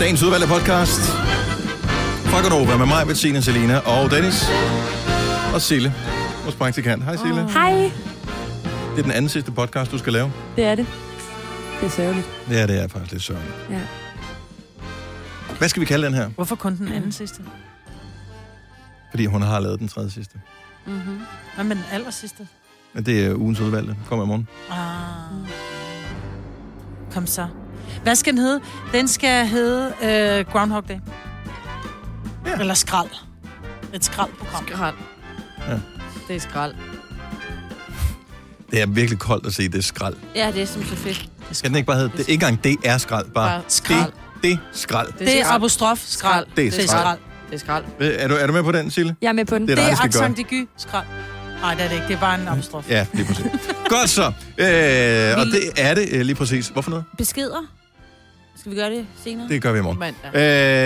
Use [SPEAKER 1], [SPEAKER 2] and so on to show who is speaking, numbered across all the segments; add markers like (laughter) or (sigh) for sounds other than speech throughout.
[SPEAKER 1] dagens udvalgte podcast fra Godova med mig, Bettina, Selina og Dennis. Og Sille, vores praktikant. Hej Sille.
[SPEAKER 2] Hej.
[SPEAKER 1] Det er den anden sidste podcast, du skal lave.
[SPEAKER 2] Det er det. Det er sørgeligt.
[SPEAKER 1] Ja, det er faktisk lidt sørgeligt.
[SPEAKER 2] Ja.
[SPEAKER 1] Hvad skal vi kalde den her?
[SPEAKER 3] Hvorfor kun den
[SPEAKER 4] Mm.
[SPEAKER 3] anden sidste?
[SPEAKER 1] Fordi hun har lavet den tredje sidste.
[SPEAKER 3] Mm-hmm. Hvad med den aller sidste?
[SPEAKER 1] Men det er ugens udvalgte. Kommer i morgen.
[SPEAKER 3] Ah.
[SPEAKER 4] Mm.
[SPEAKER 3] Kom så. Hvad skal den hedde? Den skal hedde øh, Groundhog Day. Ja. Eller Skrald. Et skraldprogram.
[SPEAKER 4] Skrald.
[SPEAKER 1] Ja.
[SPEAKER 4] Det er skrald.
[SPEAKER 1] Det er virkelig koldt at se, det er skrald.
[SPEAKER 4] Ja, det er som så fedt.
[SPEAKER 1] Skal den ikke bare hedde, det er ikke engang det er skrald, bare
[SPEAKER 4] Bare skrald.
[SPEAKER 1] det, det skrald.
[SPEAKER 4] Det er
[SPEAKER 3] Det er
[SPEAKER 4] skrald.
[SPEAKER 3] apostrof skrald.
[SPEAKER 1] Det er skrald.
[SPEAKER 4] Det er skrald.
[SPEAKER 1] Øh, Er du, er du med på den, Sille?
[SPEAKER 2] Jeg er med på den.
[SPEAKER 1] Det er
[SPEAKER 3] Det
[SPEAKER 1] dig, der
[SPEAKER 3] er
[SPEAKER 1] skal gøre.
[SPEAKER 3] accent de gy skrald. Nej, det er det ikke. Det er bare en apostrof.
[SPEAKER 1] Ja, lige præcis. Godt så. Øh, og det er det øh, lige præcis. Hvorfor noget?
[SPEAKER 4] Beskeder? Skal vi gøre det senere?
[SPEAKER 1] Det gør vi i morgen.
[SPEAKER 4] Mandag.
[SPEAKER 1] Øh,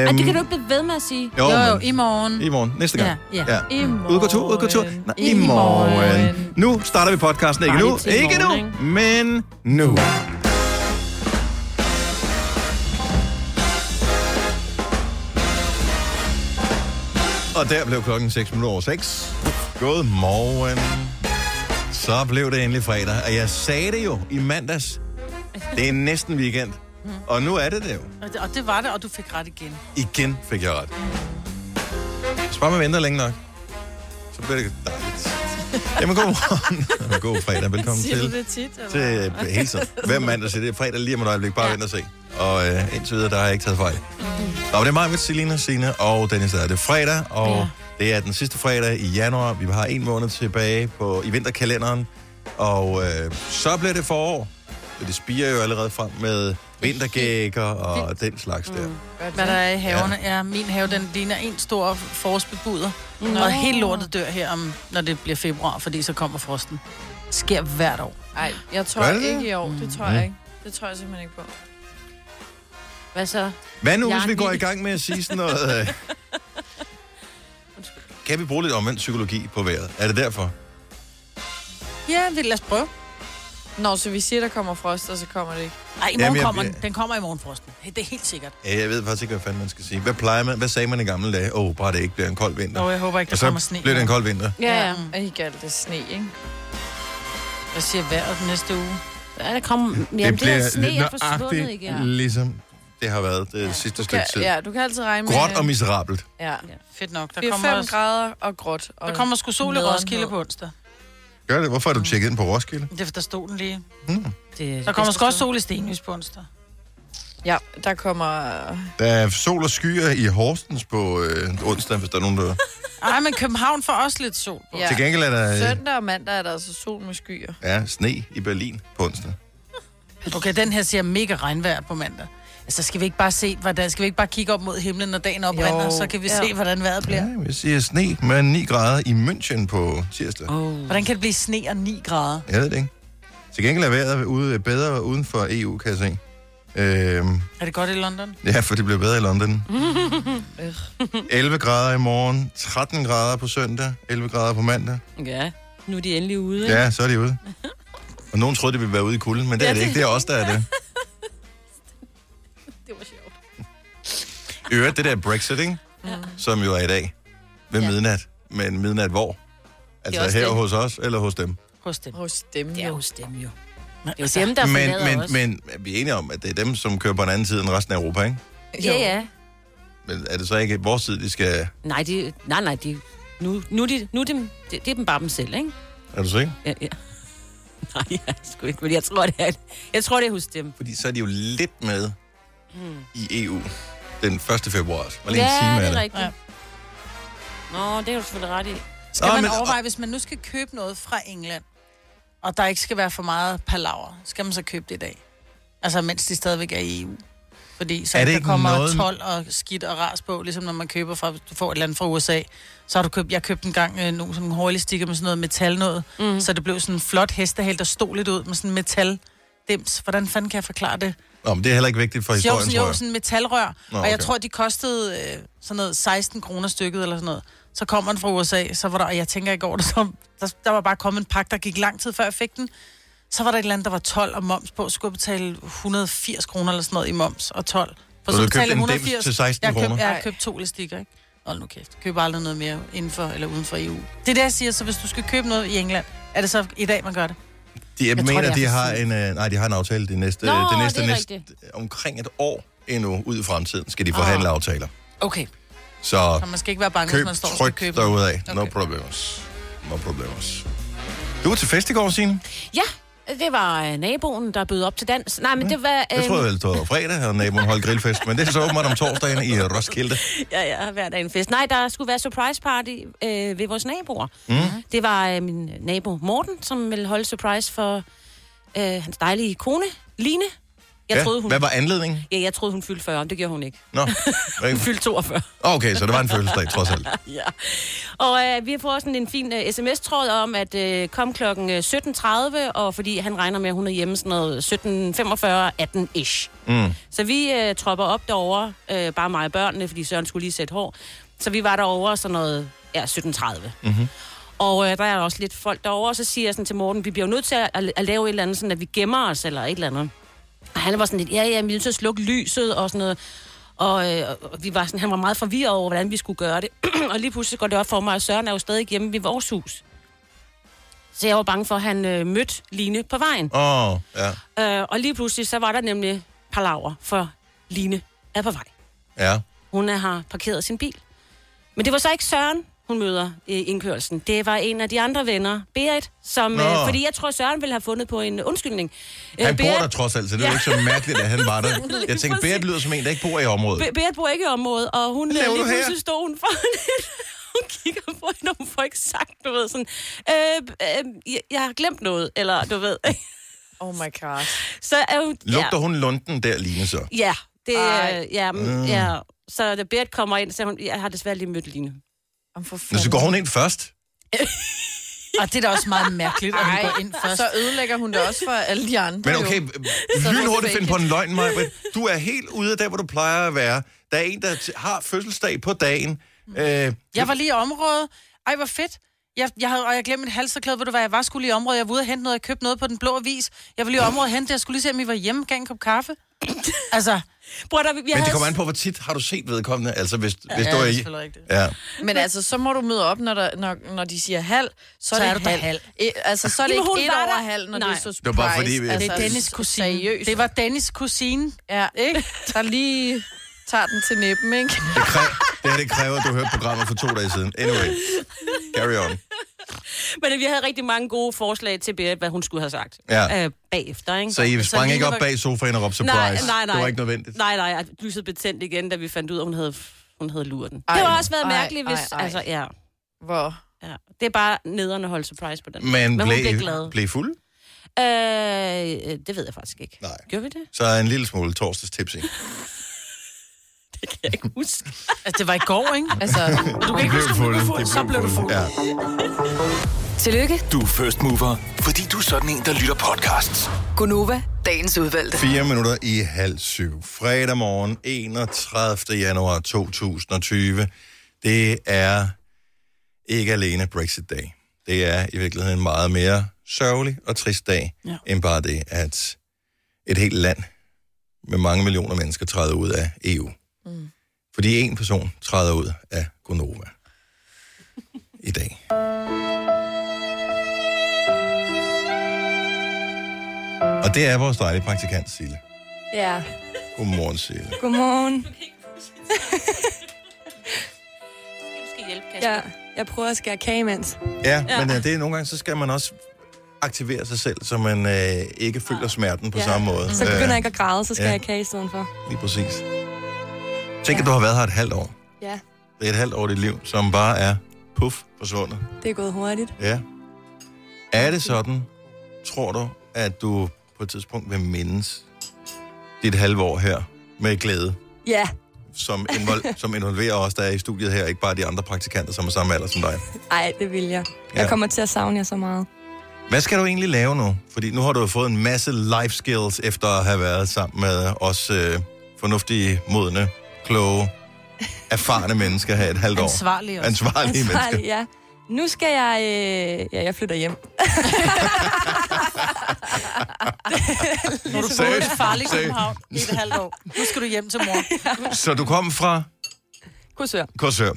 [SPEAKER 4] Ej, det kan du ikke blive ved med at sige.
[SPEAKER 1] Jo,
[SPEAKER 3] Jo, jo,
[SPEAKER 1] men-
[SPEAKER 3] i morgen.
[SPEAKER 1] i morgen. Næste gang.
[SPEAKER 3] Mm. Ja, ja. I
[SPEAKER 1] Udgå tur, udgå tur.
[SPEAKER 3] morgen.
[SPEAKER 1] Nej, i morgen. Nu starter vi podcasten. Ikke
[SPEAKER 4] Bare
[SPEAKER 1] nu,
[SPEAKER 4] lige til i
[SPEAKER 1] ikke nu,
[SPEAKER 4] morgen,
[SPEAKER 1] men nu. Og der blev klokken 6 minutter over 6. God morgen. Så blev det endelig fredag, og jeg sagde det jo i mandags. Det er næsten weekend. Og nu er det det jo.
[SPEAKER 3] Og det- Og det var det, og du fik ret igen.
[SPEAKER 1] Igen fik jeg ret. Hvis bare man venter længe nok, så bliver det dejligt. Jamen, god morgen. Og god fredag. Velkommen
[SPEAKER 3] Siger du
[SPEAKER 1] til.
[SPEAKER 3] det tit? Eller?
[SPEAKER 1] Til øh, hele tiden. Hver mandag siger det er fredag lige om et øjeblik. Bare vent og se. Og øh, indtil videre, der har jeg ikke taget fejl.
[SPEAKER 3] Mm.
[SPEAKER 1] Nå, men det er mig med Selina, Sine og Dennis. Der er det fredag, og ja. det er den sidste fredag i januar. Vi har en måned tilbage på, i vinterkalenderen. Og øh, så bliver det forår. Så det spiger jo allerede frem med vintergækker og den slags
[SPEAKER 3] Mm.
[SPEAKER 1] der.
[SPEAKER 3] Hvad der er i haverne. Ja. ja, min have, den ligner en stor forårsbebuder. Mm. Og helt lortet dør her, om, når det bliver februar, fordi så kommer frosten. Det sker hvert år.
[SPEAKER 5] Nej, jeg tror
[SPEAKER 1] Gør det
[SPEAKER 5] ikke
[SPEAKER 1] det? Mm.
[SPEAKER 5] i år. Det tror jeg ikke. Det tror jeg simpelthen ikke på.
[SPEAKER 4] Hvad så?
[SPEAKER 1] Hvad nu,
[SPEAKER 4] Jeg
[SPEAKER 1] hvis
[SPEAKER 4] er
[SPEAKER 1] vi går i
[SPEAKER 4] lige-
[SPEAKER 1] gang med at sige sådan noget... Øh... Kan vi bruge lidt omvendt psykologi på vejret? Er det derfor?
[SPEAKER 3] Ja, vi, lad os prøve.
[SPEAKER 5] Nå, så vi siger, der kommer frost, og så kommer det ikke.
[SPEAKER 3] Ej, i morgen
[SPEAKER 1] Jamen,
[SPEAKER 3] Jamen,
[SPEAKER 1] jeg-
[SPEAKER 3] kommer den.
[SPEAKER 1] jeg-
[SPEAKER 3] Den kommer i morgen, frosten. Det er helt sikkert.
[SPEAKER 1] Ja, Jeg ved faktisk ikke, hvad fanden man skal sige. Hvad plejer man? Hvad sagde man i gamle dage? Åh, oh, bare det ikke bliver en kold vinter.
[SPEAKER 3] Nå, jeg håber ikke, der
[SPEAKER 1] og så
[SPEAKER 3] kommer sne.
[SPEAKER 1] blev det en kold vinter.
[SPEAKER 4] Ja, ja.
[SPEAKER 5] Og ikke alt det sne, ikke?
[SPEAKER 3] Hvad siger vejret den næste uge?
[SPEAKER 4] Ja, der kommer... Jamen, det, er sne er forsvundet igen.
[SPEAKER 1] ligesom det har været det ja. sidste
[SPEAKER 5] Du
[SPEAKER 1] stykke
[SPEAKER 5] kan,
[SPEAKER 1] tid.
[SPEAKER 5] ja, du kan altid regne med... øh,
[SPEAKER 1] Gråt og miserabelt.
[SPEAKER 5] Ja.
[SPEAKER 3] Fedt nok.
[SPEAKER 5] Det
[SPEAKER 3] Der
[SPEAKER 5] er
[SPEAKER 3] kommer,
[SPEAKER 5] 5
[SPEAKER 3] også,
[SPEAKER 5] grader og gråt. Og
[SPEAKER 3] der kommer sgu sol i
[SPEAKER 5] nedenunder.
[SPEAKER 3] Roskilde på onsdag.
[SPEAKER 1] Gør det. Hvorfor har
[SPEAKER 4] Mm.
[SPEAKER 1] du tjekket ind på Roskilde? Hmm.
[SPEAKER 3] Det er, for der stod den lige.
[SPEAKER 4] Det,
[SPEAKER 3] Der kommer sgu også sol i Stenløs på onsdag.
[SPEAKER 5] Ja, der kommer...
[SPEAKER 1] Der er sol og skyer i Horsens på øh, onsdag, hvis der er nogen,
[SPEAKER 4] (laughs)
[SPEAKER 1] der...
[SPEAKER 3] Ej, men København får også lidt sol på.
[SPEAKER 5] Ja.
[SPEAKER 1] Til gengæld er der øh,
[SPEAKER 5] Søndag og mandag er der altså sol med skyer.
[SPEAKER 1] ja, sne i Berlin på onsdag.
[SPEAKER 3] Okay, den her ser mega regnvejr på mandag. Altså, skal vi ikke bare se, hvordan, skal vi ikke bare kigge op mod himlen, når dagen oprinder, så kan vi ja.
[SPEAKER 5] Ja.
[SPEAKER 3] se, hvordan vejret bliver.
[SPEAKER 1] Ja, jeg siger sne med 9 grader i München på tirsdag. Oh.
[SPEAKER 3] Hvordan kan det blive sne og 9 grader?
[SPEAKER 1] Jeg ved det ikke. Til gengæld er vejret ude øh, bedre uden for EU, kan jeg se. Øhm,
[SPEAKER 3] Er det godt i
[SPEAKER 1] (laughs)
[SPEAKER 3] London?
[SPEAKER 1] ja, for det bliver bedre i London. 11 grader i morgen, 13 grader på søndag, 11 grader på mandag.
[SPEAKER 4] (laughs) Ja, nu er de endelig ude. Ja.
[SPEAKER 1] Ja, så er de ude. Og nogen troede, det ville være ude i kulden, men det er det ikke. Det er os, der er det.
[SPEAKER 4] (laughs) Det var sjovt.
[SPEAKER 1] I øvrigt, det der Brexit, ikke? Som jo er i dag ved
[SPEAKER 4] Ja.
[SPEAKER 1] midnat. Men midnat hvor? Altså
[SPEAKER 4] også
[SPEAKER 1] her
[SPEAKER 4] det.
[SPEAKER 1] hos os, eller hos dem?
[SPEAKER 3] Hos dem.
[SPEAKER 5] Hos dem,
[SPEAKER 4] Det er
[SPEAKER 5] jo.
[SPEAKER 4] hos dem jo. Det er jo dem, der
[SPEAKER 1] Men, altså,
[SPEAKER 4] forlader
[SPEAKER 1] men,
[SPEAKER 4] os.
[SPEAKER 1] men er vi er enige om, at det er dem, som kører på en anden tid end resten af Europa, ikke?
[SPEAKER 4] Ja, ja.
[SPEAKER 1] Men er det så ikke vores tid, de skal...
[SPEAKER 4] Nej, de, nej, nej, de, nu, nu, er de, nu er dem, det, det er dem bare dem selv, ikke?
[SPEAKER 1] Er du sikker?
[SPEAKER 4] Ja, (laughs) ja. Nej, jeg er sgu ikke, men jeg tror, det er, jeg tror, det er hos dem.
[SPEAKER 1] Fordi så er de jo lidt med
[SPEAKER 4] Hmm.
[SPEAKER 1] i EU den 1. februar. også. Hvor lige en
[SPEAKER 4] ja,
[SPEAKER 1] time
[SPEAKER 4] det
[SPEAKER 1] er
[SPEAKER 4] er
[SPEAKER 1] det.
[SPEAKER 4] rigtigt. Ja. Nå, det har du selvfølgelig ret i.
[SPEAKER 3] Skal
[SPEAKER 1] Nå,
[SPEAKER 3] man
[SPEAKER 1] men-
[SPEAKER 3] overveje, hvis man nu skal købe noget fra England, og der ikke skal være for meget palaver, skal man så købe det i dag? Altså, mens de stadigvæk er i EU. Fordi så
[SPEAKER 1] Er
[SPEAKER 3] er
[SPEAKER 1] det
[SPEAKER 3] det der
[SPEAKER 1] ikke
[SPEAKER 3] kommer
[SPEAKER 1] noget-
[SPEAKER 3] noget... 12 og skidt og ras på, ligesom når man køber fra, du får et eller andet fra USA, så har du købt, jeg købte en gang øh, nogle sådan hårlige stikker med sådan noget metal noget, mm. så det blev sådan en flot hestehal, der stod lidt ud med sådan en metal dims. Hvordan fanden kan jeg forklare det?
[SPEAKER 1] Nå, men det er heller ikke vigtigt for historien,
[SPEAKER 3] Josen,
[SPEAKER 1] tror jeg.
[SPEAKER 3] Josen, metalrør.
[SPEAKER 1] Nå,
[SPEAKER 3] Nå, Og jeg
[SPEAKER 1] okay.
[SPEAKER 3] tror, de kostede øh, sådan noget 16 kroner stykket eller sådan noget. Så kom den fra USA, så var der, og jeg tænker i går, (laughs) der, så, der, der var bare kommet en pakke, der gik lang tid før jeg fik den. Så var der et eller andet, der var 12 og moms på, så skulle jeg betale 180 kroner eller sådan noget i moms og 12.
[SPEAKER 1] Så du har købt
[SPEAKER 3] betaler jeg
[SPEAKER 1] en dims til 16
[SPEAKER 3] jeg har
[SPEAKER 1] kroner?
[SPEAKER 3] købt, jeg har købt to elastikker, ikke? Hold nu kæft. Køb aldrig noget mere inden for eller uden for EU. Det er det, jeg siger, så hvis du skal købe noget i England, er det så i dag, man gør det?
[SPEAKER 1] De, jeg,
[SPEAKER 3] tror,
[SPEAKER 1] mener,
[SPEAKER 3] det er
[SPEAKER 1] de
[SPEAKER 3] for
[SPEAKER 1] har
[SPEAKER 3] sent.
[SPEAKER 1] en, øh, nej, de har en aftale det næste,
[SPEAKER 3] Nå,
[SPEAKER 1] det næste,
[SPEAKER 3] det er
[SPEAKER 1] næste omkring et år endnu ud i fremtiden, skal de forhandle
[SPEAKER 3] Ah.
[SPEAKER 1] aftaler.
[SPEAKER 3] Okay.
[SPEAKER 1] Så,
[SPEAKER 3] Så man skal ikke være bange, hvis
[SPEAKER 1] køb
[SPEAKER 3] man står og skal
[SPEAKER 1] tryk
[SPEAKER 3] købe.
[SPEAKER 1] derude af. No problems. No problems. Du var til fest i går, Signe.
[SPEAKER 4] Ja, det var øh, naboen, der bød op til dans. Nej, men det var...
[SPEAKER 1] Hmm. Jeg
[SPEAKER 4] øhm,
[SPEAKER 1] troede vel, det var fredag, og naboen holdt grillfest, men det er så åbenbart om torsdagen i øh, Roskilde.
[SPEAKER 4] Ja, (laughs) ja, hver dag en fest. Nej, der skulle være surprise party øh, ved vores naboer.
[SPEAKER 1] Mm.
[SPEAKER 4] Det var øh, min nabo Morten, som ville holde surprise for øh, hans dejlige kone, Line. Jeg
[SPEAKER 1] Ja,
[SPEAKER 4] troede, hun...
[SPEAKER 1] hvad var anledningen?
[SPEAKER 4] Ja, jeg troede, hun fyldte 40, men det gjorde hun ikke.
[SPEAKER 1] Nå,
[SPEAKER 4] Hun fyldte 42.
[SPEAKER 1] okay, så det var en fødselsdag, trods alt.
[SPEAKER 4] ja. Og øh, vi har fået sådan en fin øh, sms-tråd om, at øh, kom klokken øh, 17.30, og fordi han regner med, at hun er hjemme sådan noget 17.45-18-ish.
[SPEAKER 6] Mm.
[SPEAKER 4] Så vi øh, tropper op derovre, øh, bare mig og børnene, fordi Søren skulle lige sætte hår. Så vi var derovre sådan noget, ja, 17.30.
[SPEAKER 1] Mm. Mhm.
[SPEAKER 6] Mm-hmm.
[SPEAKER 4] Og øh, der er også lidt folk derovre, og så siger jeg sådan til Morten, vi bliver jo nødt til at, at, at lave et eller andet, sådan at vi gemmer os, eller et eller andet. Og han var sådan lidt, ja, ja, vi er nødt til at slukke lyset og sådan noget. Og, øh, og vi var sådan, han var meget forvirret over, hvordan vi skulle gøre det. (clears throat) og lige pludselig går det op for mig, at Søren er jo stadig hjemme ved vores hus. Så jeg var bange for, at han øh, mødte Line på vejen.
[SPEAKER 1] Åh, oh, ja.
[SPEAKER 4] Øh, og lige pludselig, så var der nemlig palaver, for Line er på vej.
[SPEAKER 1] ja.
[SPEAKER 4] Hun er- har parkeret sin bil. Men det var så ikke Søren, hun møder i indkørelsen. Det var en af de andre venner, Berit, som...
[SPEAKER 1] Nå.
[SPEAKER 4] Øh, fordi jeg tror, Søren ville have fundet på en undskyldning. Øh,
[SPEAKER 1] Han bor
[SPEAKER 4] Berit-
[SPEAKER 1] der trods alt, så det er jo
[SPEAKER 4] Ja.
[SPEAKER 1] ikke så mærkeligt, at han var der.
[SPEAKER 4] (laughs) Lige
[SPEAKER 1] Jeg tænkte, Berit lyder som en, der ikke bor i området.
[SPEAKER 4] Be- Berit bor ikke i området, og hun
[SPEAKER 6] Hvad laver
[SPEAKER 4] øh, lige
[SPEAKER 6] du her?
[SPEAKER 4] pludselig stod hun foran hende. (laughs) Hun kigger på hende, og hun får ikke sagt, du ved, sådan, øh, øh, jeg, jeg har glemt noget, eller du ved.
[SPEAKER 5] (laughs) oh my god.
[SPEAKER 4] Så er hun...
[SPEAKER 1] Lugter hun lunden der, Line, så?
[SPEAKER 4] Ja, det
[SPEAKER 5] Ej.
[SPEAKER 4] er... Ja,
[SPEAKER 1] Mm.
[SPEAKER 4] mm. ja. Så da Berit kommer ind, så hun, jeg har desværre lige mødt Line.
[SPEAKER 1] Nå, så går hun ind først.
[SPEAKER 3] Og det er da også meget mærkeligt, at hun
[SPEAKER 5] Ej,
[SPEAKER 3] går ind først.
[SPEAKER 5] så ødelægger hun det også for alle de andre.
[SPEAKER 1] Men okay, øh,
[SPEAKER 5] jo.
[SPEAKER 1] lynhurtigt finde på en løgn, Maja.
[SPEAKER 4] (laughs)
[SPEAKER 1] Du er helt ude af der, hvor du plejer at være. Der er en, der t- har fødselsdag på dagen. Øh,
[SPEAKER 3] Jeg var lige i området. Ej, hvor fedt. Jeg, jeg havde, og jeg glemte mit halserklæde, ved du hvad, jeg var skulle lige i området. Jeg var ude og hente noget, jeg købte noget på den blå avis. Jeg var lige i området og hente det. Jeg skulle lige se, om I var hjemme, gav en kop kaffe. altså,
[SPEAKER 4] Bror, der, vi,
[SPEAKER 1] men det kommer an på, hvor tit har du set vedkommende, altså hvis, hvis
[SPEAKER 3] ja,
[SPEAKER 1] du er
[SPEAKER 3] det er
[SPEAKER 1] i...
[SPEAKER 3] selvfølgelig rigtigt.
[SPEAKER 1] Ja.
[SPEAKER 5] Men altså, så må du møde op, når, der, når, når de siger halv, så,
[SPEAKER 3] Så
[SPEAKER 5] er
[SPEAKER 3] er
[SPEAKER 5] det
[SPEAKER 3] du der
[SPEAKER 5] halv.
[SPEAKER 3] halv.
[SPEAKER 5] E, altså, så er det
[SPEAKER 3] Jamen, hun
[SPEAKER 5] ikke et
[SPEAKER 3] var
[SPEAKER 5] over
[SPEAKER 3] der.
[SPEAKER 5] halv, når
[SPEAKER 3] Nej.
[SPEAKER 5] det er surprise.
[SPEAKER 1] Det var bare fordi, vi-
[SPEAKER 5] Altså,
[SPEAKER 3] det er Dennis' kusine.
[SPEAKER 5] seriøst.
[SPEAKER 3] Det var Dennis' kusine.
[SPEAKER 5] Ja, ikke? Der lige tager den til næppen, ikke?
[SPEAKER 1] Det, kræ- det her, det kræver, at du hørte programmet for to dage siden. Anyway, carry on.
[SPEAKER 4] Men øh, vi havde rigtig mange gode forslag til Berit, hvad hun skulle have sagt
[SPEAKER 1] Ja.
[SPEAKER 4] øh, bagefter. Ikke?
[SPEAKER 1] Så I sprang
[SPEAKER 4] Line
[SPEAKER 1] ikke op
[SPEAKER 4] var-
[SPEAKER 1] bag sofaen og råbte surprise.
[SPEAKER 4] Nej, nej, nej.
[SPEAKER 1] Det var ikke nødvendigt.
[SPEAKER 4] Nej, nej, at lyset blev tændt igen, da vi fandt ud af, at hun havde, hun havde luret den.
[SPEAKER 5] Ej,
[SPEAKER 4] det har også været
[SPEAKER 5] ej,
[SPEAKER 4] mærkeligt, hvis...
[SPEAKER 5] ej, ej.
[SPEAKER 4] Altså, ja.
[SPEAKER 5] Hvor?
[SPEAKER 4] ja. Det er bare nederne at holde surprise på den.
[SPEAKER 1] Men,
[SPEAKER 4] Men
[SPEAKER 1] blev,
[SPEAKER 4] hun blev glad.
[SPEAKER 1] blev I fuld?
[SPEAKER 4] Øh, øh, det ved jeg faktisk ikke.
[SPEAKER 1] Nej.
[SPEAKER 4] Gjorde vi det?
[SPEAKER 1] Så er en lille smule torsdags tips ind.
[SPEAKER 4] Det kan jeg ikke huske.
[SPEAKER 3] Altså, det var i går, ikke?
[SPEAKER 1] (laughs)
[SPEAKER 3] Altså, du kan ikke huske, om du blev fuld, så blev du fuld.
[SPEAKER 1] Ja.
[SPEAKER 7] Tillykke,
[SPEAKER 8] Du er first mover, fordi du er sådan en, der lytter podcasts.
[SPEAKER 7] Gunova, dagens udvalgte.
[SPEAKER 1] Fire minutter i halv syv. Fredag morgen, 31. januar 2020. Det er ikke alene Brexit-dag. Det er i virkeligheden en meget mere sørgelig og trist dag, ja. end bare det, at et helt land med mange millioner mennesker træder ud af EU. Mm. Fordi en person træder ud af Gonova i dag. Og det er vores dejlige praktikant, Sille.
[SPEAKER 9] Ja,
[SPEAKER 1] Godmorgen, Sille.
[SPEAKER 9] godmorgen.
[SPEAKER 4] Skal hjælpe,
[SPEAKER 9] Ja, jeg prøver at skære kage imens.
[SPEAKER 1] Ja,
[SPEAKER 9] Ja.
[SPEAKER 1] ja. men øh, det er nogle gange, så skal man også aktivere sig selv, så man øh, ikke føler smerten på ja. samme måde. Øh,
[SPEAKER 9] Så begynder jeg ikke at græde, så skal
[SPEAKER 1] ja.
[SPEAKER 9] ja. jeg have kage i stedet for.
[SPEAKER 1] Lige præcis. Tænk, at du har været her et halvt år.
[SPEAKER 9] Ja,
[SPEAKER 1] Det er et halvt år af dit liv, som bare er puff forsvundet.
[SPEAKER 9] det er gået hurtigt.
[SPEAKER 1] Ja. Er det sådan, tror du, at du på et tidspunkt vil mindes dit halve år her med glæde,
[SPEAKER 9] Ja,
[SPEAKER 1] som,
[SPEAKER 9] (laughs)
[SPEAKER 1] invol- som involverer os, der er i studiet her, ikke bare de andre praktikanter, som er samme alder som dig?
[SPEAKER 9] ej, det vil jeg. Jeg
[SPEAKER 1] Ja.
[SPEAKER 9] kommer til at savne jer så meget.
[SPEAKER 1] Hvad skal du egentlig lave nu? Fordi nu har du jo fået en masse life skills, efter at have været sammen med os øh, fornuftige, modne, kloge, erfarne mennesker her et halvt år.
[SPEAKER 3] Ansvarlige også.
[SPEAKER 1] Ansvarlige mennesker.
[SPEAKER 9] ja. Nu skal jeg... Øh, ja, jeg flytter
[SPEAKER 1] (laughs)
[SPEAKER 9] hjem.
[SPEAKER 3] Nu er du boet i
[SPEAKER 1] Seriøst?
[SPEAKER 3] det farlige
[SPEAKER 1] Seriøst?
[SPEAKER 3] København i et halvt år. Nu skal du hjem til mor.
[SPEAKER 1] Så du kom fra
[SPEAKER 9] Kursør.
[SPEAKER 1] Korsør,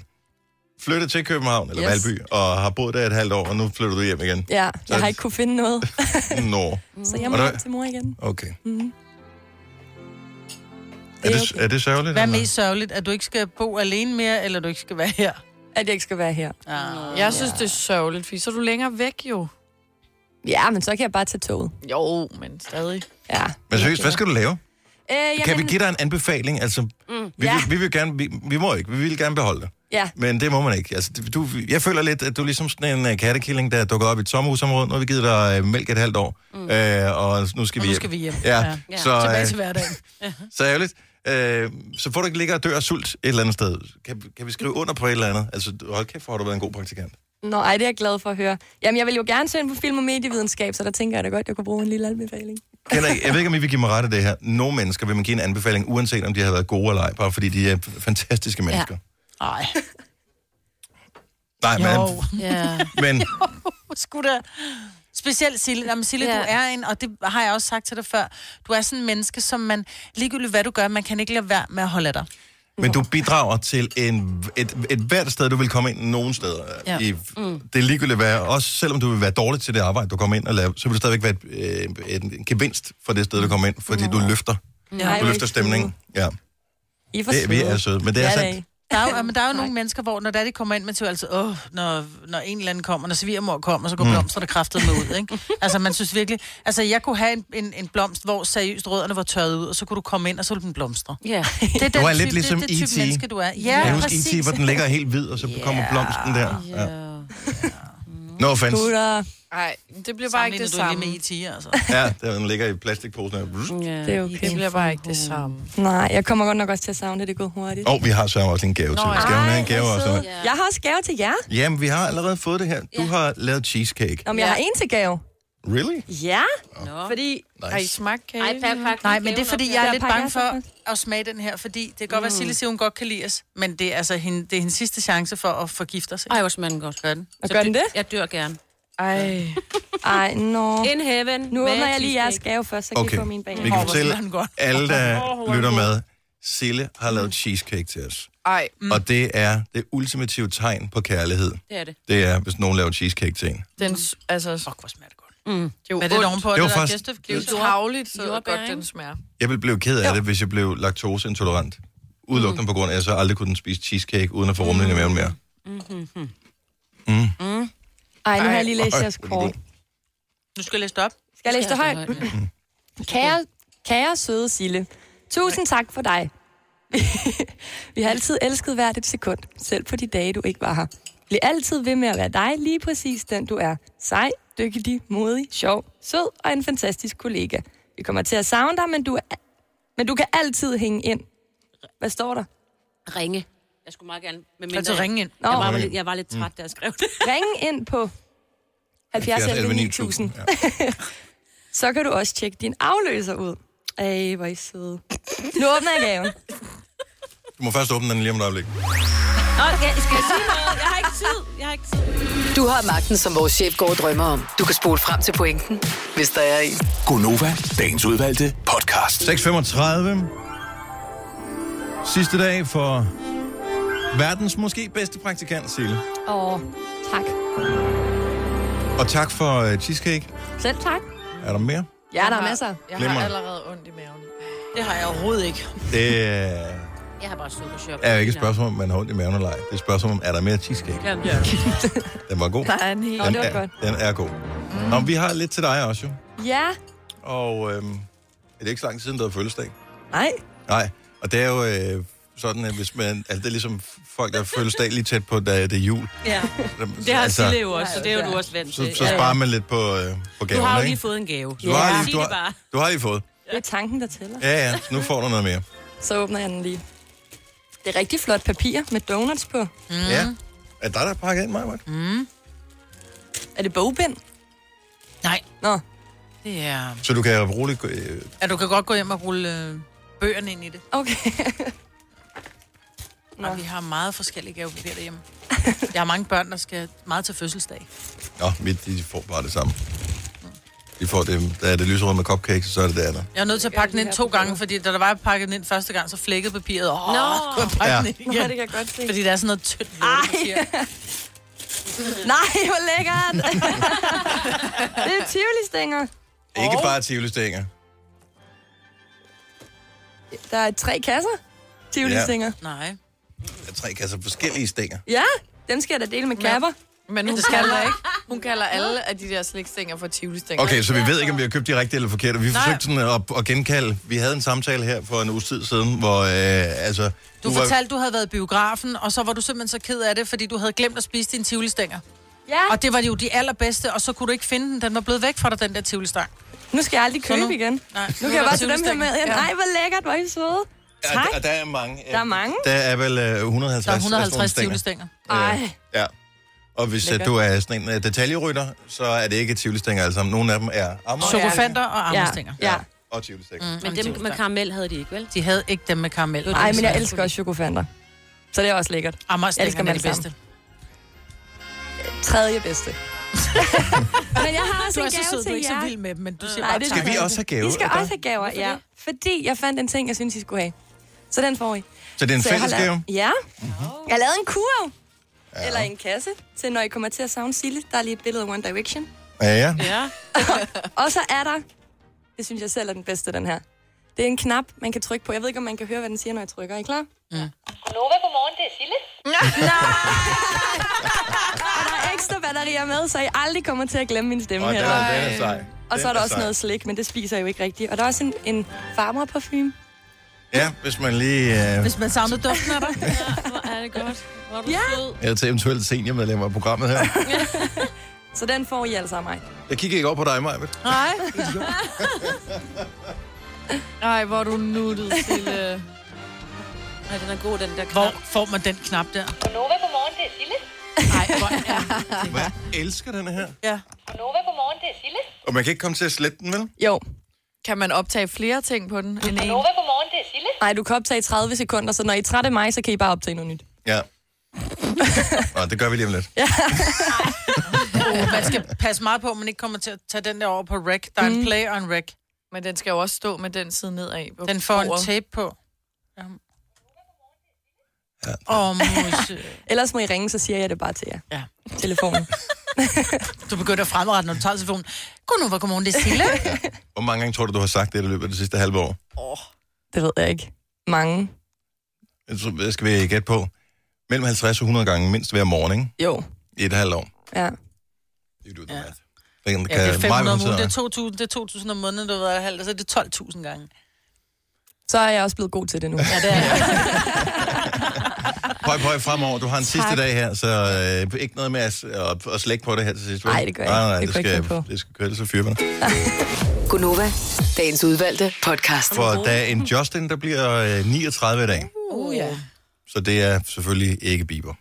[SPEAKER 1] flyttede til København, eller
[SPEAKER 9] Yes.
[SPEAKER 1] yes. Valby, og har boet der et halvt år, og nu flytter du hjem igen.
[SPEAKER 9] Ja, jeg har ikke kunne finde noget,
[SPEAKER 1] Nå,
[SPEAKER 9] så jeg må
[SPEAKER 1] Og der-
[SPEAKER 9] hjem til mor igen.
[SPEAKER 1] okay.
[SPEAKER 9] Mhm.
[SPEAKER 1] Er
[SPEAKER 9] Det er
[SPEAKER 1] det, er det sørgeligt?
[SPEAKER 3] Hvad er
[SPEAKER 1] eller?
[SPEAKER 3] mest sørgeligt? At du ikke skal bo alene mere, eller du ikke skal være her?
[SPEAKER 9] At jeg ikke skal være her.
[SPEAKER 3] Ah.
[SPEAKER 5] Jeg synes, det er sørgeligt, fordi så er du længere væk jo.
[SPEAKER 9] Ja, men så kan jeg bare tage toget.
[SPEAKER 5] Jo, men stadig.
[SPEAKER 9] Ja.
[SPEAKER 1] Men seriøst, hvad skal du lave?
[SPEAKER 9] Øh, jeg
[SPEAKER 1] Kan vi give dig en anbefaling? Altså, mm, vi,
[SPEAKER 9] ja.
[SPEAKER 1] vil, vi vil gerne, vi, vi må ikke, vi vil gerne beholde dig.
[SPEAKER 9] Ja.
[SPEAKER 1] Men det må man ikke. Altså, du, jeg føler lidt, at du er ligesom sådan en uh, kattekilling, der dukker op i et sommerhusområde. Nu har vi givet dig uh, mælk et halvt år, mm. uh, og nu skal,
[SPEAKER 3] Og
[SPEAKER 1] vi,
[SPEAKER 3] nu
[SPEAKER 1] hjem.
[SPEAKER 3] skal vi hjem.
[SPEAKER 1] Ja,
[SPEAKER 3] Ja.
[SPEAKER 1] ja. så
[SPEAKER 3] Tilbage
[SPEAKER 1] uh,
[SPEAKER 3] til hverdagen.
[SPEAKER 1] så ærgerligt. Øh, så får du ikke ligge og dø af sult et eller andet sted. Kan, kan vi skrive under på et eller andet? Altså, du- hold kæft, hvor har du været en god praktikant.
[SPEAKER 9] Nå, ej, det er jeg glad for at høre. Jamen, jeg vil jo gerne søge ind på film- og medievidenskab, så der tænker jeg da godt, jeg kunne bruge en lille anbefaling.
[SPEAKER 1] Kender ikke, jeg ved ikke, om I vil give mig ret af det her. Nogle mennesker vil man give en anbefaling, uanset om de har været gode eller ej, bare fordi de er fantastiske mennesker.
[SPEAKER 3] Nej.
[SPEAKER 1] Nej, men,
[SPEAKER 3] Jo.
[SPEAKER 5] Ja.
[SPEAKER 1] men
[SPEAKER 3] (laughs) Skulle da... Specielt Sille. Jamen, Sille,
[SPEAKER 4] Ja.
[SPEAKER 3] ja. du er en, og det har jeg også sagt til dig før, du er sådan en menneske, som man, ligegyldigt hvad du gør, man kan ikke lade være med at holde af dig.
[SPEAKER 1] Men du bidrager til en, et, et hvert sted, du vil komme ind nogen steder. Ja.
[SPEAKER 3] Ja.
[SPEAKER 1] I, mm. Det er ligegyldigt hvad, også selvom du vil være dårlig til det arbejde, du kommer ind og laver, så vil du stadigvæk være et, øh, en gevinst for det sted, du kommer ind, fordi du løfter.
[SPEAKER 9] Nej,
[SPEAKER 1] Du løfter stemningen. Ja,
[SPEAKER 9] I er for
[SPEAKER 1] det, vi er søde, men det er
[SPEAKER 9] Ja,
[SPEAKER 1] sandt.
[SPEAKER 3] Der er jo, men der er jo nogle mennesker, hvor når der de kommer ind, man tænker altid, åh, når, når en eller anden kommer, når svigermor kommer,
[SPEAKER 1] Mm.
[SPEAKER 3] så går blomsterne kraftedeme med ud, ikke? Altså, man synes virkelig... Altså, jeg kunne have en, en, en blomst, hvor seriøst rødderne var tørret ud, og så kunne du komme ind, og så ville den blomstre.
[SPEAKER 4] Ja.
[SPEAKER 3] Det er den
[SPEAKER 1] Du er lidt
[SPEAKER 3] type,
[SPEAKER 1] ligesom
[SPEAKER 3] det, det type
[SPEAKER 1] E.T..
[SPEAKER 3] menneske, du er. Ja,
[SPEAKER 1] Jeg
[SPEAKER 3] præcis.
[SPEAKER 1] husker IT, hvor den ligger helt hvid, og så kommer blomsten der. Ja. No offense.
[SPEAKER 9] Gutter,
[SPEAKER 5] Nej, det bliver bare ikke
[SPEAKER 3] Sammenligner
[SPEAKER 5] det
[SPEAKER 3] du lige
[SPEAKER 5] samme.
[SPEAKER 3] med E.T.,
[SPEAKER 5] (laughs)
[SPEAKER 3] altså.
[SPEAKER 1] Ja, der den ligger i plastikposen. Åh,
[SPEAKER 4] Ja.
[SPEAKER 9] det er okay.
[SPEAKER 5] Det bliver bare ikke det samme.
[SPEAKER 9] Nej, jeg kommer godt nok også til at savne det, det går hurtigt.
[SPEAKER 1] oh, vi har så også en gave til. Skal hun have en gave også?
[SPEAKER 9] Ja. Jeg har også gave til jer.
[SPEAKER 1] Jamen, vi har allerede fået det her. Du har lavet cheesecake.
[SPEAKER 9] Om jeg har en til gave.
[SPEAKER 1] Really?
[SPEAKER 9] Ja,
[SPEAKER 4] Nå.
[SPEAKER 9] fordi...
[SPEAKER 5] Har I
[SPEAKER 1] Nice.
[SPEAKER 5] smagt kage?
[SPEAKER 4] Ej, pak, pak,
[SPEAKER 3] Nej, men det er fordi, jeg er lidt
[SPEAKER 9] pakker
[SPEAKER 3] bange
[SPEAKER 9] jeg så
[SPEAKER 3] for at smage den her, fordi det kan godt være, at
[SPEAKER 4] Mm.
[SPEAKER 3] Sille siger, hun godt kan lide os, men det er altså hende, det er hendes sidste chance for at forgifte os. Ikke?
[SPEAKER 4] Ej, hvor smager den godt. Gør den.
[SPEAKER 9] Og gør den det?
[SPEAKER 4] Jeg dør gerne.
[SPEAKER 5] Ej.
[SPEAKER 9] Ej, nå.
[SPEAKER 4] In heaven.
[SPEAKER 9] Nu
[SPEAKER 4] med
[SPEAKER 9] åbner jeg lige jeres
[SPEAKER 4] cheesecake.
[SPEAKER 9] gave først, så kan I
[SPEAKER 1] Okay,
[SPEAKER 9] få min bag.
[SPEAKER 1] vi kan
[SPEAKER 3] Åh, hvor smager den
[SPEAKER 1] fortælle
[SPEAKER 3] godt.
[SPEAKER 1] alle, der lytter med, Sille har lavet cheesecake til os.
[SPEAKER 5] Ej.
[SPEAKER 3] mm.
[SPEAKER 1] Og det er det ultimative tegn på kærlighed.
[SPEAKER 4] Det er det.
[SPEAKER 1] Det er, hvis nogen laver cheesecake til en.
[SPEAKER 5] Den, s- altså, Fuck,
[SPEAKER 3] Hvor smager det godt.
[SPEAKER 5] jo
[SPEAKER 3] Hvad er Mm.
[SPEAKER 5] ondt.
[SPEAKER 3] det ovenpå?
[SPEAKER 1] Det var
[SPEAKER 3] der
[SPEAKER 1] faktisk-
[SPEAKER 3] digestive
[SPEAKER 5] Det er jo
[SPEAKER 3] juice?
[SPEAKER 5] travligt, så
[SPEAKER 4] Jordbær,
[SPEAKER 5] godt
[SPEAKER 4] ikke?
[SPEAKER 5] den smager.
[SPEAKER 1] Jeg ville blive ked af det, hvis jeg blev laktoseintolerant. Udelukkende
[SPEAKER 3] Mm.
[SPEAKER 1] på grund af, at jeg så aldrig kunne spise cheesecake, uden at få rumlen i maven mere.
[SPEAKER 9] Ej, nu har jeg lige læst
[SPEAKER 1] Ej,
[SPEAKER 9] jeres
[SPEAKER 1] hvor er
[SPEAKER 9] kort.
[SPEAKER 1] det
[SPEAKER 3] Nu skal jeg læse det op.
[SPEAKER 9] Skal jeg læse det højt? (clears throat) Kære, kære søde Sille, tusind tak for dig. (laughs) Vi har altid elsket hvert et sekund, selv på de dage, du ikke var her. Bliv altid ved med at være dig, lige præcis den du er. Sej, dygtig, modig, sjov, sød og en fantastisk kollega. Vi kommer til at savne dig, men du, er, men du kan altid hænge ind. Hvad står der?
[SPEAKER 4] Ringe. Jeg skulle meget gerne. Med mindre,
[SPEAKER 3] Altså ringe ind.
[SPEAKER 9] Nå,
[SPEAKER 4] Jeg var, lidt, jeg var lidt
[SPEAKER 1] Mm.
[SPEAKER 4] træt, da jeg skrev det.
[SPEAKER 9] ring ind på 70 11 9000.
[SPEAKER 1] Ja.
[SPEAKER 9] (laughs) Så kan du også tjekke din afløser ud. Ej, hvor er I søde. Nu åbner jeg gaven.
[SPEAKER 1] Du må først åbne den lige om et øjeblik.
[SPEAKER 4] Nå, skal, skal jeg sige noget? Jeg har ikke tid. Jeg har ikke tid.
[SPEAKER 7] Du har magten, som vores chef går og drømmer om. Du kan spole frem til pointen, hvis der er en.
[SPEAKER 8] Gonova, dagens udvalgte podcast.
[SPEAKER 1] 6.35. Sidste dag for verdens måske bedste praktikant, Sille.
[SPEAKER 9] Åh, tak.
[SPEAKER 1] Og tak for øh, cheesecake.
[SPEAKER 9] Selv tak.
[SPEAKER 1] Er der mere?
[SPEAKER 9] Ja, der er masser.
[SPEAKER 5] Jeg
[SPEAKER 1] Glemmer
[SPEAKER 5] har
[SPEAKER 1] det.
[SPEAKER 5] allerede ondt i maven.
[SPEAKER 3] Det har jeg overhovedet ikke.
[SPEAKER 1] Det øh,
[SPEAKER 4] Jeg har bare sukkerchok.
[SPEAKER 1] er jo ikke et spørgsmål, om man har ondt i maven eller ej. Det er et spørgsmål, om er der mere cheesecake?
[SPEAKER 4] Ja.
[SPEAKER 1] (laughs) Den var god.
[SPEAKER 5] Ej, en hel...
[SPEAKER 1] Den
[SPEAKER 9] det var
[SPEAKER 1] er,
[SPEAKER 9] godt.
[SPEAKER 1] den er god. Mm. Nå, men vi har lidt til dig også, jo.
[SPEAKER 9] Ja.
[SPEAKER 1] Og øhm, det er ikke så lang tid siden, du havde fødselsdag.
[SPEAKER 9] Nej.
[SPEAKER 1] Nej, og det er jo øh, sådan, at hvis man... Altså, det er ligesom folk, der har fødselsdag lige tæt på, da det er jul.
[SPEAKER 4] ja.
[SPEAKER 1] Det
[SPEAKER 4] Det har altså, Sille jo også, så det er jo du også vant
[SPEAKER 1] så,
[SPEAKER 4] til.
[SPEAKER 1] så sparer man lidt på, øh, på gaven,
[SPEAKER 4] Du har jo lige
[SPEAKER 1] ikke?
[SPEAKER 4] fået en gave.
[SPEAKER 1] Du har,
[SPEAKER 9] Ja.
[SPEAKER 1] lige,
[SPEAKER 4] Sig
[SPEAKER 1] du,
[SPEAKER 4] det bare.
[SPEAKER 1] har, du har lige fået.
[SPEAKER 9] Det er tanken, der tæller.
[SPEAKER 1] Ja, ja, nu får du noget mere.
[SPEAKER 9] Så åbner jeg den lige. Det er rigtig flot papir med donuts på.
[SPEAKER 1] Mm. Ja. Er det dig, der har pakket ind, Maja? Mm.
[SPEAKER 9] Er det bogbind?
[SPEAKER 3] Nej,
[SPEAKER 9] Nå.
[SPEAKER 3] det er...
[SPEAKER 1] Så du kan roligt... gå- Øh,
[SPEAKER 3] Ja, du kan godt gå hjem og rulle øh, bøgerne ind i det.
[SPEAKER 9] Okay.
[SPEAKER 3] Og vi har meget forskellige gavepapirer derhjemme. Jeg har mange børn, der skal meget til fødselsdag.
[SPEAKER 1] Nå, mit, de får bare det samme. De får det, der er det lyserøde med cupcakes, så er det det andet.
[SPEAKER 3] Jeg er nødt til at pakke den ind to gange, fordi da der var pakket den ind første gang, så flækkede papiret. Åh, Nå. kunne jeg pakke
[SPEAKER 1] Ja.
[SPEAKER 3] den ind igen?
[SPEAKER 9] Nå, det kan jeg godt se.
[SPEAKER 3] Fordi der er sådan noget tyndt lortepapir.
[SPEAKER 9] (laughs) Nej, hvor lækkert! (laughs) det er tivoli-stænger.
[SPEAKER 1] Ikke bare tivoli-stænger.
[SPEAKER 9] Der er tre kasser tivoli-stænger.
[SPEAKER 3] Nej.
[SPEAKER 1] Der er tre kasser forskellige stænger.
[SPEAKER 9] Ja. dem skal jeg da dele med kapper.
[SPEAKER 5] Men hun kalder ikke. Hun kalder alle af de der slikstænger for tivoli-stænger.
[SPEAKER 1] Okay, så vi ved ikke, om vi har købt de rigtige eller forkerte. Vi forsøgte sådan at, at genkalde. Vi havde en samtale her for en uges tid siden, hvor øh, altså...
[SPEAKER 3] Du
[SPEAKER 1] var-
[SPEAKER 3] fortalte, du havde været i biografen, og så var du simpelthen så ked af det, fordi du havde glemt at spise dine tivlistænger.
[SPEAKER 9] Ja.
[SPEAKER 3] Og det var jo de allerbedste, og så kunne du ikke finde den. Den var blevet væk fra dig, den der tivlistang.
[SPEAKER 9] Nu skal jeg aldrig købe
[SPEAKER 3] nu-
[SPEAKER 9] igen.
[SPEAKER 3] Nej,
[SPEAKER 9] Nu kan jeg
[SPEAKER 3] er
[SPEAKER 9] bare
[SPEAKER 3] der
[SPEAKER 9] tage dem her med hen.
[SPEAKER 3] tivlistænger.
[SPEAKER 9] Nej, hvor lækkert, hvor er I søde.
[SPEAKER 1] Ja,
[SPEAKER 9] Tak.
[SPEAKER 1] der, der er mange. øh,
[SPEAKER 9] Der er mange.
[SPEAKER 1] Der er vel øh, 150
[SPEAKER 3] Der er 150
[SPEAKER 1] af sådan nogle
[SPEAKER 3] tivlistænger.
[SPEAKER 9] Ej.
[SPEAKER 1] Ja. Og hvis øh, du er sådan en øh, detaljerytter, så er det ikke tivoli-stænger alle sammen. Nogle af dem er ammer
[SPEAKER 3] Chokofanter og
[SPEAKER 9] Ja.
[SPEAKER 3] armestænger.
[SPEAKER 9] ja.
[SPEAKER 1] og tivoli-stænger. Mm.
[SPEAKER 4] Men dem med karamel havde de ikke, vel?
[SPEAKER 3] De havde ikke dem med karamel.
[SPEAKER 9] Ej, men jeg elsker også chokofanter. Så det er også lækkert. elsker
[SPEAKER 3] Amagerstængerne
[SPEAKER 9] dem
[SPEAKER 3] er det
[SPEAKER 9] alle
[SPEAKER 3] bedste.
[SPEAKER 9] Tredje bedste. (laughs) Men jeg har også
[SPEAKER 3] Du er
[SPEAKER 9] en
[SPEAKER 3] så
[SPEAKER 9] gave
[SPEAKER 3] sød, du er
[SPEAKER 9] til
[SPEAKER 3] ikke så
[SPEAKER 9] jer.
[SPEAKER 3] vild med dem, men du siger
[SPEAKER 9] Nej,
[SPEAKER 3] bare
[SPEAKER 9] det er
[SPEAKER 3] tak.
[SPEAKER 1] Skal vi også have gaver?
[SPEAKER 9] I skal
[SPEAKER 1] eller?
[SPEAKER 9] også have gaver, ja. Fordi jeg fandt en ting, jeg synes, I skulle have. Så den får I.
[SPEAKER 1] Så det er en
[SPEAKER 9] Så jeg har
[SPEAKER 1] fælles gave?
[SPEAKER 9] lavet, ja.
[SPEAKER 3] Mm-hmm.
[SPEAKER 9] Jeg har lavet en kurv. Ja. Eller en kasse, til når I kommer til at savne Sille. Der er lige et billede af One Direction.
[SPEAKER 3] Mm.
[SPEAKER 1] Ja, ja.
[SPEAKER 9] (laughs) Og så er der, det synes jeg selv er den bedste, den her. Det er en knap, man kan trykke på. Jeg ved ikke, om man kan høre, hvad den siger, når jeg trykker. Er I klar?
[SPEAKER 6] Nova, godmorgen, det er Sille.
[SPEAKER 9] (laughs) Der er ekstra batterier med, så I aldrig kommer til at glemme min stemme
[SPEAKER 1] Og den
[SPEAKER 9] her.
[SPEAKER 1] er, den er sej.
[SPEAKER 9] Og så er
[SPEAKER 1] Den
[SPEAKER 9] der også
[SPEAKER 1] sej.
[SPEAKER 9] noget slik, men det spiser jeg jo ikke rigtigt. Og der er også en, en farmerparfume.
[SPEAKER 1] Ja, hvis man lige... Øh,
[SPEAKER 3] Hvis man savner duften
[SPEAKER 9] (laughs)
[SPEAKER 3] af dig.
[SPEAKER 4] Hvor er det godt. Hvor er du sød.
[SPEAKER 1] er til eventuelt seniormedlemmer af programmet her.
[SPEAKER 9] (laughs) Så den får I altså af mig.
[SPEAKER 1] Jeg kigger ikke over på dig, Maja.
[SPEAKER 5] Nej. Nej, hvor er du nuttet, øh, Sille.
[SPEAKER 4] Ej, den er god, den der
[SPEAKER 3] Hvor
[SPEAKER 4] knap.
[SPEAKER 3] får man den knap der?
[SPEAKER 6] Nova, godmorgen, det er Sille.
[SPEAKER 3] Nej, hvor er
[SPEAKER 1] Jeg elsker den her.
[SPEAKER 3] ja.
[SPEAKER 6] Nova, godmorgen, det er Sille.
[SPEAKER 1] Og man kan ikke komme til at slette den, vel?
[SPEAKER 9] Jo.
[SPEAKER 5] Kan man optage flere ting på den end en?
[SPEAKER 6] Nova, godmorgen, det er Sille.
[SPEAKER 9] Nej, du kan optage i 30 sekunder, så når I er trætte af mig, så kan I bare optage noget nyt. (laughs)
[SPEAKER 1] Ja. Nå, det gør vi lige om lidt.
[SPEAKER 3] Oh, man skal passe meget på, at man ikke kommer til at tage den der over på rec. Der er en play og en rec.
[SPEAKER 5] Men den skal jo også stå med den side nedad. på
[SPEAKER 3] Den får en
[SPEAKER 5] bordet.
[SPEAKER 3] tape på. Ja. Åh, oh,
[SPEAKER 9] (laughs) Ellers må I ringe, så siger jeg det bare til jer.
[SPEAKER 3] Ja.
[SPEAKER 9] Telefonen.
[SPEAKER 3] (laughs) Du begynder at fremrette, når du tager telefonen. God nu, hvor godmorgen, det er Sille.
[SPEAKER 1] Hvor mange gange tror du, du har sagt det i løbet af det sidste halve år?
[SPEAKER 9] det ved jeg ikke. Mange.
[SPEAKER 1] Jeg tror, Det skal vi gætte på. Mellem 50 og 100 gange mindst hver morgen, ikke?
[SPEAKER 9] Jo.
[SPEAKER 1] I et halvt år.
[SPEAKER 9] Ja.
[SPEAKER 1] You do the
[SPEAKER 3] Ja.
[SPEAKER 1] math. Den kan-
[SPEAKER 3] Ja, det er 500 om
[SPEAKER 1] Maja, hun
[SPEAKER 3] ugen, det
[SPEAKER 1] sidder-
[SPEAKER 3] er 2.000, det er 2.000 om måneden, du har været halvt, og så er det 12.000 gange.
[SPEAKER 9] Så er jeg også blevet god til det nu.
[SPEAKER 3] Ja, det er det.
[SPEAKER 1] Pøj, pøj, fremover. Du har en sidste dag her, så øh, ikke noget med at, at, at slække på det her til sidst. vel?
[SPEAKER 9] Nej, det gør jeg
[SPEAKER 1] Nej,
[SPEAKER 9] ikke.
[SPEAKER 1] nej,
[SPEAKER 9] Det
[SPEAKER 1] det,
[SPEAKER 9] kunne jeg
[SPEAKER 1] skal,
[SPEAKER 9] ikke finde på.
[SPEAKER 1] det skal køre, så fyrer man.
[SPEAKER 9] (laughs)
[SPEAKER 7] Gunova, dagens udvalgte podcast.
[SPEAKER 1] For der er en Justin, der bliver øh, 39 i dag.
[SPEAKER 4] Uh, ja.
[SPEAKER 1] Så det er selvfølgelig ikke Bieber.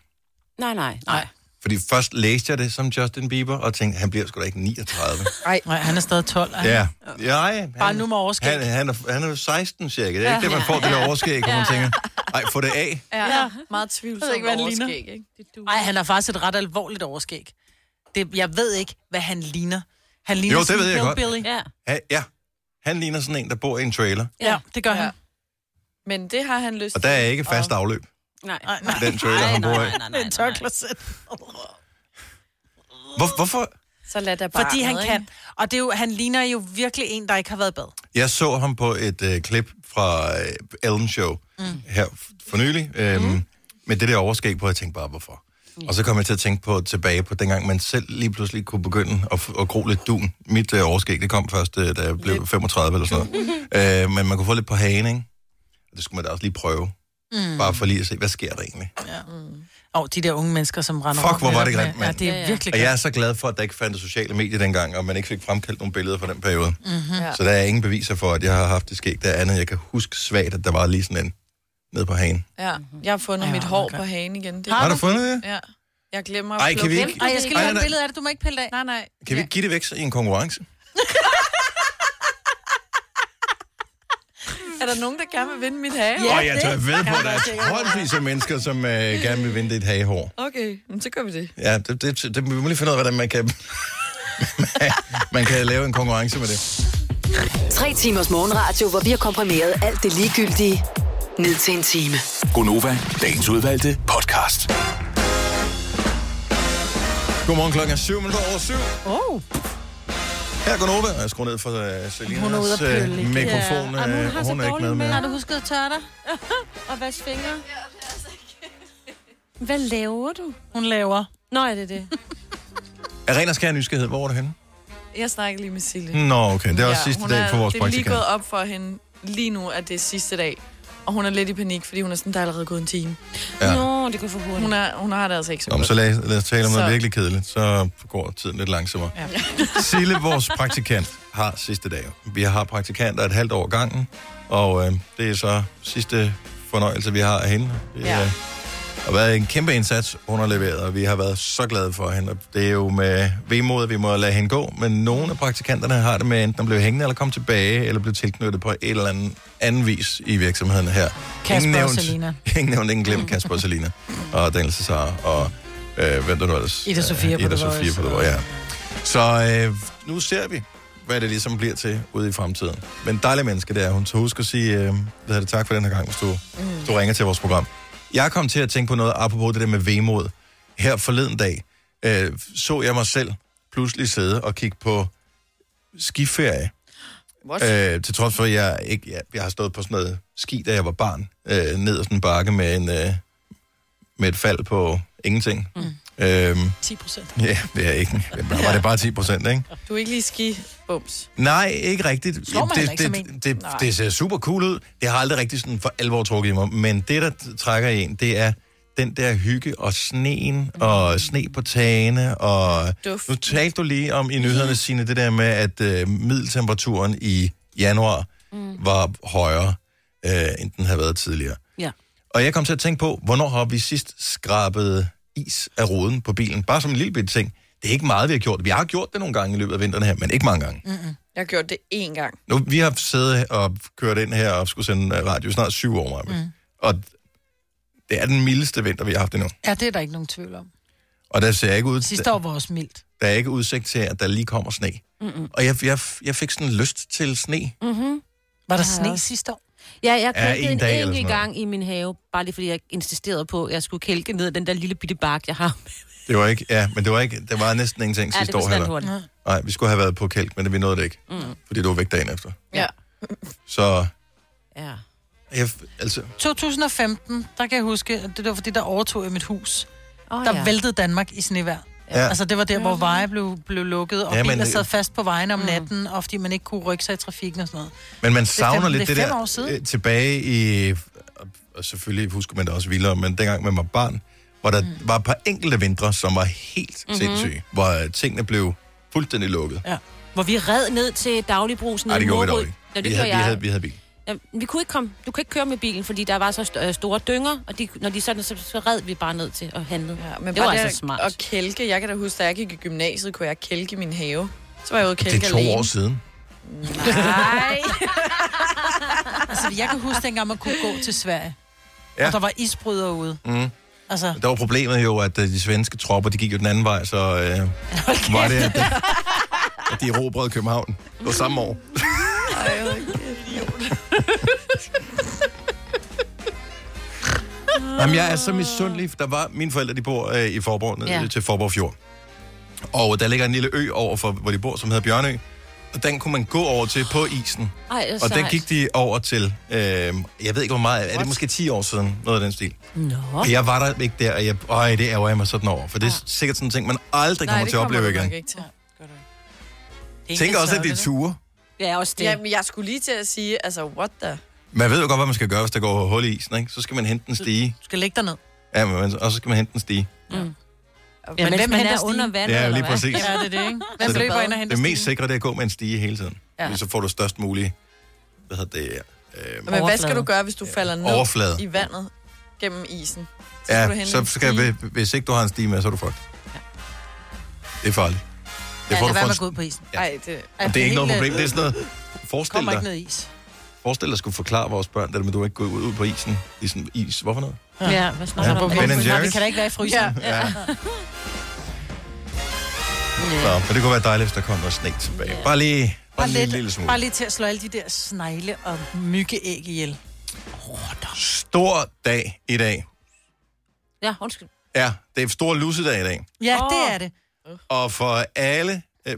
[SPEAKER 4] Nej, nej.
[SPEAKER 3] Nej,
[SPEAKER 1] Fordi først læste jeg det som Justin Bieber, og tænkte, han bliver sgu da ikke 39.
[SPEAKER 3] nej, han er stadig 12. er han?
[SPEAKER 1] ja. ja han,
[SPEAKER 3] Bare nu med overskæg.
[SPEAKER 1] Han, han, er, han er jo 16 cirka. Det er ikke det, man får det der overskæg, hvor man tænker, ej, få det af.
[SPEAKER 5] Ja, ja. meget tvivlsomt
[SPEAKER 3] ikke, hvad den ligner.
[SPEAKER 5] overskæg, ikke? Det du.
[SPEAKER 3] Nej, han har faktisk et ret alvorligt overskæg. Det, jeg ved ikke, hvad han ligner. Han ligner
[SPEAKER 1] Jo, det
[SPEAKER 3] sådan
[SPEAKER 1] ved jeg
[SPEAKER 3] en
[SPEAKER 1] godt.
[SPEAKER 3] hillbilly.
[SPEAKER 4] Ja.
[SPEAKER 1] Ha, ja, han ligner sådan en, der bor i en trailer.
[SPEAKER 3] Ja, det gør
[SPEAKER 5] Ja.
[SPEAKER 3] han.
[SPEAKER 5] Men det har han lyst
[SPEAKER 1] Og der er ikke fast afløb,
[SPEAKER 4] Nej.
[SPEAKER 3] Nej, nej.
[SPEAKER 1] den trailer, han bor i.
[SPEAKER 3] Det er en tørkloset.
[SPEAKER 1] Hvor, hvorfor?
[SPEAKER 5] Så lad da bare
[SPEAKER 3] Fordi han
[SPEAKER 5] noget,
[SPEAKER 3] kan.
[SPEAKER 5] ikke?
[SPEAKER 3] Og det er jo, han ligner jo virkelig en, der ikke har været i bad.
[SPEAKER 1] Jeg så ham på et øh, klip fra øh, Ellen Show mm. her f- for nylig, øhm, mm. med det der overskæg på, og jeg tænkte bare, hvorfor? Og så kom jeg til at tænke på tilbage på dengang, man selv lige pludselig kunne begynde at, f- at gro lidt dun. Mit øh, overskæg, det kom først, øh, da jeg blev 35 eller sådan (laughs) noget. øh, men man kunne få lidt på hagen, ikke? Og det skulle man da også lige prøve. Mm. Bare for lige at se, hvad sker der egentlig?
[SPEAKER 3] Og de der unge mennesker, som render
[SPEAKER 1] Fuck,
[SPEAKER 3] rundt
[SPEAKER 1] hvor var
[SPEAKER 3] netop
[SPEAKER 1] det grimt,
[SPEAKER 3] med-
[SPEAKER 1] mand.
[SPEAKER 3] Ja, det er
[SPEAKER 4] Mm. Ja, ja.
[SPEAKER 3] virkelig
[SPEAKER 1] Og jeg
[SPEAKER 3] grimt.
[SPEAKER 1] er så glad for, at der ikke fandtes sociale medier dengang, og man ikke fik fremkaldt nogle billeder fra den periode.
[SPEAKER 3] Mhm.
[SPEAKER 1] Mm-hmm. Så der er ingen beviser for, at jeg har haft det skæg. Der er andet, jeg kan huske svagt, at der var lige sådan en ned på hagen.
[SPEAKER 5] Ja, jeg har fundet
[SPEAKER 3] Mhm. Ja,
[SPEAKER 5] ja, mit hår
[SPEAKER 3] okay.
[SPEAKER 5] på hagen igen. Det,
[SPEAKER 1] Har du fundet det?
[SPEAKER 5] Ja. Jeg glemmer at
[SPEAKER 1] Ej, kan vi
[SPEAKER 5] plukke-
[SPEAKER 1] ikke-
[SPEAKER 3] Ej, jeg skal lige
[SPEAKER 1] Ej,
[SPEAKER 3] have et
[SPEAKER 1] nej.
[SPEAKER 3] billede af det. Du må ikke pille det af.
[SPEAKER 5] Nej, nej.
[SPEAKER 1] Kan vi ikke give det væk så i en konkurrence?
[SPEAKER 5] Er der nogen, der gerne vil vinde mit have?
[SPEAKER 1] Ja, og jeg tør ved på, at der er trådvis af mennesker, som øh, gerne vil vinde dit hagehår.
[SPEAKER 5] Okay, men så gør vi det.
[SPEAKER 1] Ja, det, det, det, vi må lige finde ud af, hvordan man kan, (laughs) man kan lave en konkurrence med det.
[SPEAKER 7] Tre timers morgenradio, hvor vi har komprimeret alt det ligegyldige ned til en time.
[SPEAKER 8] Gonova, dagens udvalgte podcast.
[SPEAKER 1] Godmorgen klokken er syv minutter over syv. Oh. Her er Gunova, og jeg skruer ned for uh, Selinas
[SPEAKER 3] Hun er ude at pille
[SPEAKER 1] øh,
[SPEAKER 3] lidt.
[SPEAKER 1] mikrofon.
[SPEAKER 4] Ja. Jamen, hun har
[SPEAKER 1] Uh,
[SPEAKER 4] så
[SPEAKER 1] hun er ikke
[SPEAKER 4] dårlig
[SPEAKER 1] med
[SPEAKER 4] mad.
[SPEAKER 1] mere.
[SPEAKER 3] Har du husket at tørre dig?
[SPEAKER 4] (laughs) Og vask fingre. Hvad laver du?
[SPEAKER 3] Hun laver.
[SPEAKER 4] Nå, er det det?
[SPEAKER 1] Er ren og skær nysgerrighed, hvor var du henne?
[SPEAKER 5] Jeg snakker lige med Sille.
[SPEAKER 1] Nå, okay, det er også sidste
[SPEAKER 5] hun
[SPEAKER 1] dag for vores
[SPEAKER 5] Det er lige
[SPEAKER 1] praktikant.
[SPEAKER 5] gået op for hende lige nu, at det er sidste dag. Og hun er lidt i panik, fordi hun er sådan, der er allerede gået en time.
[SPEAKER 1] Ja.
[SPEAKER 4] Nå, det går for hurtigt.
[SPEAKER 5] Hun, er, hun har det altså ikke så
[SPEAKER 1] Om,
[SPEAKER 5] godt.
[SPEAKER 1] så lad, lad os tale om noget
[SPEAKER 5] Så-
[SPEAKER 1] virkelig kedeligt, så går tiden lidt langsommere.
[SPEAKER 5] Ja.
[SPEAKER 3] (laughs)
[SPEAKER 1] Sille, vores praktikant, har sidste dag. Vi har praktikanter et halvt år gangen, og øh, det er så sidste fornøjelse, vi har af hende. Det
[SPEAKER 5] Ja.
[SPEAKER 1] øh, har været en kæmpe indsats, hun har leveret, og vi har været så glade for hende. Og Det er jo med vemod, at vi må lade hende gå, men nogle af praktikanterne har det med enten at blive hængende, eller komme tilbage, eller blive tilknyttet på et eller andet anden vis i virksomheden her.
[SPEAKER 3] Kasper og Selina.
[SPEAKER 1] (laughs) Ingen nævnt, ingen glemt Kasper og Selina, og Daniel Cesar, og øh, hvem der nu ellers?
[SPEAKER 3] Ida Sofia
[SPEAKER 1] Øh,
[SPEAKER 3] på
[SPEAKER 1] Ida
[SPEAKER 3] The
[SPEAKER 1] Sofia
[SPEAKER 3] Voice.
[SPEAKER 1] på det, ja. Så øh, nu ser vi, hvad det ligesom bliver til ude i fremtiden. Men dejlig menneske, det er hun. Så husk at sige, øh, hvad hedder det, tak for den her gang, hvis du, mm. du ringer til vores program. Jeg kom til at tænke på noget, apropos det der med vemod. Her forleden dag øh, så jeg mig selv pludselig sidde og kigge på skiferie.
[SPEAKER 5] What?
[SPEAKER 1] Øh, til trods for, at jeg, ikke, jeg, jeg har stået på sådan noget ski, da jeg var barn, øh, ned ad sådan en bakke med, en, øh, med et fald på ingenting. Mm. Øhm,
[SPEAKER 3] 10 procent.
[SPEAKER 1] Ja, det er ikke. Var det bare 10 procent, ikke?
[SPEAKER 5] Du er ikke lige ski, bums.
[SPEAKER 1] Nej, ikke rigtigt.
[SPEAKER 3] Slår man
[SPEAKER 1] det,
[SPEAKER 3] heller ikke
[SPEAKER 1] det,
[SPEAKER 3] som en.
[SPEAKER 1] det, det, det ser super cool ud. Det har aldrig rigtig sådan for alvor trukket i mig. Men det, der trækker i en, det er den der hygge og sneen
[SPEAKER 3] Mm.
[SPEAKER 1] og sne på tagene. Og
[SPEAKER 5] Duft.
[SPEAKER 1] nu talte du lige om i
[SPEAKER 3] Mm.
[SPEAKER 1] nyhederne, Signe, det der med, at øh, middeltemperaturen i januar mm. var højere, øh, end den havde været tidligere.
[SPEAKER 4] Ja.
[SPEAKER 1] Og jeg kom til at tænke på, hvornår har vi sidst skrabet is af ruden på bilen? Bare som en lille bitte ting. Det er ikke meget, vi har gjort. Vi har gjort det nogle gange i løbet af vinteren her, men ikke mange gange. Mm.
[SPEAKER 5] Jeg har gjort det én gang.
[SPEAKER 1] Nu, vi har siddet og kørt ind her og skulle sende øh, radio snart syv år, mm. Og det er den mildeste vinter, vi har haft endnu.
[SPEAKER 3] Ja, det er der ikke nogen tvivl om.
[SPEAKER 1] Og der ser ikke ud,
[SPEAKER 3] Sidste år var også mildt.
[SPEAKER 1] der er ikke udsigt til, at der lige kommer sne. Mm-mm. Og jeg, jeg, jeg fik sådan lyst til sne. Mm.
[SPEAKER 3] Var der sne sidste år?
[SPEAKER 4] Mhm. Ja, jeg
[SPEAKER 1] Ja,
[SPEAKER 4] kælkede
[SPEAKER 1] en
[SPEAKER 4] en,
[SPEAKER 1] dag
[SPEAKER 4] en
[SPEAKER 1] eller
[SPEAKER 4] enkelt
[SPEAKER 1] sådan noget.
[SPEAKER 4] gang i min have, bare lige fordi jeg insisterede på, at jeg skulle kælke ned ad den der lille bitte bark, jeg har.
[SPEAKER 1] Det var ikke, ja, men det var ikke, der var næsten ingenting
[SPEAKER 4] Ja,
[SPEAKER 1] sidste
[SPEAKER 4] det
[SPEAKER 1] år
[SPEAKER 4] forsvandt
[SPEAKER 1] heller.
[SPEAKER 4] hurtigt.
[SPEAKER 1] Nej, vi skulle have været på kælk, men det, vi nåede det ikke. Mm. Fordi du var væk dagen efter.
[SPEAKER 5] Ja.
[SPEAKER 1] Så
[SPEAKER 4] Ja.
[SPEAKER 1] jeg, altså,
[SPEAKER 3] 2015, der kan jeg huske, at det var fordi, der overtog jeg mit hus.
[SPEAKER 4] Oh,
[SPEAKER 3] Der væltede Danmark i snevejr.
[SPEAKER 1] Ja.
[SPEAKER 3] Ja. Altså, det var der, hvor veje blev, blev lukket, og
[SPEAKER 1] Ja,
[SPEAKER 3] ja,
[SPEAKER 1] men- øh,
[SPEAKER 3] biler sad fast på vejen
[SPEAKER 5] Mm.
[SPEAKER 3] om natten, og fordi man ikke kunne rykke sig i trafikken og sådan noget.
[SPEAKER 1] Men man
[SPEAKER 3] er
[SPEAKER 1] savner
[SPEAKER 3] fem-
[SPEAKER 1] lidt det,
[SPEAKER 3] det er fem år
[SPEAKER 1] der
[SPEAKER 3] siden.
[SPEAKER 1] øh, tilbage i, og- og selvfølgelig husker man det også vildere, men dengang man var barn, hvor der mm. var et par enkelte vintre, som var helt
[SPEAKER 3] Mhm.
[SPEAKER 1] mm-hmm. sindssyge, hvor øh, tingene blev fuldstændig lukket.
[SPEAKER 3] Ja.
[SPEAKER 4] Hvor vi red ned til dagligbrugsen
[SPEAKER 1] Nej, det
[SPEAKER 4] i
[SPEAKER 1] gjorde vi dog
[SPEAKER 4] Morud.
[SPEAKER 1] ikke.
[SPEAKER 4] Ja, det
[SPEAKER 1] vi,
[SPEAKER 4] gjorde
[SPEAKER 1] havde, vi,
[SPEAKER 4] jeg.
[SPEAKER 1] havde, vi havde bil.
[SPEAKER 4] Ja, vi kunne ikke komme, du kunne ikke køre med bilen, fordi der var så st- øh, store dynger, og de, når de sådan, så, så red vi bare ned til og handlede.
[SPEAKER 5] ja men
[SPEAKER 4] det var
[SPEAKER 5] bare
[SPEAKER 4] altså
[SPEAKER 5] at-
[SPEAKER 4] smart.
[SPEAKER 5] At kælke. Jeg kan da huske, da jeg gik i gymnasiet, kunne jeg kælke i min have. Så var jeg ude og kælke
[SPEAKER 1] Det er to
[SPEAKER 5] alene.
[SPEAKER 1] år siden.
[SPEAKER 5] Nej.
[SPEAKER 3] (laughs) Altså, jeg kan huske dengang, man kunne gå til Sverige.
[SPEAKER 1] Ja.
[SPEAKER 3] Ja. Og der var isbrydere ude. Mm. Altså,
[SPEAKER 1] Der var problemet jo, at øh, de svenske tropper, de gik jo den anden vej, så øh, var det, at, (laughs) at de erobrede København. Det var samme år. Jamen, jeg er så misundelig. Der var, mine forældre, de bor øh, i Forborg, ned ja.
[SPEAKER 4] Ja.
[SPEAKER 1] til Forborg Fjord. Og øh, der ligger en lille ø over, for, hvor de bor, som hedder Bjørnø. Og den kunne man gå over til på isen.
[SPEAKER 4] Ej, det
[SPEAKER 1] Og den gik de over til, øh, jeg ved ikke hvor meget, er det måske 10 år siden, noget af den stil.
[SPEAKER 4] Nå.
[SPEAKER 1] Og jeg var der ikke der, og jeg, øj, det ærger jeg mig sådan over. For det er sikkert sådan en ting, man aldrig
[SPEAKER 5] Nej,
[SPEAKER 1] kommer
[SPEAKER 5] det
[SPEAKER 1] til at
[SPEAKER 5] kommer
[SPEAKER 1] opleve
[SPEAKER 5] du
[SPEAKER 1] igen.
[SPEAKER 5] nok ikke til.
[SPEAKER 1] Tænk også, at det er ture.
[SPEAKER 4] Ja, også det.
[SPEAKER 5] Ja, men jeg skulle lige til at sige, altså, what the?
[SPEAKER 1] Man ved jo godt, hvad man skal gøre, hvis der går hul i isen, ikke? Så skal man hente en stige.
[SPEAKER 3] du skal lægge dig ned.
[SPEAKER 1] Ja, men, og så skal man hente en stige.
[SPEAKER 4] ja, men
[SPEAKER 3] hvem
[SPEAKER 4] hvem man
[SPEAKER 3] henter
[SPEAKER 4] er
[SPEAKER 3] stigen?
[SPEAKER 4] under vandet,
[SPEAKER 1] Ja,
[SPEAKER 4] eller
[SPEAKER 1] lige
[SPEAKER 4] hvad?
[SPEAKER 1] præcis.
[SPEAKER 3] Ja, det er det, ikke? Hvem
[SPEAKER 1] Så-
[SPEAKER 3] løber ind og henter
[SPEAKER 1] Altså, Det mest
[SPEAKER 3] stigen?
[SPEAKER 1] sikre, det er at gå med en stige hele tiden.
[SPEAKER 3] Ja.
[SPEAKER 1] Ja. Så får du størst mulig, hvad hedder det, øh,
[SPEAKER 5] Men hvad
[SPEAKER 4] Overflade.
[SPEAKER 5] skal du gøre, hvis du falder ned
[SPEAKER 1] Overflade.
[SPEAKER 5] i vandet gennem isen? Så skal du
[SPEAKER 1] ja,
[SPEAKER 5] hente
[SPEAKER 1] så
[SPEAKER 5] en
[SPEAKER 1] skal,
[SPEAKER 5] stige.
[SPEAKER 1] vi- hvis ikke du har en stige med, så er du fucked. Det er farligt. Det
[SPEAKER 3] Ja,
[SPEAKER 1] får
[SPEAKER 3] lad
[SPEAKER 1] du
[SPEAKER 3] være med
[SPEAKER 1] for en
[SPEAKER 3] at gå ud på isen.
[SPEAKER 5] Ej, det...
[SPEAKER 1] Det er ikke noget problem. Det er sådan noget... Forestil
[SPEAKER 3] Kommer
[SPEAKER 1] dig.
[SPEAKER 3] ikke ned i is.
[SPEAKER 1] Forestil dig at skulle forklare vores børn, det der med, at du ikke går ud, ud på isen. Det er sådan, is, hvorfor noget?
[SPEAKER 4] Ja, hvad snakker
[SPEAKER 1] Ja,
[SPEAKER 4] du om?
[SPEAKER 1] Ben and
[SPEAKER 3] Nej,
[SPEAKER 1] Jerry's.
[SPEAKER 3] det kan da ikke være i fryseren. Ja. (laughs)
[SPEAKER 1] Ja. Nå, men det kunne være dejligt, hvis der kom noget sne tilbage. Bare lige, bare lige en lille smule.
[SPEAKER 3] Bare lige til at slå alle de der snegle og myggeæg ihjel.
[SPEAKER 1] Stor dag i dag.
[SPEAKER 4] Ja, undskyld.
[SPEAKER 1] Ja, det er en stor lusedag i dag.
[SPEAKER 3] Ja, oh. det
[SPEAKER 4] Åh.
[SPEAKER 3] er det.
[SPEAKER 1] Og for alle øh,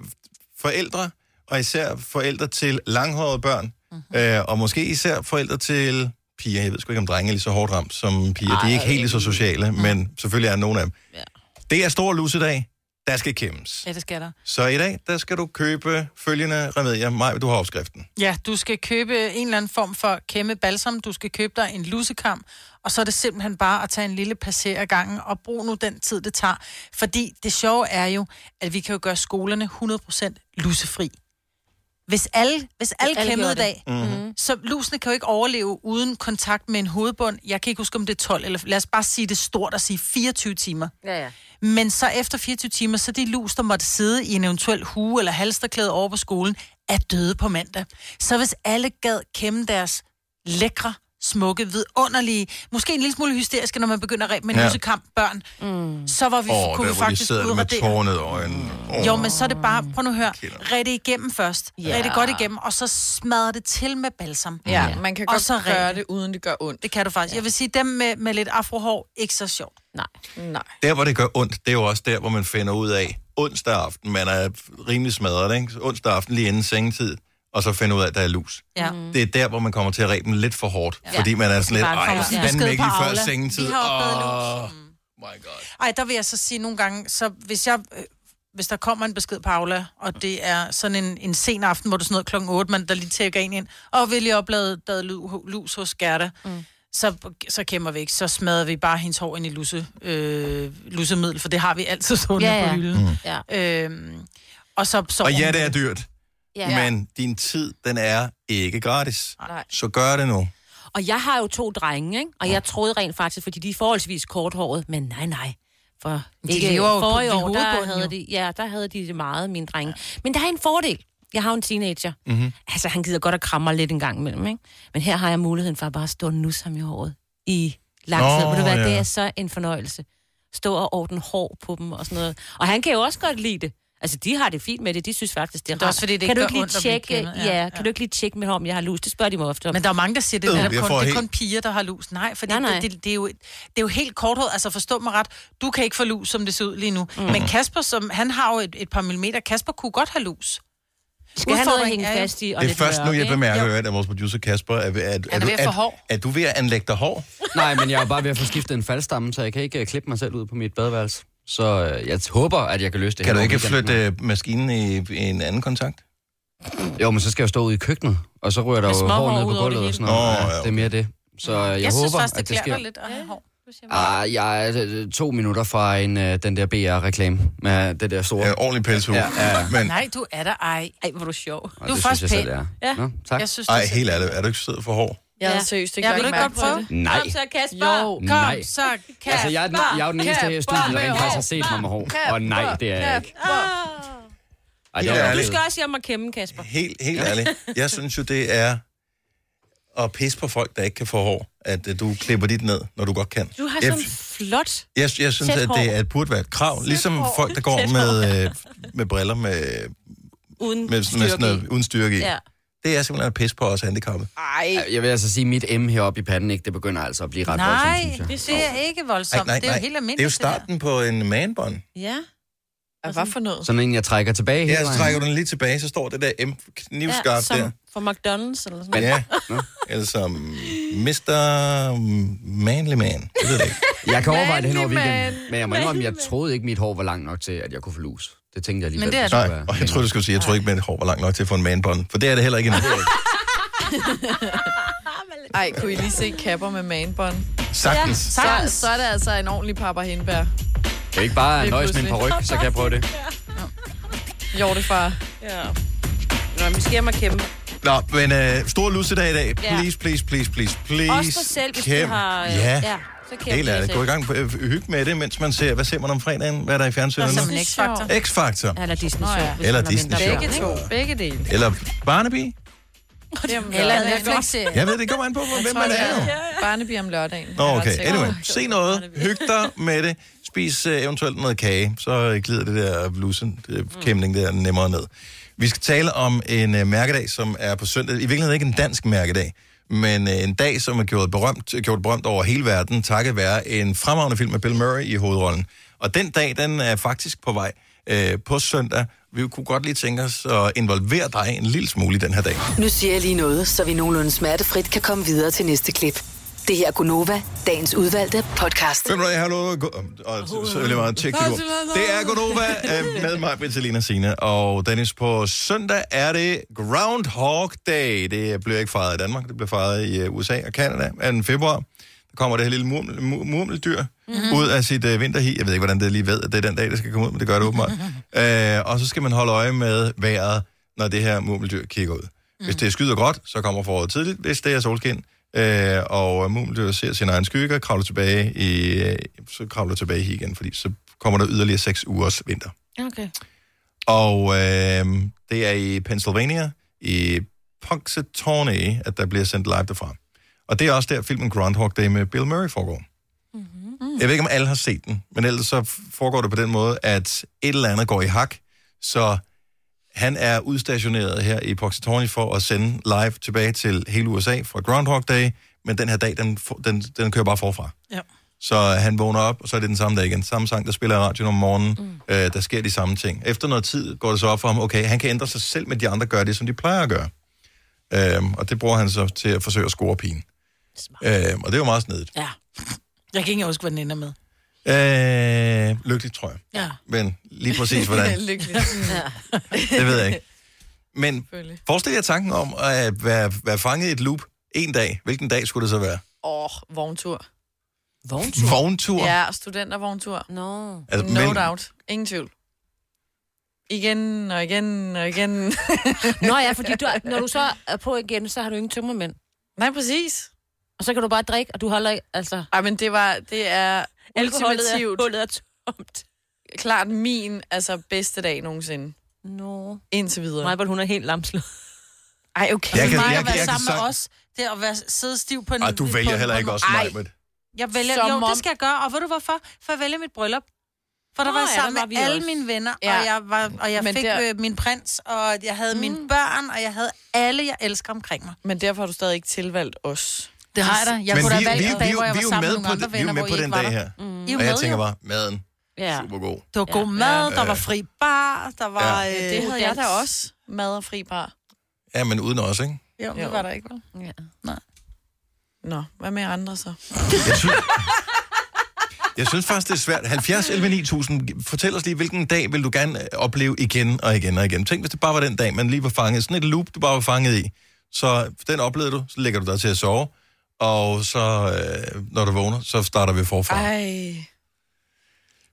[SPEAKER 1] forældre, og især forældre til langhårede børn, øh, og måske især forældre til piger, jeg ved sgu ikke, om drenge er lige så hårdt ramt som piger. Ej. De er ikke helt lige så sociale, men selvfølgelig er nogen af dem. Ja.
[SPEAKER 4] Ja.
[SPEAKER 1] Det er stor lusedag. Der skal kæmmes.
[SPEAKER 3] Ja, det skal der.
[SPEAKER 1] Så i dag, der skal du købe følgende remedier. Maj, du har opskriften.
[SPEAKER 3] Ja, du skal købe en eller anden form for kæmme balsam. Du skal købe dig en lusekam. Og så er det simpelthen bare at tage en lille passer af gangen, og brug nu den tid, det tager. Fordi det sjove er jo, at vi kan jo gøre skolerne 100% lusefri. Hvis alle, hvis alle,
[SPEAKER 4] alle
[SPEAKER 3] alle kæmmede i
[SPEAKER 4] gjorde
[SPEAKER 3] dag, mm-hmm. så lusene kan jo ikke overleve uden kontakt med en hovedbund. Jeg kan ikke huske, om det er 12, eller lad os bare sige det stort og sige 24 timer.
[SPEAKER 4] Ja, ja.
[SPEAKER 3] Men så efter 24 timer, så de lus, der måtte sidde i en eventuel hue eller halsterklæde over på skolen, er døde på mandag. Så hvis alle gad kæmme deres lækre, smukke, vidunderlige, måske en lille smule hysteriske, når man begynder at ræbe med en
[SPEAKER 1] Ja.
[SPEAKER 3] ja. lusekamp børn, mm. så var vi,
[SPEAKER 1] Åh, oh,
[SPEAKER 3] kunne
[SPEAKER 1] der
[SPEAKER 3] vi
[SPEAKER 1] hvor de
[SPEAKER 3] faktisk
[SPEAKER 1] sidder med
[SPEAKER 3] udradere.
[SPEAKER 1] tårer ned i øjnene. Oh.
[SPEAKER 3] Jo, men så er det bare, prøv nu at høre,
[SPEAKER 1] Kender.
[SPEAKER 3] red det igennem først.
[SPEAKER 4] Ja.
[SPEAKER 3] Red det godt igennem, og så smadre det til med balsam.
[SPEAKER 5] Ja, man kan
[SPEAKER 3] Og
[SPEAKER 5] godt
[SPEAKER 3] så
[SPEAKER 5] gøre
[SPEAKER 3] rent.
[SPEAKER 5] det, uden det gør ondt.
[SPEAKER 3] Det kan du faktisk. Jeg vil sige, dem med, med lidt afrohår, ikke så sjovt.
[SPEAKER 4] Nej.
[SPEAKER 5] Nej.
[SPEAKER 1] Der, hvor det gør ondt, det er jo også der, hvor man finder ud af, onsdag aften, man er rimelig smadret, ikke? Så Onsdag aften lige inden sengetid, og så finder ud af, at der er lus.
[SPEAKER 3] Ja.
[SPEAKER 5] Mm.
[SPEAKER 1] Mm. Det er der, hvor man kommer til at ræbe den lidt for hårdt, ja. fordi man er sådan lidt,
[SPEAKER 4] Bare kommer
[SPEAKER 1] ej,
[SPEAKER 4] sådan en
[SPEAKER 1] fanden
[SPEAKER 3] besked
[SPEAKER 1] ikke
[SPEAKER 3] på
[SPEAKER 1] lige før
[SPEAKER 3] Aula.
[SPEAKER 1] sengetid.
[SPEAKER 3] Vi har opdaget
[SPEAKER 1] Åh, my god.
[SPEAKER 3] Ej, der vil jeg så sige nogle gange, så hvis jeg... øh, Hvis der kommer en besked på Aula, og det er sådan en, en sen aften, hvor du sådan noget klokken 8, man der lige tækker en ind, og vil lige oplade der er lu- lus hos Gerda, mm. så, så kæmmer vi ikke. Så smadrer vi bare hendes hår ind i lusse, øh, lussemiddel, for det har vi altid (laughs) stående
[SPEAKER 4] Ja,
[SPEAKER 3] ja, ja.
[SPEAKER 4] ja.
[SPEAKER 3] på hylden. Mm.
[SPEAKER 4] Ja.
[SPEAKER 3] Øhm, og så sover
[SPEAKER 1] Og ja,
[SPEAKER 3] hun.
[SPEAKER 1] det er dyrt,
[SPEAKER 4] ja.
[SPEAKER 1] ja. men din tid, den er ikke gratis.
[SPEAKER 5] Nej.
[SPEAKER 1] Så gør det nu.
[SPEAKER 4] Og jeg har jo to drenge, ikke? og jeg troede rent faktisk, fordi de er forholdsvis korthåret, men nej, nej. For
[SPEAKER 3] De lever jo
[SPEAKER 4] forrige
[SPEAKER 3] på- ved
[SPEAKER 4] år, der
[SPEAKER 3] hovedbunden jo.
[SPEAKER 4] havde, de, ja, der havde de det meget, mine drenge. Men der er en fordel. Jeg har jo en teenager.
[SPEAKER 3] Mhm.
[SPEAKER 4] Mm-hmm. Altså, han gider godt at kramme mig lidt en gang imellem, ikke? Men her har jeg muligheden for at bare stå og nusse ham i håret i lang tid.
[SPEAKER 1] Nå,
[SPEAKER 4] Oh, Ved du hvad,
[SPEAKER 1] ja.
[SPEAKER 4] ja. det er så en fornøjelse. Stå og ordne hår på dem og sådan noget. Og han kan jo også godt lide det. Altså, de har det fint med det. De synes faktisk, det er,
[SPEAKER 3] Det er også
[SPEAKER 4] rart.
[SPEAKER 3] fordi, det
[SPEAKER 4] kan
[SPEAKER 3] ikke
[SPEAKER 4] du
[SPEAKER 3] gør
[SPEAKER 4] ikke lige
[SPEAKER 3] ondt at blive
[SPEAKER 4] tjekke,
[SPEAKER 3] klemmet. Ja,
[SPEAKER 4] ja,
[SPEAKER 3] ja.
[SPEAKER 4] kan du ikke lige tjekke med om jeg har lus? Det spørger de mig ofte om.
[SPEAKER 3] Men der er mange, der siger, det,
[SPEAKER 1] Øh,
[SPEAKER 3] øh,
[SPEAKER 1] jeg
[SPEAKER 3] det, kun,
[SPEAKER 1] får
[SPEAKER 3] det er
[SPEAKER 1] helt-
[SPEAKER 3] kun piger, der har lus. Nej, for
[SPEAKER 4] Nej, nej.
[SPEAKER 3] det, det, det, er jo, det er jo helt korthåret. Altså forstå mig ret, du kan ikke få lus, som det ser ud lige nu. Mm. Men Kasper, som, han har jo et, et par millimeter. Kasper kunne godt have lus.
[SPEAKER 4] Skal han noget at hænge
[SPEAKER 3] Udfordringen er jo-
[SPEAKER 4] fast i? Og
[SPEAKER 1] Det er
[SPEAKER 4] lidt
[SPEAKER 1] først nu,
[SPEAKER 4] mørke,
[SPEAKER 1] jeg
[SPEAKER 4] ikke?
[SPEAKER 1] bemærker, at vores producer Kasper, er, ved- at,
[SPEAKER 3] er
[SPEAKER 1] du,
[SPEAKER 3] ved at få hår.
[SPEAKER 1] er du ved at anlægge dig hår?
[SPEAKER 10] Nej, men jeg er jo bare ved at få skiftet en faldstamme, så jeg kan ikke øh, klippe mig selv ud på mit badeværelse. Så øh, jeg håber, at jeg kan løse det
[SPEAKER 1] Kan du
[SPEAKER 10] her
[SPEAKER 1] ikke
[SPEAKER 10] over weekenden.
[SPEAKER 1] flytte øh, maskinen i, i en anden kontakt?
[SPEAKER 10] Jo, men så skal jeg jo stå ude i køkkenet, og så ryger der
[SPEAKER 4] Med
[SPEAKER 10] jo
[SPEAKER 4] småhår
[SPEAKER 10] hår ned
[SPEAKER 4] ud
[SPEAKER 10] på
[SPEAKER 4] over det
[SPEAKER 10] gulvet og
[SPEAKER 4] hele.
[SPEAKER 10] sådan noget.
[SPEAKER 1] Nå, ja,
[SPEAKER 10] Det er mere det. Så øh, jeg,
[SPEAKER 3] Jeg, jeg synes
[SPEAKER 10] håber,
[SPEAKER 3] faktisk, det
[SPEAKER 10] at det
[SPEAKER 3] klæder
[SPEAKER 10] sker.
[SPEAKER 3] dig lidt at have hår.
[SPEAKER 10] Ah, jeg er øh, to minutter fra en, øh, den der BR-reklame med det der store.
[SPEAKER 1] Ja, ordentlig pelshue.
[SPEAKER 10] Ja, ja, ja.
[SPEAKER 1] Men
[SPEAKER 3] Nej, du er der ej.
[SPEAKER 4] Ej, hvor er du sjov.
[SPEAKER 10] Og
[SPEAKER 3] Du er
[SPEAKER 10] det
[SPEAKER 3] faktisk
[SPEAKER 10] synes jeg selv,
[SPEAKER 3] pæn.
[SPEAKER 10] jeg er.
[SPEAKER 4] Ja.
[SPEAKER 10] Nå, tak.
[SPEAKER 3] Jeg synes,
[SPEAKER 1] ej,
[SPEAKER 3] det-
[SPEAKER 1] helt ærligt, er du ikke sød for hår?
[SPEAKER 5] Jeg
[SPEAKER 4] Ja.
[SPEAKER 5] havde seriøst ikke
[SPEAKER 3] Ja,
[SPEAKER 5] lagt
[SPEAKER 3] vil du ikke
[SPEAKER 5] mærke
[SPEAKER 3] godt prøve?
[SPEAKER 5] til det.
[SPEAKER 10] Nej.
[SPEAKER 4] Kom så, Kasper.
[SPEAKER 5] Jo.
[SPEAKER 3] Kom
[SPEAKER 10] Nej.
[SPEAKER 3] så, Kasper.
[SPEAKER 10] Altså, jeg er, den, jeg er jo den eneste her i studiet, der rent faktisk har set mig med hår. Og nej, det er jeg ikke. Ej, det
[SPEAKER 1] Helt
[SPEAKER 10] er
[SPEAKER 4] Du
[SPEAKER 1] ærligt.
[SPEAKER 4] skal også hjem og kæmme, Kasper.
[SPEAKER 1] Helt, helt ærligt. Jeg synes jo, det er at pisse på folk, der ikke kan få hår, at øh, du klipper dit ned, når du godt kan.
[SPEAKER 4] Du har
[SPEAKER 1] jeg,
[SPEAKER 4] sådan flot...
[SPEAKER 1] jeg, jeg synes,
[SPEAKER 4] tæt
[SPEAKER 1] at
[SPEAKER 4] hår.
[SPEAKER 1] det er, burde være et krav. Ligesom folk, der går
[SPEAKER 4] Tæt
[SPEAKER 1] med, øh, med briller med,
[SPEAKER 4] Uden
[SPEAKER 1] med, med sådan
[SPEAKER 4] styrke i.
[SPEAKER 1] noget, uden styrke i.
[SPEAKER 4] Ja.
[SPEAKER 1] Det er simpelthen at pisse på os handicappede.
[SPEAKER 10] Ej, Jeg vil altså sige, at mit M heroppe i panden, ikke, det begynder altså at blive ret voldsomt,
[SPEAKER 3] Nej,
[SPEAKER 10] synes jeg.
[SPEAKER 3] det er ikke voldsomt.
[SPEAKER 1] Ej, nej,
[SPEAKER 3] det er
[SPEAKER 1] nej.
[SPEAKER 3] jo helt
[SPEAKER 1] Det er jo
[SPEAKER 3] almindeligt. der.
[SPEAKER 1] starten på en manbånd.
[SPEAKER 4] Ja.
[SPEAKER 5] Ja, Hvad for noget?
[SPEAKER 10] Sådan en, jeg trækker tilbage hele
[SPEAKER 1] Ja, så
[SPEAKER 10] vejen.
[SPEAKER 1] trækker du den lige tilbage, så står det der M
[SPEAKER 4] ja
[SPEAKER 1] knivskarpt
[SPEAKER 4] som
[SPEAKER 1] der.
[SPEAKER 4] for McDonald's eller sådan noget.
[SPEAKER 1] Ja, eller som Mr. Manly Man. Jeg ved det ikke.
[SPEAKER 10] Jeg kan overveje det hen over weekenden, men jeg må indrømme, jeg troede ikke, mit hår var langt nok til, at jeg kunne få lus. Det tænkte jeg lige,
[SPEAKER 3] Men det er
[SPEAKER 1] Nej, og jeg tror, du skulle sige, jeg tror ikke, mit hår var langt nok til at få en manbånd. For det er det heller ikke endnu.
[SPEAKER 5] Ej, kunne I lige se kapper med manbånd?
[SPEAKER 1] Sagtens.
[SPEAKER 5] Så, så er det altså en ordentlig papper hindbær.
[SPEAKER 10] Kan jeg ikke bare
[SPEAKER 5] Lige
[SPEAKER 10] nøjes med en
[SPEAKER 5] pludselig.
[SPEAKER 10] paryk, så kan jeg prøve
[SPEAKER 3] (laughs)
[SPEAKER 10] det.
[SPEAKER 5] Hjortefar.
[SPEAKER 4] Ja. Nå, men vi skal hjem og kæmpe.
[SPEAKER 1] Nå, men øh, stor lussedag i dag.
[SPEAKER 4] Ja.
[SPEAKER 1] Please, please, please, please, please.
[SPEAKER 4] Også for selv, hvis du
[SPEAKER 1] Kæmp.
[SPEAKER 4] har... øh,
[SPEAKER 1] Ja,
[SPEAKER 4] ja så kæmpe.
[SPEAKER 1] helt ærligt. Gå i gang. Øh, Hyg med det, mens man ser, hvad ser man om fredagen? Hvad er der i fjernsynet
[SPEAKER 3] Som
[SPEAKER 1] nu?
[SPEAKER 3] en X-faktor.
[SPEAKER 1] X-Factor.
[SPEAKER 4] Eller Disney Show.
[SPEAKER 5] Nå, ja.
[SPEAKER 4] hvis
[SPEAKER 1] Eller
[SPEAKER 4] man er
[SPEAKER 1] Disney
[SPEAKER 4] mindre
[SPEAKER 1] Show.
[SPEAKER 4] børn,
[SPEAKER 5] Begge to. Begge
[SPEAKER 4] ikke?
[SPEAKER 5] dele.
[SPEAKER 1] Eller Barnaby.
[SPEAKER 5] Eller en
[SPEAKER 3] Netflix-serie.
[SPEAKER 1] Jeg ved det kommer an på, hvor- hvem man er jo.
[SPEAKER 5] Barnaby om lørdagen.
[SPEAKER 1] Nå,
[SPEAKER 5] Jeg er ret
[SPEAKER 1] okay.
[SPEAKER 5] sikker.
[SPEAKER 1] Anyway, se noget. Hyg dig med det. Spis uh, eventuelt noget kage, så øh, glider det der blusenkæmning der nemmere ned. Vi skal tale om en uh, mærkedag, som er på søndag. I virkeligheden ikke en dansk mærkedag, men uh, en dag, som er gjort berømt, gjort berømt over hele verden, takket være en fremragende film med Bill Murray i hovedrollen. Og den dag, den er faktisk på vej uh, på søndag. Vi kunne godt lige tænke os at involvere dig en lille smule i den her dag.
[SPEAKER 7] Nu siger jeg lige noget, så vi nogenlunde smertefrit kan komme videre til næste klip. Det her er Gunova, dagens udvalgte podcast.
[SPEAKER 1] Hvem er det? Hallo? Go- og så- så vil jeg bare tjekke det ord. Det er Gonova øh, med mig, Bettelina Sine og Dennis. På søndag er det Groundhog Day. Det bliver ikke fejret i Danmark, det bliver fejret i øh, USA og Canada 2. februar. Der kommer det her lille murmel, mu- murmeldyr mm-hmm. ud af sit øh, vinterhi. Jeg ved ikke, hvordan det lige ved, at det er den dag, det skal komme ud, men det gør det åbenbart. øh, og så skal man holde øje med vejret, når det her murmeldyr kigger ud. Hvis det skyder godt, så kommer foråret tidligt. Hvis det er solskin, øh, og mumdyr ser sin egen skygge, kravler tilbage, i, øh, så kravler tilbage igen, fordi så kommer der yderligere seks ugers vinter.
[SPEAKER 4] Okay.
[SPEAKER 1] Og øh, det er i Pennsylvania, i Punxsutawney, at der bliver sendt live derfra. Og det er også der filmen Groundhog Day med Bill Murray foregår.
[SPEAKER 4] Mm.
[SPEAKER 1] Mm-hmm. Jeg ved ikke, om alle har set den, men ellers så foregår det på den måde, at et eller andet går i hak, så han er udstationeret her i Punxsutawney for at sende live tilbage til hele USA fra Groundhog Day, men den her dag, den, for- den, den kører bare forfra.
[SPEAKER 3] Ja.
[SPEAKER 1] Så han vågner op, og så er det den samme dag igen. Samme sang, der spiller i radioen om morgenen. Mm. Øh, der sker de samme ting. Efter noget tid går det så op for ham, okay, han kan ændre sig selv, men de andre gør det, som de plejer at gøre. Øhm, og det bruger han så til at forsøge at score pigen. Øhm, og det er jo meget snedigt.
[SPEAKER 3] Ja. Jeg kan ikke engang huske, hvad den ender med.
[SPEAKER 1] Øh, lykkeligt, tror jeg.
[SPEAKER 3] Ja.
[SPEAKER 1] Men lige
[SPEAKER 3] (laughs)
[SPEAKER 1] præcis, hvordan,
[SPEAKER 5] Lykkeligt.
[SPEAKER 3] Mm.
[SPEAKER 5] Ja.
[SPEAKER 1] det ved jeg ikke. Men forestil jer tanken om at være, være fanget i et loop en dag. Hvilken dag skulle det så være?
[SPEAKER 5] Åh, vogntur.
[SPEAKER 1] Vogntur? Vogntur?
[SPEAKER 5] Ja, studentervogntur.
[SPEAKER 4] No.
[SPEAKER 1] Altså,
[SPEAKER 5] Altså, no
[SPEAKER 1] men-
[SPEAKER 5] doubt. Ingen tvivl. Igen og igen og igen.
[SPEAKER 4] (laughs) Nå ja, fordi du, når du så er på igen, så har du ingen tømmermænd.
[SPEAKER 5] Nej, præcis.
[SPEAKER 4] Og så kan du bare drikke, og du holder ikke, altså...
[SPEAKER 5] Ej, men det var, det er
[SPEAKER 4] Alkoholet er-
[SPEAKER 5] ultimativt.
[SPEAKER 4] hullet er tomt.
[SPEAKER 5] Klart min, altså bedste dag nogensinde.
[SPEAKER 4] Nå.
[SPEAKER 5] Indtil videre.
[SPEAKER 4] Majbert, hun er helt lamslået.
[SPEAKER 5] Ej, okay.
[SPEAKER 3] Jeg
[SPEAKER 1] Jeg
[SPEAKER 3] kan,
[SPEAKER 1] kan-
[SPEAKER 3] mig
[SPEAKER 1] jeg-
[SPEAKER 3] at være
[SPEAKER 1] jeg kan
[SPEAKER 3] sammen med
[SPEAKER 1] sagtens-
[SPEAKER 3] os, det er at være, sidde stiv på en...
[SPEAKER 1] Ej, du
[SPEAKER 3] på
[SPEAKER 1] vælger
[SPEAKER 3] en-
[SPEAKER 1] heller ikke også
[SPEAKER 3] Ej,
[SPEAKER 1] mig, men...
[SPEAKER 3] Jeg vælger,
[SPEAKER 5] Som
[SPEAKER 3] jo, om...
[SPEAKER 5] om-
[SPEAKER 3] det skal jeg gøre. Og ved du hvorfor? For jeg vælger mit bryllup. For der
[SPEAKER 4] Nå,
[SPEAKER 3] var jeg
[SPEAKER 4] ja, der
[SPEAKER 3] sammen
[SPEAKER 4] var vi
[SPEAKER 3] med alle
[SPEAKER 4] også.
[SPEAKER 3] mine venner,
[SPEAKER 5] Ja.
[SPEAKER 3] og jeg, var, og jeg
[SPEAKER 5] Men
[SPEAKER 3] fik
[SPEAKER 5] der-
[SPEAKER 3] øh, min prins, og jeg havde mm. mine børn, og jeg havde alle, jeg elsker omkring mig.
[SPEAKER 5] Men derfor har du stadig ikke tilvalgt os.
[SPEAKER 3] Det har jeg da. Jeg
[SPEAKER 1] men
[SPEAKER 3] kunne da have
[SPEAKER 1] vi,
[SPEAKER 3] valgt
[SPEAKER 1] vi,
[SPEAKER 3] en dag,
[SPEAKER 1] vi,
[SPEAKER 3] hvor jeg
[SPEAKER 1] vi,
[SPEAKER 3] var
[SPEAKER 1] er jo
[SPEAKER 3] sammen med
[SPEAKER 1] med
[SPEAKER 3] nogle
[SPEAKER 1] på,
[SPEAKER 3] andre
[SPEAKER 1] vi er jo
[SPEAKER 3] venner,
[SPEAKER 1] med
[SPEAKER 3] hvor
[SPEAKER 1] på
[SPEAKER 3] I
[SPEAKER 1] den
[SPEAKER 3] ikke var
[SPEAKER 1] dag
[SPEAKER 3] der.
[SPEAKER 1] her.
[SPEAKER 3] I er
[SPEAKER 1] Og jeg
[SPEAKER 3] med,
[SPEAKER 1] tænker
[SPEAKER 3] jo.
[SPEAKER 1] bare, maden,
[SPEAKER 4] Ja.
[SPEAKER 1] super god.
[SPEAKER 3] Det var god mad, der var fri bar, der var...
[SPEAKER 1] Ja.
[SPEAKER 3] øh,
[SPEAKER 5] Det havde jeg da
[SPEAKER 3] dans.
[SPEAKER 5] også. Mad og fri bar.
[SPEAKER 1] Ja, men uden os, ikke?
[SPEAKER 3] Jo, men det
[SPEAKER 5] Jo.
[SPEAKER 3] var der ikke, vel?
[SPEAKER 4] Ja.
[SPEAKER 5] Nå, hvad med andre så?
[SPEAKER 1] Jeg synes, jeg synes faktisk, det er svært. 70 11 9000. Fortæl os lige, hvilken dag vil du gerne øh, opleve igen og igen og igen? Tænk, hvis det bare var den dag, man lige var fanget. Sådan et loop, du bare var fanget i. Så den oplevede du, så lægger du dig til at sove. Og så, øh, når du vågner, så starter vi forfra.
[SPEAKER 5] Ej.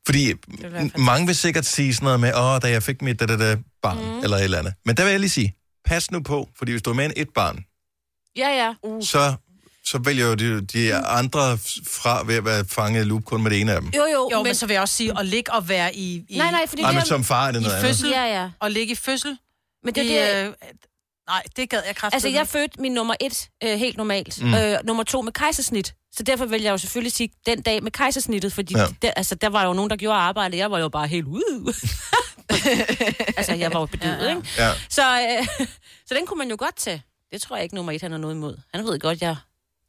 [SPEAKER 1] Fordi
[SPEAKER 5] være fantastisk.
[SPEAKER 1] mange vil sikkert sige sådan noget med, åh, da jeg fik mit da, da, da, barn,
[SPEAKER 4] Mhm.
[SPEAKER 1] mm. eller et eller andet. Men der vil jeg lige sige, pas nu på, fordi hvis du er med en et barn,
[SPEAKER 4] Ja, ja. Uh.
[SPEAKER 1] så, så vælger jo de, de andre fra ved at være fanget i loop kun med det ene af dem.
[SPEAKER 4] Jo, jo,
[SPEAKER 3] Jo, men så vil jeg også sige, at ligge og være i... i
[SPEAKER 4] Nej, nej, fordi
[SPEAKER 1] Ej,
[SPEAKER 4] det
[SPEAKER 1] men
[SPEAKER 4] er-
[SPEAKER 1] som far er det
[SPEAKER 3] i
[SPEAKER 1] noget andet.
[SPEAKER 3] fødsel.
[SPEAKER 4] Ja, ja.
[SPEAKER 3] Og ligge i fødsel.
[SPEAKER 4] Men det,
[SPEAKER 3] i,
[SPEAKER 4] det er
[SPEAKER 3] øh, nej, det gad jeg kraftigt.
[SPEAKER 4] Altså, jeg fødte min nummer et øh, helt normalt.
[SPEAKER 1] Mm.
[SPEAKER 4] Mm. Øh, nummer to med kejsersnit. Så derfor vælger jeg jo selvfølgelig sige den dag med kejsersnittet, fordi
[SPEAKER 1] Ja.
[SPEAKER 4] ja. der, altså, der var jo nogen, der gjorde arbejdet. Jeg var jo bare helt (laughs) ude. altså, jeg var jo bedøvet, ja, ja. ikke?
[SPEAKER 1] Ja.
[SPEAKER 4] Så, øh, (laughs) så den kunne man jo godt tage. Det tror jeg ikke, nummer et han har noget imod. Han ved godt, jeg...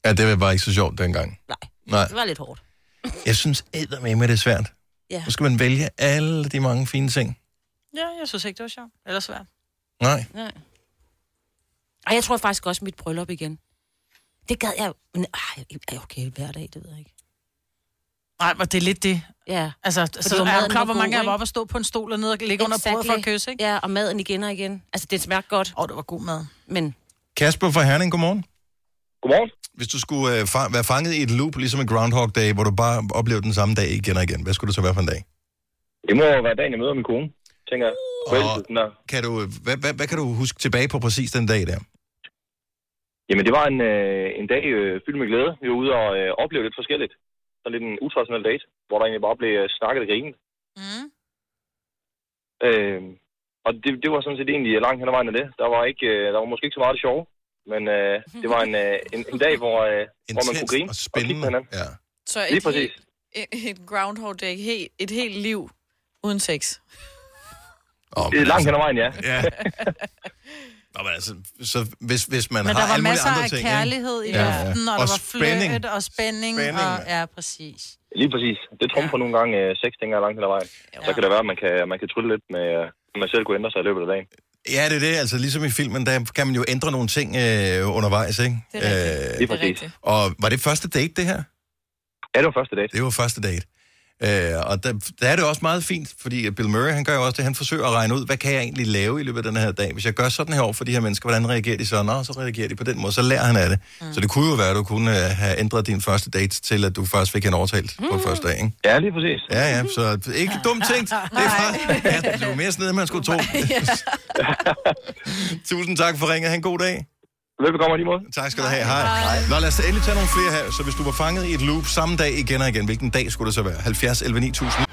[SPEAKER 1] Ja, det var bare ikke så sjovt dengang.
[SPEAKER 4] Nej,
[SPEAKER 1] Nej,
[SPEAKER 4] det var lidt hårdt.
[SPEAKER 1] jeg synes eddermame, det er svært.
[SPEAKER 4] Ja.
[SPEAKER 1] Nu skal man vælge alle de mange fine ting.
[SPEAKER 3] Ja, jeg synes ikke, det var sjovt. Eller svært.
[SPEAKER 1] Nej,
[SPEAKER 4] Nej. Og jeg tror faktisk også mit bryllup igen. Det gad jeg... Men, ej, okay, hver dag, det ved jeg ikke.
[SPEAKER 3] Nej, men det er lidt det.
[SPEAKER 4] Ja.
[SPEAKER 3] Altså, så
[SPEAKER 4] var
[SPEAKER 3] er du
[SPEAKER 4] maden
[SPEAKER 3] klar,
[SPEAKER 4] var
[SPEAKER 3] hvor
[SPEAKER 4] god,
[SPEAKER 3] mange af var
[SPEAKER 4] ikke?
[SPEAKER 3] oppe og stå på en stol og ned og ligge under bordet for at kysse, ikke?
[SPEAKER 4] Ja, og maden igen og igen. Altså, det smagte godt,
[SPEAKER 3] Åh, oh, det var god mad.
[SPEAKER 4] men...
[SPEAKER 1] Kasper fra Herning, godmorgen.
[SPEAKER 11] Godmorgen.
[SPEAKER 1] Hvis du skulle øh, fa- være fanget i et loop, ligesom en Groundhog Day, hvor du bare oplever den samme dag igen og igen, hvad skulle det så være for en dag?
[SPEAKER 11] Det må jo være dagen, jeg møder min kone, tænker jeg. Forelskelsen der.
[SPEAKER 1] Kan du, øh, hvad, hvad, hvad kan du huske tilbage på præcis den dag der?
[SPEAKER 11] Jamen, det var en, øh, en dag øh, fyldt med glæde. Vi var ude og øh, opleve lidt forskelligt. Sådan lidt en utraditionel date, hvor der egentlig bare blev øh, snakket og grinet. Øhm,
[SPEAKER 3] Mm.
[SPEAKER 11] Øh, og det, det var sådan set egentlig langt hen ad vejen af det. Der var, ikke, øh, der var måske ikke så meget af det sjove, Men øh, det var en, øh, en, en dag, hvor, øh, hvor man kunne
[SPEAKER 1] Intens
[SPEAKER 11] grine
[SPEAKER 1] og
[SPEAKER 11] og kigge på hinanden.
[SPEAKER 1] Ja.
[SPEAKER 5] Så et,
[SPEAKER 11] Lige præcis.
[SPEAKER 5] Helt, et, et groundhog day, helt, et helt liv uden sex.
[SPEAKER 1] Oh,
[SPEAKER 11] Det er langt hen ad vejen, ja.
[SPEAKER 1] (laughs) ja. Nå, men altså, så hvis, hvis man
[SPEAKER 3] Men
[SPEAKER 1] har
[SPEAKER 3] der var
[SPEAKER 1] alle mulige
[SPEAKER 3] masser
[SPEAKER 1] andre
[SPEAKER 3] af
[SPEAKER 1] ting,
[SPEAKER 3] kærlighed i
[SPEAKER 1] ikke?
[SPEAKER 3] luften, og, og der var
[SPEAKER 1] spænding.
[SPEAKER 3] fløjt og spænding.
[SPEAKER 1] Spænding,
[SPEAKER 3] og,
[SPEAKER 1] mand.
[SPEAKER 3] ja, præcis.
[SPEAKER 11] Lige præcis. Det trumfer nogle gange øh, seks ting langt hen ad vejen. Så kan det være, at man kan, man kan trylle lidt med, øh, at man selv kunne ændre sig i løbet af dagen.
[SPEAKER 1] Ja, det er det. Altså, ligesom i filmen, der kan man jo ændre nogle ting øh, undervejs, ikke?
[SPEAKER 11] Det er rigtigt.
[SPEAKER 1] Øh,
[SPEAKER 11] Lige præcis. Det er rigtigt.
[SPEAKER 1] Og var det første date, det her?
[SPEAKER 11] Ja, det var første date.
[SPEAKER 1] Det var første date. Øh, og der, der er det også meget fint, fordi Bill Murray, han gør jo også det, han forsøger at regne ud, hvad kan jeg egentlig lave i løbet af den her dag? Hvis jeg gør sådan her over for de her mennesker, hvordan reagerer de så? Nå, så reagerer de på den måde, så lærer han af det. Mm. Så det kunne jo være, at du kunne øh, have ændret din første date til, at du først fik en overtalt mm. på første dag, ikke?
[SPEAKER 11] Ja, lige præcis.
[SPEAKER 1] Ja, ja, så ikke dumt tænkt. Det er
[SPEAKER 3] (laughs)
[SPEAKER 1] fra, ja, det var mere sådan man skulle tro. (laughs) Tusind tak for ringet. Ha' en god dag.
[SPEAKER 11] Velbekomme lige måde.
[SPEAKER 1] Tak skal du have. Hej. Hej. Nå, lad os endelig tage nogle flere her. Så hvis du var fanget i et loop samme dag igen og igen, hvilken dag skulle det så være? 70, 11, 9000.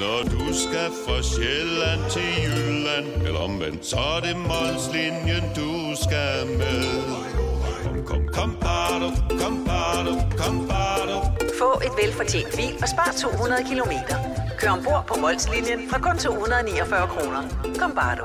[SPEAKER 12] Når du skal fra Sjælland til Jylland, eller omvendt, så er det Molslinjen, du skal med. Kom, kom, kom, bado, kom, bado, kom, bado.
[SPEAKER 13] Få et velfortjent bil og spar 200 kilometer. Kør ombord på Molslinjen fra kun 249 kroner. Kom bare du.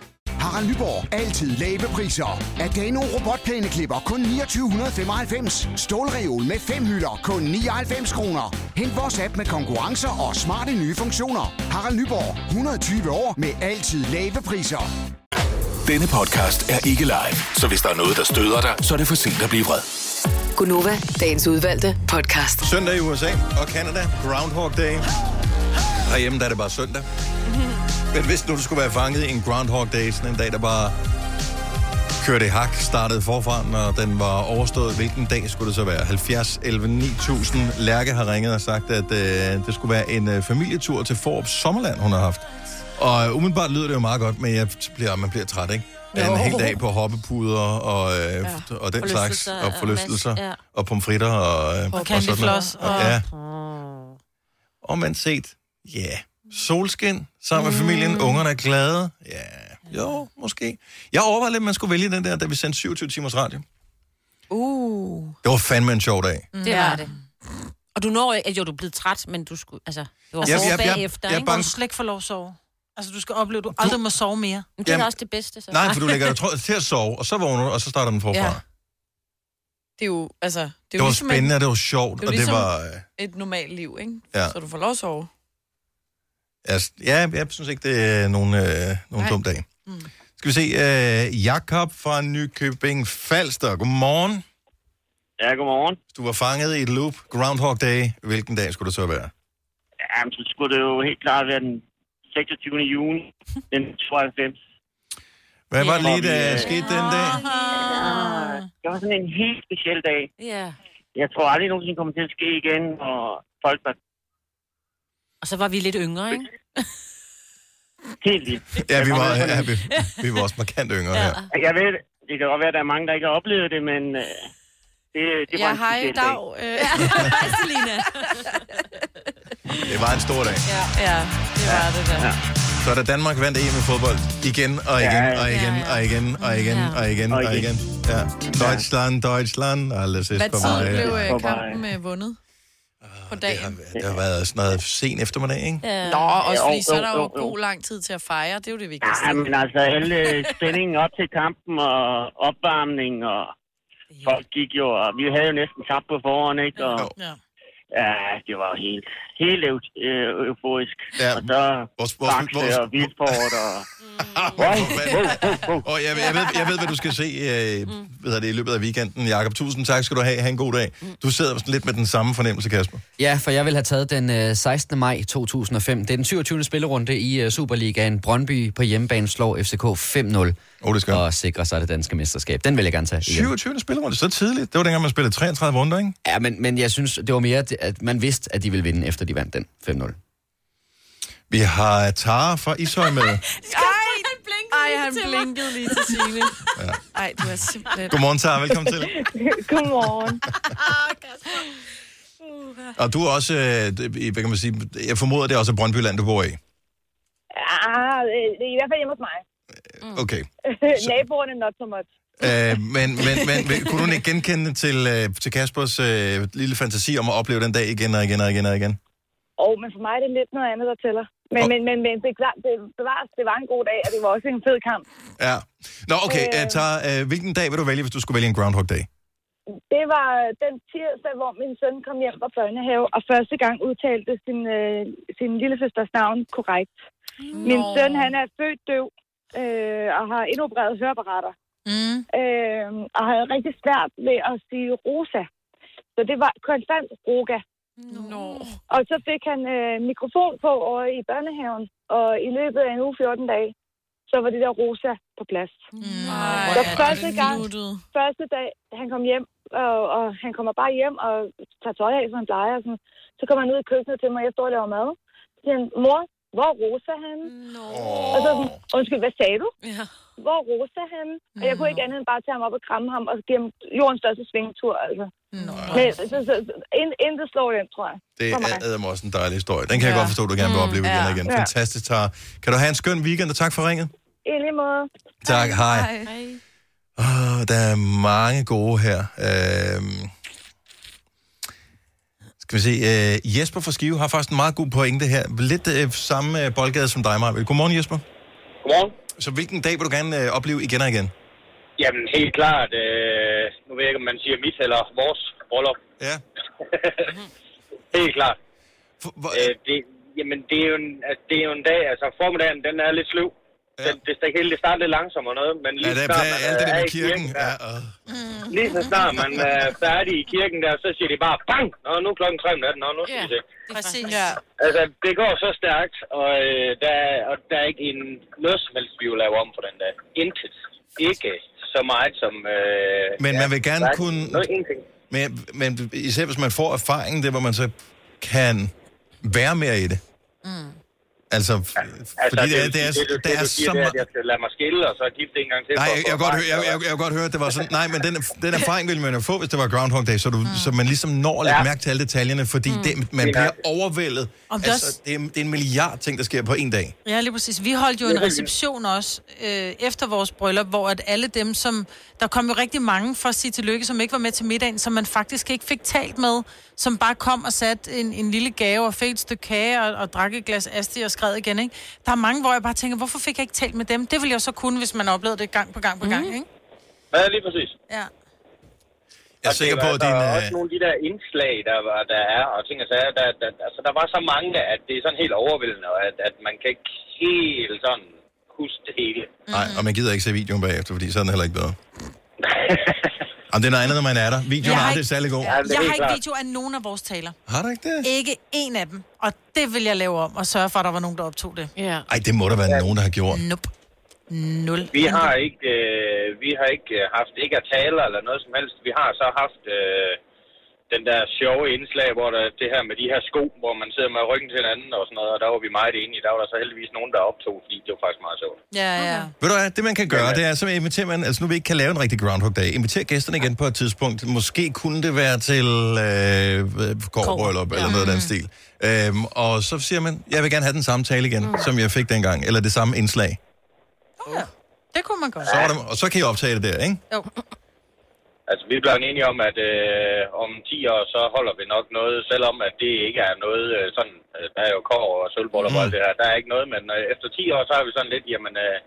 [SPEAKER 14] Harald Nyborg. Altid lave priser. Adano robotplæneklipper kun 2995. Stålreol med fem hylder kun 99 kroner. Hent vores app med konkurrencer og smarte nye funktioner. Harald Nyborg. 120 år med altid lave priser.
[SPEAKER 8] Denne podcast er ikke live, så hvis der er noget, der støder dig, så er det for sent at blive vred.
[SPEAKER 7] Gunova, dagens udvalgte podcast.
[SPEAKER 1] Søndag i USA og Canada. Groundhog Day. Herhjemme der er det bare søndag. Men hvis nu du skulle være fanget i en Groundhog Day, sådan en dag, der bare kørte i hak, startede forfra, når den var overstået, hvilken dag skulle det så være? 70, 11, 9000. Lærke har ringet og sagt, at øh, det skulle være en øh, familietur til Forbes Sommerland, hun har haft. Og øh, umiddelbart lyder det jo meget godt, men jeg bliver, man bliver træt, ikke? Der er en
[SPEAKER 15] Jo.
[SPEAKER 1] hel dag på hoppepuder og, øh, ja. og den slags,
[SPEAKER 15] Forlystelser
[SPEAKER 1] og
[SPEAKER 15] og
[SPEAKER 1] forlystelser,
[SPEAKER 15] mas- ja.
[SPEAKER 1] og pomfritter og, øh,
[SPEAKER 3] Og candyfloss
[SPEAKER 1] noget.
[SPEAKER 3] og-
[SPEAKER 1] Ja. Og man set, ja, yeah. solskin sammen med familien, ungerne er glade. Ja, jo, måske. Jeg overvejede lidt, om man skulle vælge den der, da vi sendte 27 timers radio.
[SPEAKER 4] Uh.
[SPEAKER 1] Det var fandme en sjov dag.
[SPEAKER 4] Det var det. Og du når ikke, at jo, du er blevet træt, men du skulle, altså, det var
[SPEAKER 1] Jeg-
[SPEAKER 4] hårdt
[SPEAKER 1] jeg- jeg-
[SPEAKER 4] bagefter,
[SPEAKER 1] jeg er
[SPEAKER 4] ikke?
[SPEAKER 1] bange-
[SPEAKER 4] Hvor du
[SPEAKER 3] slet ikke får lov at sove. Altså, du skal opleve, at du aldrig må sove mere.
[SPEAKER 4] Men det er da også det bedste, så.
[SPEAKER 1] Nej, for du lægger dig tro- til at sove, og så vågner du, og så starter den forfra.
[SPEAKER 5] Ja.
[SPEAKER 1] Ja.
[SPEAKER 5] Det er jo, altså... Det, er jo
[SPEAKER 1] Det var
[SPEAKER 5] ligesom
[SPEAKER 1] spændende,
[SPEAKER 5] et-
[SPEAKER 1] og det var sjovt,
[SPEAKER 5] jo
[SPEAKER 1] og det
[SPEAKER 5] ligesom
[SPEAKER 1] var, øh,
[SPEAKER 5] et normalt liv, ikke?
[SPEAKER 1] ja.
[SPEAKER 5] Så du får lov at sove.
[SPEAKER 1] Altså, ja, jeg synes ikke, det er nogen, øh, nogen
[SPEAKER 5] Nej.
[SPEAKER 1] dum dag. Mm. Skal vi se, øh, Jakob fra Nykøbing Falster. Godmorgen.
[SPEAKER 16] Ja, godmorgen.
[SPEAKER 1] Hvis du var fanget i et loop, Groundhog Day, hvilken dag skulle det så være?
[SPEAKER 16] Jamen, så skulle det jo helt klart være den 26. juni, den 92.
[SPEAKER 1] Hvad var det lige,
[SPEAKER 16] Hvor vi,
[SPEAKER 1] der
[SPEAKER 16] øh,
[SPEAKER 1] skete den dag?
[SPEAKER 16] Det var sådan en helt speciel dag.
[SPEAKER 4] Ja.
[SPEAKER 16] Jeg tror aldrig nogensinde kommer til at ske igen, og folk var
[SPEAKER 4] Og så var vi lidt yngre, ikke?
[SPEAKER 16] helt vildt.
[SPEAKER 1] Ja, vi var, ja, vi, vi var også markant yngre her.
[SPEAKER 16] Jeg ved, det kan godt være, at der er mange, der ikke har oplevet det, men øh, det, det
[SPEAKER 5] Ja,
[SPEAKER 16] var en
[SPEAKER 5] hej,
[SPEAKER 16] speciel
[SPEAKER 5] dag.
[SPEAKER 16] dag.
[SPEAKER 5] Øh. (laughs)
[SPEAKER 4] Hej, Selina.
[SPEAKER 1] Det var en stor dag.
[SPEAKER 5] Ja, ja, det var det der. Ja.
[SPEAKER 1] Så da Danmark vandt EM i fodbold, igen og igen og igen og igen og igen og igen og igen. Ja. Deutschland, Deutschland, alles
[SPEAKER 5] Hvad
[SPEAKER 1] ist
[SPEAKER 5] tid blev øh,
[SPEAKER 1] vorbei.
[SPEAKER 5] kampen øh, vundet? På dagen?
[SPEAKER 1] Ah, Det har været sådan noget sen eftermiddag, ikke?
[SPEAKER 5] Ja. Nå, også
[SPEAKER 16] Jo,
[SPEAKER 5] fordi så er
[SPEAKER 16] jo,
[SPEAKER 5] der
[SPEAKER 16] jo,
[SPEAKER 5] jo
[SPEAKER 16] jo.
[SPEAKER 5] god lang tid til at fejre. Det er jo det vigtigste.
[SPEAKER 16] Ja, men altså alle
[SPEAKER 5] (laughs)
[SPEAKER 16] spændingen op til kampen og opvarmning og folk gik jo, og vi havde jo næsten tabt på forhånd, ikke? Og
[SPEAKER 5] Ja.
[SPEAKER 16] Ja, det var helt, helt eu- øh, euforisk. Ja, og så vores, vores, vores, og vildsport og... (laughs)
[SPEAKER 1] (laughs) Og jeg, jeg, ved, jeg ved, hvad du skal se øh, hvad det, i løbet af weekenden, Jakob. Tusind tak skal du have. Ha' en god dag. Du sidder sådan lidt med den samme fornemmelse, Kasper.
[SPEAKER 10] Ja, for jeg vil have taget den øh, 16. maj 2005. Det er den 27. spillerunde i øh, Superligaen. Brøndby på hjemmebane slår FCK 5-0
[SPEAKER 1] oh, det skal.
[SPEAKER 10] og sikrer sig det danske mesterskab. Den vil jeg gerne tage. igen.
[SPEAKER 1] 27. spillerunde, så tidligt. Det var dengang, man spillede 33 runder, ikke?
[SPEAKER 10] Ja, men, men jeg synes, det var mere, det- at man vidste, at de ville vinde, efter de vandt den 5-0.
[SPEAKER 1] Vi har Tara fra Ishøj
[SPEAKER 3] (laughs)
[SPEAKER 1] med.
[SPEAKER 5] Ej, han blinkede, Ej, han blinkede lige til Signe. ja. Ej, du er simpelthen...
[SPEAKER 1] Godmorgen, Sara. Velkommen
[SPEAKER 16] (laughs)
[SPEAKER 1] til.
[SPEAKER 15] Godmorgen.
[SPEAKER 1] Og du er også, øh, det- hvad kan man sige, jeg formoder, det er også Brøndbyland, du bor i.
[SPEAKER 15] Ah, øh, det er i hvert fald hjemme hos mig.
[SPEAKER 1] Okay.
[SPEAKER 15] (laughs) Naboerne not so much.
[SPEAKER 1] Øh, men, men, men kunne du ikke genkende det til, øh, til Kaspers øh, lille fantasi om at opleve den dag igen og igen og igen og igen?
[SPEAKER 15] Og men for mig er det lidt noget andet, der tæller. Men, men, men, men det er klart, det, bevares, det var en god dag, og det var også en fed kamp.
[SPEAKER 1] Ja. Nå, okay. Øh... Tara, øh, hvilken dag vil du vælge, hvis du skulle vælge en Groundhog Day?
[SPEAKER 15] Det var øh, den tirsdag, hvor min søn kom hjem fra børnehave, og første gang udtalte sin, øh, sin lille søsters navn korrekt. Min søn, han er født døv, øh, og har indopereret høreapparater. Mm. Øh, og havde rigtig svært ved at sige Rosa. Så det var konstant Roga.
[SPEAKER 5] Nå.
[SPEAKER 15] Og så fik han øh, en mikrofon på over i børnehaven, og i løbet af en uge 14 dage, så var det der rosa på plads.
[SPEAKER 5] Nej,
[SPEAKER 15] Mm. så
[SPEAKER 5] hvor er
[SPEAKER 15] første
[SPEAKER 5] det
[SPEAKER 15] gang,
[SPEAKER 5] nuttet.
[SPEAKER 15] første dag, han kom hjem, og, og han kommer bare hjem og tager tøj af, som han plejer. og Sådan. Så kommer han ud i køkkenet til mig, jeg står og laver mad. Så siger han, mor, hvor er rosa han? No. Og så sådan, undskyld, hvad sagde du? Ja. Hvor er rosa han? Og jeg kunne ikke andet end bare tage ham op og kramme ham og give ham jordens største svingtur, altså. No. Men, så, så, så, ind- intet slår den, tror jeg.
[SPEAKER 1] Det
[SPEAKER 15] For mig. Mm,
[SPEAKER 1] er mig også en dejlig historie. Den kan ja. jeg godt forstå, du gerne vil opleve igen og igen.
[SPEAKER 15] Ja.
[SPEAKER 1] Fantastisk, Tara. Kan du have en skøn weekend, og tak for ringet.
[SPEAKER 15] I lige måde.
[SPEAKER 1] Tak, hej.
[SPEAKER 15] hej.
[SPEAKER 1] Oh, der er mange gode her. Uh, skal vi se. Uh, Jesper fra Skive har faktisk en meget god pointe her. Lidt uh, samme uh, boldgade som dig, Marvind. Godmorgen, Jesper.
[SPEAKER 17] Godmorgen.
[SPEAKER 1] Så hvilken dag vil du gerne uh, opleve igen og igen?
[SPEAKER 17] Jamen, helt klart. Øh, nu ved jeg ikke, om man siger mit eller vores bryllup.
[SPEAKER 1] Ja.
[SPEAKER 17] (laughs) helt klart. øh, det, jamen, det er, jo en, altså, det er jo en dag, altså formiddagen, den er lidt sløv. Ja. Den, det, det hele det starter lidt langsommere noget, men lige
[SPEAKER 1] Ja, der
[SPEAKER 17] så
[SPEAKER 1] er
[SPEAKER 17] snart
[SPEAKER 1] bla-
[SPEAKER 17] man øh, er
[SPEAKER 1] alt det der med
[SPEAKER 17] i
[SPEAKER 1] kirken. Ja, øh.
[SPEAKER 17] Lige så snart man øh, er færdig i kirken der, så siger de bare bang! Nå, nu er klokken tre om natten, nå, nu skal vi se.
[SPEAKER 3] Præcis. Ja.
[SPEAKER 17] Altså, det går så stærkt, og, øh, der, er- og der er ikke en, noget som helst, vi vil lave om på den dag. Intet. Ikke så meget som... Øh,
[SPEAKER 1] Men man vil gerne
[SPEAKER 17] der er
[SPEAKER 1] kunne-
[SPEAKER 17] Noget, ingenting.
[SPEAKER 1] Men, men især hvis man får erfaringen, det er, hvor man så kan være mere i det.
[SPEAKER 17] Mm.
[SPEAKER 1] Altså, ja,
[SPEAKER 17] Altså,
[SPEAKER 1] fordi det, er,
[SPEAKER 17] vil
[SPEAKER 1] det er,
[SPEAKER 17] sige, det,
[SPEAKER 1] der er
[SPEAKER 17] du siger,
[SPEAKER 1] så
[SPEAKER 17] det er,
[SPEAKER 1] meget...
[SPEAKER 17] at jeg skal lade mig skille, og så gifte en gang til.
[SPEAKER 1] Nej,
[SPEAKER 17] for at få
[SPEAKER 1] jeg, jeg, kan godt høre,
[SPEAKER 17] erfaring,
[SPEAKER 1] jeg, jeg, jeg kan godt høre, at det var sådan, nej, men den, den erfaring ville man jo få, hvis det var Groundhog Day, så, du, mm. så man ligesom når at lægge
[SPEAKER 17] Ja.
[SPEAKER 1] mærke til alle detaljerne, fordi mm. det, man
[SPEAKER 17] Lige
[SPEAKER 1] bliver
[SPEAKER 17] nøjagtigt.
[SPEAKER 1] overvældet.
[SPEAKER 3] Om det
[SPEAKER 1] Altså,
[SPEAKER 3] også-
[SPEAKER 1] det, er, det er en milliard ting, der sker på en dag.
[SPEAKER 3] Ja, lige præcis. Vi holdt jo
[SPEAKER 1] Det
[SPEAKER 3] en
[SPEAKER 1] er rigtigt.
[SPEAKER 3] reception også øh, efter vores bryllup, hvor at alle dem, som... Der kom jo rigtig mange for at sige tillykke, som ikke var med til middagen, som man faktisk ikke fik talt med, som bare kom og satte en, en lille gave og fik et stykke kage og, og drak et glas asti og skred igen, ikke? Der er mange, hvor jeg bare tænker, hvorfor fik jeg ikke talt med dem? Det ville jeg jo så kunne, hvis man oplevede det gang på gang på
[SPEAKER 1] Mm.
[SPEAKER 3] gang, ikke?
[SPEAKER 17] Ja, lige præcis.
[SPEAKER 3] Ja.
[SPEAKER 1] Jeg er sikker på, at din...
[SPEAKER 17] Der er altså
[SPEAKER 1] Øh,
[SPEAKER 17] også nogle af de der indslag, der, var- der er, og ting og sager, der, der, altså, der var så mange, at det er sådan helt overvældende, og at, at man kan ikke helt sådan huske det hele.
[SPEAKER 1] nej, og man gider ikke se videoen bagefter, fordi så er den heller ikke bedre. Jamen, det er noget andet, når man er der. Videoen er aldrig særlig god.
[SPEAKER 3] jeg har ikke video af nogen af vores taler.
[SPEAKER 1] Har du ikke det?
[SPEAKER 3] Ikke en af dem. Og det vil jeg lave om, og sørge for, at der var nogen, der optog det. Ja.
[SPEAKER 1] Ej, det må der være nogen, der har gjort.
[SPEAKER 3] Nope. Nul.
[SPEAKER 17] Vi har ikke, øh, vi har ikke øh, haft ikke at tale eller noget som helst. Vi har så haft øh, den der sjove indslag, hvor der, det her med de her sko, hvor man sidder med ryggen til hinanden og sådan noget, og der var vi meget enige. Der var der så heldigvis nogen, der optog, fordi det var faktisk meget sjovt.
[SPEAKER 3] Ja, ja.
[SPEAKER 1] Ved du hvad, det man kan gøre, det er, så inviterer man, altså nu vi ikke kan lave en rigtig Groundhog Day, inviterer gæsterne igen på et tidspunkt. Måske kunne det være til øh, korbrøllup eller noget af den stil. Øhm, og så siger man, jeg vil gerne have den samme tale igen, mm. som jeg fik dengang, eller det samme indslag.
[SPEAKER 3] Det kunne man godt.
[SPEAKER 1] Så var det, og så kan I optage det der, ikke?
[SPEAKER 3] Jo.
[SPEAKER 17] Altså, vi er blevet enige om, at øh, om 10 år, så holder vi nok noget, selvom at det ikke er noget øh, sådan, øh, der er jo kår og
[SPEAKER 1] Mm.
[SPEAKER 17] sølvboller og alt det her, der er ikke noget, men øh, efter 10 år, så er vi sådan lidt, jamen, øh,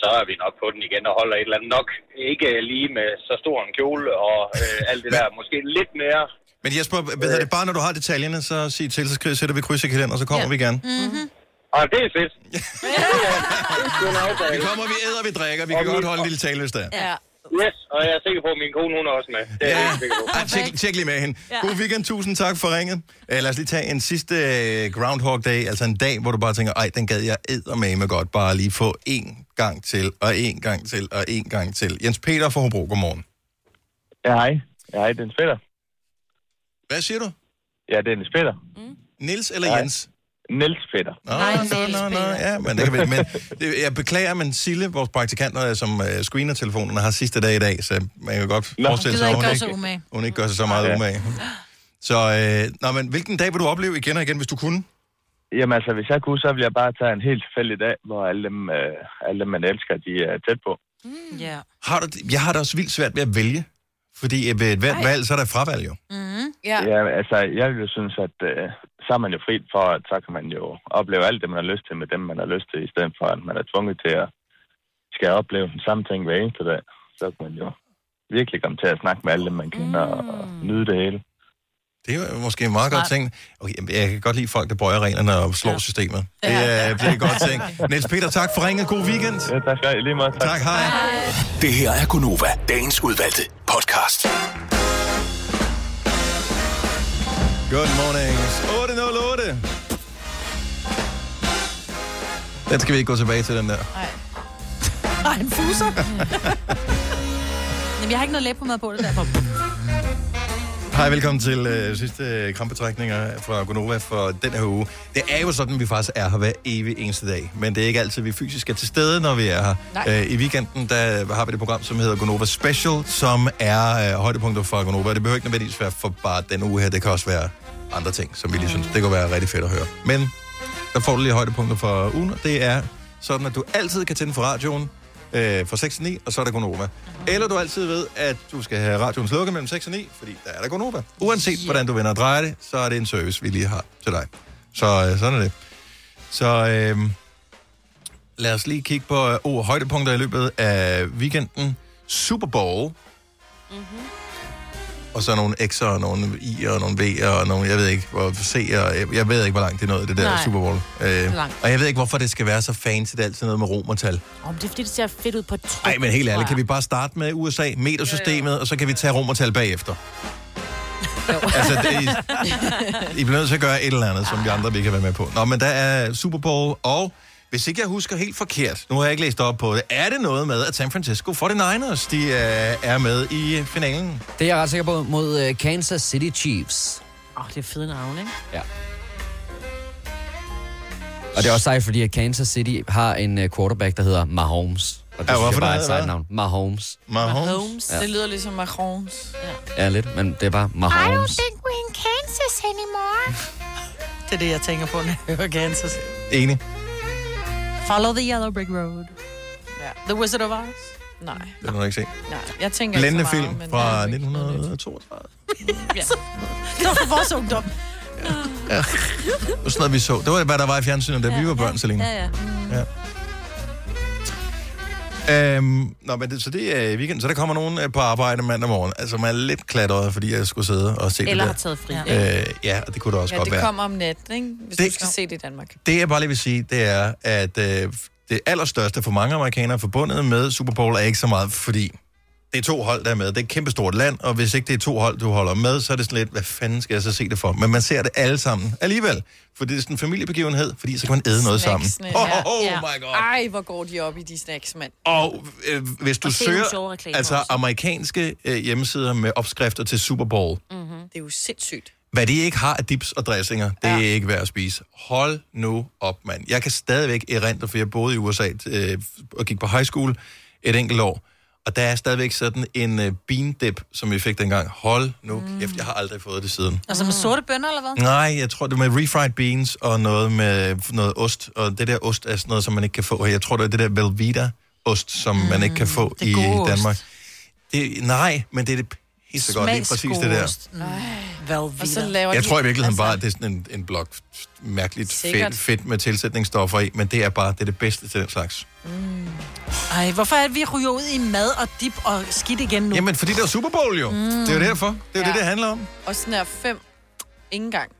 [SPEAKER 17] så er vi nok på den igen og holder et eller andet nok, ikke lige med så stor en kjole og øh, alt det der, måske lidt mere.
[SPEAKER 1] Men Men Jesper, hvad hedder det bare, når du har detaljerne, så sig til, så skri- sætter vi kryds i kalenderen, så kommer vi gerne.
[SPEAKER 12] Mm-hmm.
[SPEAKER 17] Øh,
[SPEAKER 1] Og (laughs) det er fedt. vi kommer, vi æder, vi drikker, vi kan godt holde en lille tale, hvis der er.
[SPEAKER 12] Ja.
[SPEAKER 17] Yes, og jeg er sikker på, at min kone hun er også med. Det er jeg helt sikker på.
[SPEAKER 1] Ej, tjek, tjek lige med hende.
[SPEAKER 17] Ja.
[SPEAKER 1] God weekend, tusind tak for ringet. Øh, lad os lige tage en sidste øh, Groundhog Day, altså en dag, hvor du bare tænker, ej, den gad jeg eddermame godt bare lige få en gang til, og en gang til, og en gang til. Jens Peter fra Hobro, godmorgen.
[SPEAKER 18] Ja, hej. Ja, hej, Dennis Peter.
[SPEAKER 1] Hvad siger du?
[SPEAKER 18] Ja, Dennis Peter.
[SPEAKER 1] Nils eller
[SPEAKER 18] Nej.
[SPEAKER 1] Jens?
[SPEAKER 18] Niels Peter.
[SPEAKER 1] Nå, nå, nå, nå, ja, men det kan vi, men det, jeg beklager, men Sille, vores praktikant, øh, som øh, screener telefonerne, har sidste dag i dag, så man kan godt
[SPEAKER 3] Nå.
[SPEAKER 1] forestille
[SPEAKER 3] Gider
[SPEAKER 1] sig, at
[SPEAKER 3] ikke
[SPEAKER 1] hun
[SPEAKER 3] gøre sig
[SPEAKER 1] ikke,
[SPEAKER 3] umage.
[SPEAKER 1] hun ikke gør sig så meget
[SPEAKER 18] Ja.
[SPEAKER 1] umage. Så, øh, nå, men hvilken dag vil du opleve igen og igen, hvis du kunne?
[SPEAKER 18] Jamen altså, hvis jeg kunne, så ville jeg bare tage en helt tilfældig dag, hvor alle dem, øh, alle dem man elsker, de er tæt på.
[SPEAKER 3] Ja.
[SPEAKER 1] Har du, det- jeg har da også vildt svært ved at vælge, fordi øh, ved et hvert valg, så er der fravalg jo.
[SPEAKER 3] Mm-hmm.
[SPEAKER 18] Ja. ja altså, jeg vil jo synes, at øh, så er man jo fri for, at så kan man jo opleve alt det, man har lyst til med dem, man har lyst til, i stedet for, at man er tvunget til at skal opleve den samme ting hver eneste dag. Så kan man jo virkelig komme til at snakke med alle dem, man kender, mm. og nyde det hele.
[SPEAKER 1] Det er jo måske en meget godt ting. Okay, jamen, jeg kan godt lide folk, der bøjer reglerne og slår ja. systemet. Det er, det er en godt ting. Niels Peter, tak for ringet. God weekend.
[SPEAKER 18] Ja, tak skal I lige meget. Tak,
[SPEAKER 1] tak hej.
[SPEAKER 8] Det her er Gunova, dagens udvalgte podcast.
[SPEAKER 1] Good mornings. 808. Den skal vi ikke gå tilbage til, den der.
[SPEAKER 3] (laughs) Ej, en fuser. (laughs) Jamen, jeg har ikke noget læbpomade på, det er derfor.
[SPEAKER 1] Hej, velkommen til øh, sidste øh, krampetrækninger fra Gonova for den her uge. Det er jo sådan, at vi faktisk er her hver evig eneste dag, men det er ikke altid, vi fysisk er til stede, når vi er her.
[SPEAKER 19] Nej.
[SPEAKER 1] Øh, I weekenden der har vi det program, som hedder Gonova Special, som er øh, højdepunkter fra Gonova. Det behøver ikke nødvendigvis være for bare den uge her, det kan også være andre ting, som vi lige synes, det kunne være rigtig fedt at høre. Men der får du lige højdepunkter for ugen, og det er sådan, at du altid kan tænde for radioen øh, fra 6 til 9, og så er der Gonova. Eller du altid ved, at du skal have radioen slukket mellem 6 og 9, fordi der er der Gonova. Uanset yeah. hvordan du vender og drejer det, så er det en service, vi lige har til dig. Så øh, sådan er det. Så øh, lad os lige kigge på øh, ord og højdepunkter i løbet af weekenden. Super Bowl. Mm-hmm. Og så nogle X'er, og nogle I'er, og nogle V'er, og nogle, jeg ved ikke, hvor C'er, jeg, jeg ved ikke, hvor langt det er nået, det der
[SPEAKER 4] Nej.
[SPEAKER 1] Super Bowl. Øh,
[SPEAKER 4] Langt.
[SPEAKER 1] og jeg ved ikke, hvorfor det skal være så fancy, det er altid noget med romertal.
[SPEAKER 4] Om det er fordi, det ser fedt ud på et tryk.
[SPEAKER 1] Nej, men helt ærligt, kan vi bare starte med USA, metersystemet, og så kan vi tage romertal bagefter. altså, det, I, I bliver nødt til at gøre et eller andet, som de andre vi kan være med på. Nå, men der er Super Bowl, og hvis ikke jeg husker helt forkert, nu har jeg ikke læst op på det, er det noget med, at San Francisco 49ers, de øh, er med i øh, finalen?
[SPEAKER 10] Det er jeg ret sikker på mod øh, Kansas City Chiefs.
[SPEAKER 4] Åh, oh, det er fede navn, ikke?
[SPEAKER 10] Ja. Og det er også sejt, fordi at Kansas City har en øh, quarterback, der hedder Mahomes. Og det
[SPEAKER 1] Ja,
[SPEAKER 10] ja, synes
[SPEAKER 1] hvorfor
[SPEAKER 10] jeg bare er
[SPEAKER 1] det
[SPEAKER 10] et
[SPEAKER 1] hedder
[SPEAKER 10] sejt navn. Mahomes.
[SPEAKER 5] Mahomes.
[SPEAKER 10] Ja.
[SPEAKER 5] Det lyder ligesom Mahomes. Ja.
[SPEAKER 10] ja, lidt, men det er bare Mahomes.
[SPEAKER 3] think we're in Kansas anymore. Det er det, jeg tænker på, når jeg hører Kansas.
[SPEAKER 1] Enig.
[SPEAKER 3] Follow the yellow brick road. Ja. The Wizard of Oz.
[SPEAKER 5] Nej,
[SPEAKER 1] Det har du ikke set.
[SPEAKER 5] nej. Jeg tænker
[SPEAKER 1] Blændende
[SPEAKER 5] ikke så meget, men...
[SPEAKER 3] (laughs)
[SPEAKER 1] film fra 1932.
[SPEAKER 5] Ja.
[SPEAKER 3] Det var for vores ungdom.
[SPEAKER 1] Ja. Det var sådan noget, vi så. Det var, hvad der var i fjernsynet, da vi var børn, Selina.
[SPEAKER 3] Ja, ja.
[SPEAKER 1] Øhm, nå, men det, så det er i weekenden. Så der kommer nogen øh, på arbejde mandag morgen, altså, som er lidt klatret, fordi jeg skulle sidde og se
[SPEAKER 5] Eller har
[SPEAKER 1] det der.
[SPEAKER 5] taget fri.
[SPEAKER 1] Ja. Øh, ja, og det kunne det også
[SPEAKER 5] ja,
[SPEAKER 1] godt
[SPEAKER 5] det
[SPEAKER 1] være.
[SPEAKER 5] kommer om natten, ikke? Hvis
[SPEAKER 1] Det-
[SPEAKER 5] du skal se det i Danmark.
[SPEAKER 1] Det jeg bare lige vil sige, det er, at øh, det allerstørste for mange amerikanere forbundet med Super Bowl er ikke så meget, fordi det er to hold, der er med. Det er et kæmpestort land, og hvis ikke det er to hold, du holder med, så er det sådan lidt, hvad fanden skal jeg så se det for? Men man ser det alle sammen alligevel, for det er sådan en familiebegivenhed, fordi så kan man æde noget sammen.
[SPEAKER 5] Snacksene,
[SPEAKER 1] Oh,
[SPEAKER 5] ja.
[SPEAKER 1] oh, oh
[SPEAKER 5] Ja.
[SPEAKER 1] my god.
[SPEAKER 5] Ej, hvor går de op i de snacks, mand.
[SPEAKER 1] Og øh, hvis du
[SPEAKER 5] Og se nogle sjove
[SPEAKER 1] søger
[SPEAKER 5] reklamer
[SPEAKER 1] altså
[SPEAKER 5] også.
[SPEAKER 1] amerikanske øh, hjemmesider med opskrifter til Super Bowl,
[SPEAKER 5] Mm-hmm. Det er jo sindssygt.
[SPEAKER 1] hvad de ikke har af dips og dressinger, det ja. er ikke værd at spise. Hold nu op, mand. Jeg kan stadigvæk erindre, for jeg boede i USA øh, og gik på high school et enkelt år, og der er stadigvæk sådan en øh, bean dip, som vi fik dengang. Hold nu mm. kæft, jeg har aldrig fået det siden.
[SPEAKER 3] Altså med sorte bønner, eller hvad?
[SPEAKER 1] Nej, jeg tror, det var med refried beans og noget med noget ost. Og det der ost er sådan noget, som man ikke kan få her. Jeg tror, det er det der Velveeta-ost, som mm, man ikke kan få i
[SPEAKER 3] gode
[SPEAKER 1] Danmark. Det, nej, men det er det pisse godt. Lige præcis det der.
[SPEAKER 3] Velvita.
[SPEAKER 5] Og så laver
[SPEAKER 1] Jeg
[SPEAKER 5] de,
[SPEAKER 1] tror i virkeligheden bare,
[SPEAKER 3] Altså-
[SPEAKER 1] at det er sådan en, en blok mærkeligt
[SPEAKER 5] Sikkert.
[SPEAKER 1] fedt, fedt med tilsætningsstoffer i, men det er bare det, er det bedste til den slags.
[SPEAKER 5] Mm.
[SPEAKER 3] Ej, hvorfor er det, vi ryger ud i mad og dip og skidt igen nu?
[SPEAKER 1] Jamen, fordi det er Super Bowl jo. Mm. Det er jo derfor. Det er jo ja. det, det handler om.
[SPEAKER 5] Og sådan er fem, ingen gang,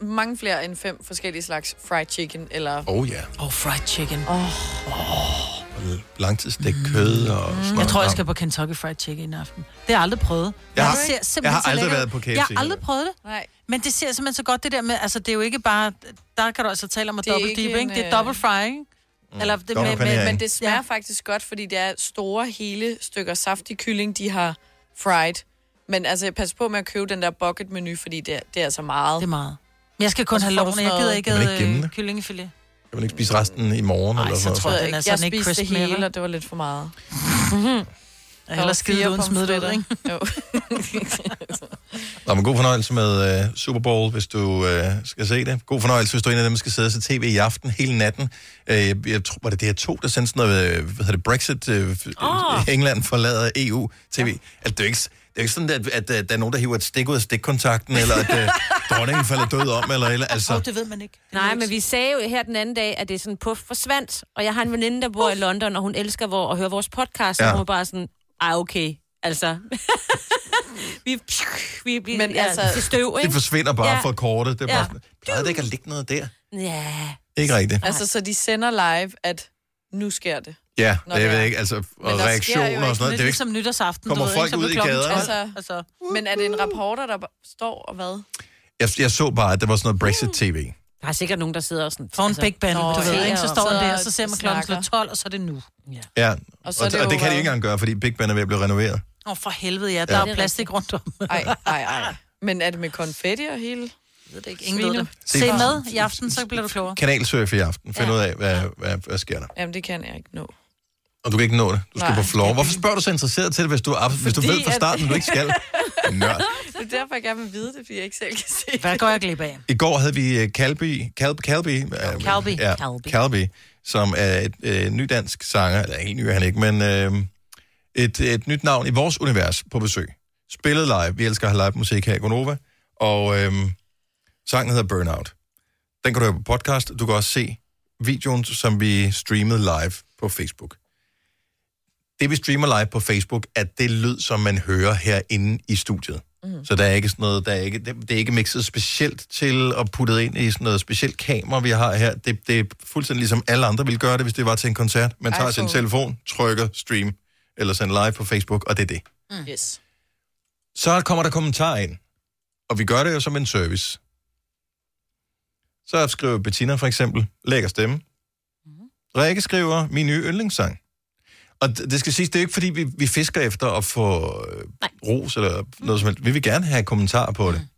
[SPEAKER 5] mange flere end fem forskellige slags fried chicken, eller...
[SPEAKER 1] Oh ja.
[SPEAKER 3] Åh, oh, fried chicken.
[SPEAKER 5] Oh.
[SPEAKER 1] Langtidsstegt kød og sådan
[SPEAKER 3] Mm. Jeg tror, jeg skal på Kentucky Fried Chicken i aften. Det har jeg aldrig prøvet.
[SPEAKER 1] Jeg har-
[SPEAKER 3] Men det
[SPEAKER 1] jeg har
[SPEAKER 3] simpelthen så
[SPEAKER 1] aldrig
[SPEAKER 3] lækkert
[SPEAKER 1] været på
[SPEAKER 3] ud.
[SPEAKER 1] KFC.
[SPEAKER 3] Jeg har aldrig prøvet det. Nej. Men det ser simpelthen så godt, det der med... Altså, det er jo ikke bare... Der kan du altså tale om at
[SPEAKER 5] Det er
[SPEAKER 3] double
[SPEAKER 5] ikke
[SPEAKER 3] dip,
[SPEAKER 5] en,
[SPEAKER 3] ikke? Det er
[SPEAKER 5] øh,
[SPEAKER 3] double fry, ikke?
[SPEAKER 1] Mm.
[SPEAKER 3] Eller det
[SPEAKER 5] med, men, men det
[SPEAKER 3] det
[SPEAKER 5] smager ja. faktisk godt, fordi det er store, hele stykker saftig kylling, de har fried. Men altså, pas på med at købe den der bucket-menu, fordi det, er- det er altså meget. Det er
[SPEAKER 3] meget. Men jeg skal kun have lovene. Jeg gider ikke,
[SPEAKER 1] Kan man ikke gemme
[SPEAKER 3] have øh,
[SPEAKER 1] det?
[SPEAKER 3] kyllingefilet.
[SPEAKER 1] Kan man ikke spise resten i morgen?
[SPEAKER 3] Ej,
[SPEAKER 1] eller
[SPEAKER 3] så
[SPEAKER 1] sådan
[SPEAKER 3] tror
[SPEAKER 1] noget?
[SPEAKER 3] jeg Den er
[SPEAKER 5] Jeg, jeg
[SPEAKER 3] sådan ikke
[SPEAKER 5] spiste det
[SPEAKER 3] crisp mere, vel?
[SPEAKER 5] hele, og det var lidt for meget.
[SPEAKER 3] Jeg hellere skide det uden smid det ud, ikke?
[SPEAKER 5] Jo.
[SPEAKER 1] Nå, men god fornøjelse med øh, Super Bowl, hvis du øh, skal se det. God fornøjelse, hvis du er en af dem, der skal sidde og se tv i aften hele natten. Øh, jeg, jeg tror, var det DR2, der sendte sådan noget, øh, hvad hedder det, Brexit, øh, oh.
[SPEAKER 19] Åh.
[SPEAKER 1] England forlader E EU-tv. Ja. Altså, det er jo ikke, s- det er jo ikke sådan, at, at, at der er nogen, der hiver et stik ud af stikkontakten, eller at øh, dronningen falder død om, eller, eller altså...
[SPEAKER 3] Åh, det ved man ikke.
[SPEAKER 4] Nej, men vi sagde jo her den anden dag, at det er sådan puff forsvandt. Og jeg har en veninde, der bor i London, og hun elsker vor, at høre vores podcast. Ja.
[SPEAKER 1] Ja.
[SPEAKER 4] Og hun er bare sådan, ej okay, altså. (laughs) vi, vi, vi
[SPEAKER 5] Men
[SPEAKER 4] men ja,
[SPEAKER 5] altså,
[SPEAKER 4] altså, til støv, ikke?
[SPEAKER 1] Det forsvinder bare
[SPEAKER 4] ja.
[SPEAKER 1] ja. for kortet. Det er bare
[SPEAKER 4] Ja.
[SPEAKER 1] sådan, plejede det ikke at ligge noget der?
[SPEAKER 3] (laughs)
[SPEAKER 4] Ja.
[SPEAKER 1] Ikke rigtigt.
[SPEAKER 5] Altså, så de sender live, at nu sker det.
[SPEAKER 1] Ja,
[SPEAKER 5] Nå,
[SPEAKER 1] jeg
[SPEAKER 5] det
[SPEAKER 1] ved
[SPEAKER 5] er.
[SPEAKER 1] ikke, altså,
[SPEAKER 5] der
[SPEAKER 1] og
[SPEAKER 5] sker jo
[SPEAKER 1] reaktioner og sådan noget.
[SPEAKER 5] ikke-
[SPEAKER 1] Det er jo
[SPEAKER 3] Lidt
[SPEAKER 1] ikke
[SPEAKER 3] ligesom nytårsaften,
[SPEAKER 1] Kommer
[SPEAKER 3] du ved,
[SPEAKER 1] folk
[SPEAKER 3] ikke? Så
[SPEAKER 1] ud
[SPEAKER 3] blev
[SPEAKER 1] i
[SPEAKER 3] klokken
[SPEAKER 1] gaderne?
[SPEAKER 3] tolv.
[SPEAKER 5] Altså,
[SPEAKER 3] altså.
[SPEAKER 5] Men er det en reporter, der bare står og hvad?
[SPEAKER 1] Jeg, jeg så bare, at der var sådan noget Brexit-tv.
[SPEAKER 4] Der er sikkert nogen, der sidder og sådan...
[SPEAKER 3] Foran altså, Big Band,
[SPEAKER 4] Nå,
[SPEAKER 3] du ved,
[SPEAKER 4] ja,
[SPEAKER 3] ikke? Så
[SPEAKER 4] og
[SPEAKER 3] står
[SPEAKER 4] så
[SPEAKER 3] den der, så ser man klokken
[SPEAKER 4] snakker.
[SPEAKER 3] slå 12, og så er det nu.
[SPEAKER 1] Ja,
[SPEAKER 3] Og
[SPEAKER 1] og,
[SPEAKER 3] så er
[SPEAKER 1] og,
[SPEAKER 3] det
[SPEAKER 1] det,
[SPEAKER 3] jo
[SPEAKER 1] og det kan de
[SPEAKER 3] været-
[SPEAKER 1] ikke engang gøre, fordi Big Ben er ved at blive renoveret.
[SPEAKER 3] Åh, oh, for helvede, ja. Der
[SPEAKER 1] Ja.
[SPEAKER 3] er jo plastik rundt om.
[SPEAKER 5] Ej, ej, ej. Men er det med konfetti og hele? Jeg ved det ikke.
[SPEAKER 3] Ingen ved det.
[SPEAKER 1] Se-
[SPEAKER 3] Se med i aften, så bliver du klogere.
[SPEAKER 1] Kanalsurf i aften. Find ja. ud af, hvad, hvad, hvad sker der.
[SPEAKER 5] Jamen, det kan jeg ikke nå.
[SPEAKER 1] Og du kan ikke nå det. Du skal
[SPEAKER 5] Nej.
[SPEAKER 1] Nej. på floor. Hvorfor spørger du så interesseret til det, hvis du, er- hvis du
[SPEAKER 5] Fordi
[SPEAKER 1] ved fra
[SPEAKER 5] at-
[SPEAKER 1] starten, du ikke
[SPEAKER 5] (laughs)
[SPEAKER 1] skal? Nørd.
[SPEAKER 5] Det er derfor, jeg gerne vil vide det, fordi jeg ikke selv kan se det.
[SPEAKER 3] Hvad går jeg
[SPEAKER 5] (laughs)
[SPEAKER 3] glip af?
[SPEAKER 1] I går havde vi øh, Calby, Calby, Calby, øh,
[SPEAKER 3] Calby.
[SPEAKER 1] Ja,
[SPEAKER 3] Calby.
[SPEAKER 1] Calby, som er et øh, nydansk sanger, eller helt ny er han ikke, men øh, et, et nyt navn i vores univers på besøg. Spillet live, vi elsker at have live musik her i Gonova, og øh, sangen hedder Burnout. Den kan du høre på podcast, du kan også se videoen, som vi streamede live på Facebook. Det, vi streamer live på Facebook, er det lyd, som man hører herinde i studiet. Mm. Så der er ikke sådan noget, der er ikke, det, det er ikke mixet specielt til og puttet ind i sådan noget specielt kamera, vi har her. Det, det er fuldstændig ligesom alle andre ville gøre det, hvis det var til en koncert. Man tager sin
[SPEAKER 5] iPhone.
[SPEAKER 1] telefon, trykker stream, eller sender live på Facebook, og det er det.
[SPEAKER 5] Mm. Yes.
[SPEAKER 1] Så kommer der kommentarer ind, og vi gør det jo som en service. Så skriver Bettina for eksempel, lækker stemme. Mm. Rikke skriver, min nye yndlingssang. Og d- det skal siges, det er jo ikke fordi, vi, vi fisker efter at få øh, ros eller noget som helst. Vi vil gerne have kommentarer på det.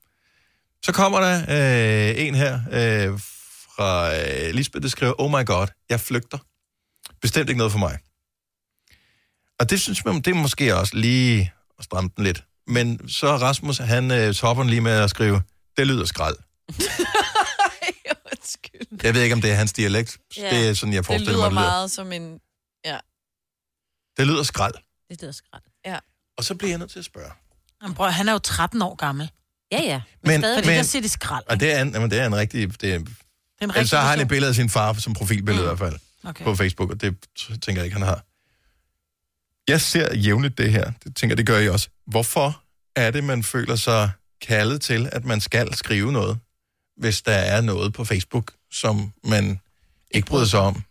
[SPEAKER 1] Så kommer der øh, en her øh, fra øh, Lisbeth, der skriver, oh my god, jeg flygter. Bestemt ikke noget for mig. Og det synes man, det er måske også lige at stramme den lidt. Men så er Rasmus, han øh, topper den lige med at skrive, det lyder skrald. Jeg ved ikke, om det er hans dialekt. Ja. Det er sådan, jeg
[SPEAKER 5] det
[SPEAKER 1] forestiller
[SPEAKER 5] lyder
[SPEAKER 1] mig, det lyder.
[SPEAKER 5] meget som en... Ja,
[SPEAKER 1] Det lyder skrald.
[SPEAKER 4] Det lyder skrald.
[SPEAKER 5] Ja.
[SPEAKER 1] Og så bliver jeg nødt til at spørge.
[SPEAKER 3] Jamen, prøv, han er jo 13 år gammel.
[SPEAKER 4] Ja, ja.
[SPEAKER 1] Men-
[SPEAKER 3] fordi
[SPEAKER 1] men-
[SPEAKER 3] der siger det skrald.
[SPEAKER 1] Og det er en, jamen, det er en rigtig... Det er,
[SPEAKER 3] en
[SPEAKER 1] Ellers
[SPEAKER 3] rigtig
[SPEAKER 1] så har han
[SPEAKER 3] person.
[SPEAKER 1] et billede af sin far som profilbillede mm. i hvert fald
[SPEAKER 3] Okay.
[SPEAKER 1] okay. på Facebook, og det t- tænker jeg ikke, han har. Jeg ser jævnligt det her. Det tænker jeg, det gør jeg også. Hvorfor er det, man føler sig kaldet til, at man skal skrive noget, hvis der er noget på Facebook, som man ikke bryder sig om?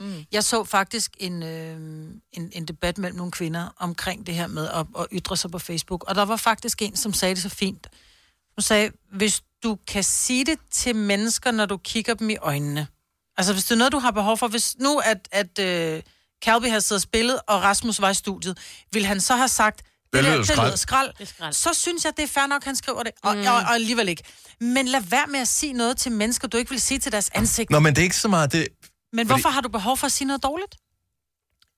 [SPEAKER 3] Mm. Jeg så faktisk en, øh, en, en debat mellem nogle kvinder omkring det her med at, at ytre sig på Facebook, og der var faktisk en, som sagde det så fint. Hun sagde, hvis du kan sige det til mennesker, når du kigger dem i øjnene, altså hvis det er noget, du har behov for, hvis nu at, at øh, Calby havde siddet og spillet, og Rasmus var i studiet, ville han så have sagt, det,
[SPEAKER 20] lyder
[SPEAKER 3] der, det
[SPEAKER 20] skrald."
[SPEAKER 3] lyder skrald. Så synes jeg, det er fair nok, han skriver det, og, mm. og, og alligevel ikke. Men lad være med at sige noget til mennesker, du ikke vil sige til deres ansigt.
[SPEAKER 1] Nå, men det er ikke så meget det...
[SPEAKER 3] Men
[SPEAKER 1] fordi-
[SPEAKER 3] hvorfor har du behov for at sige noget dårligt?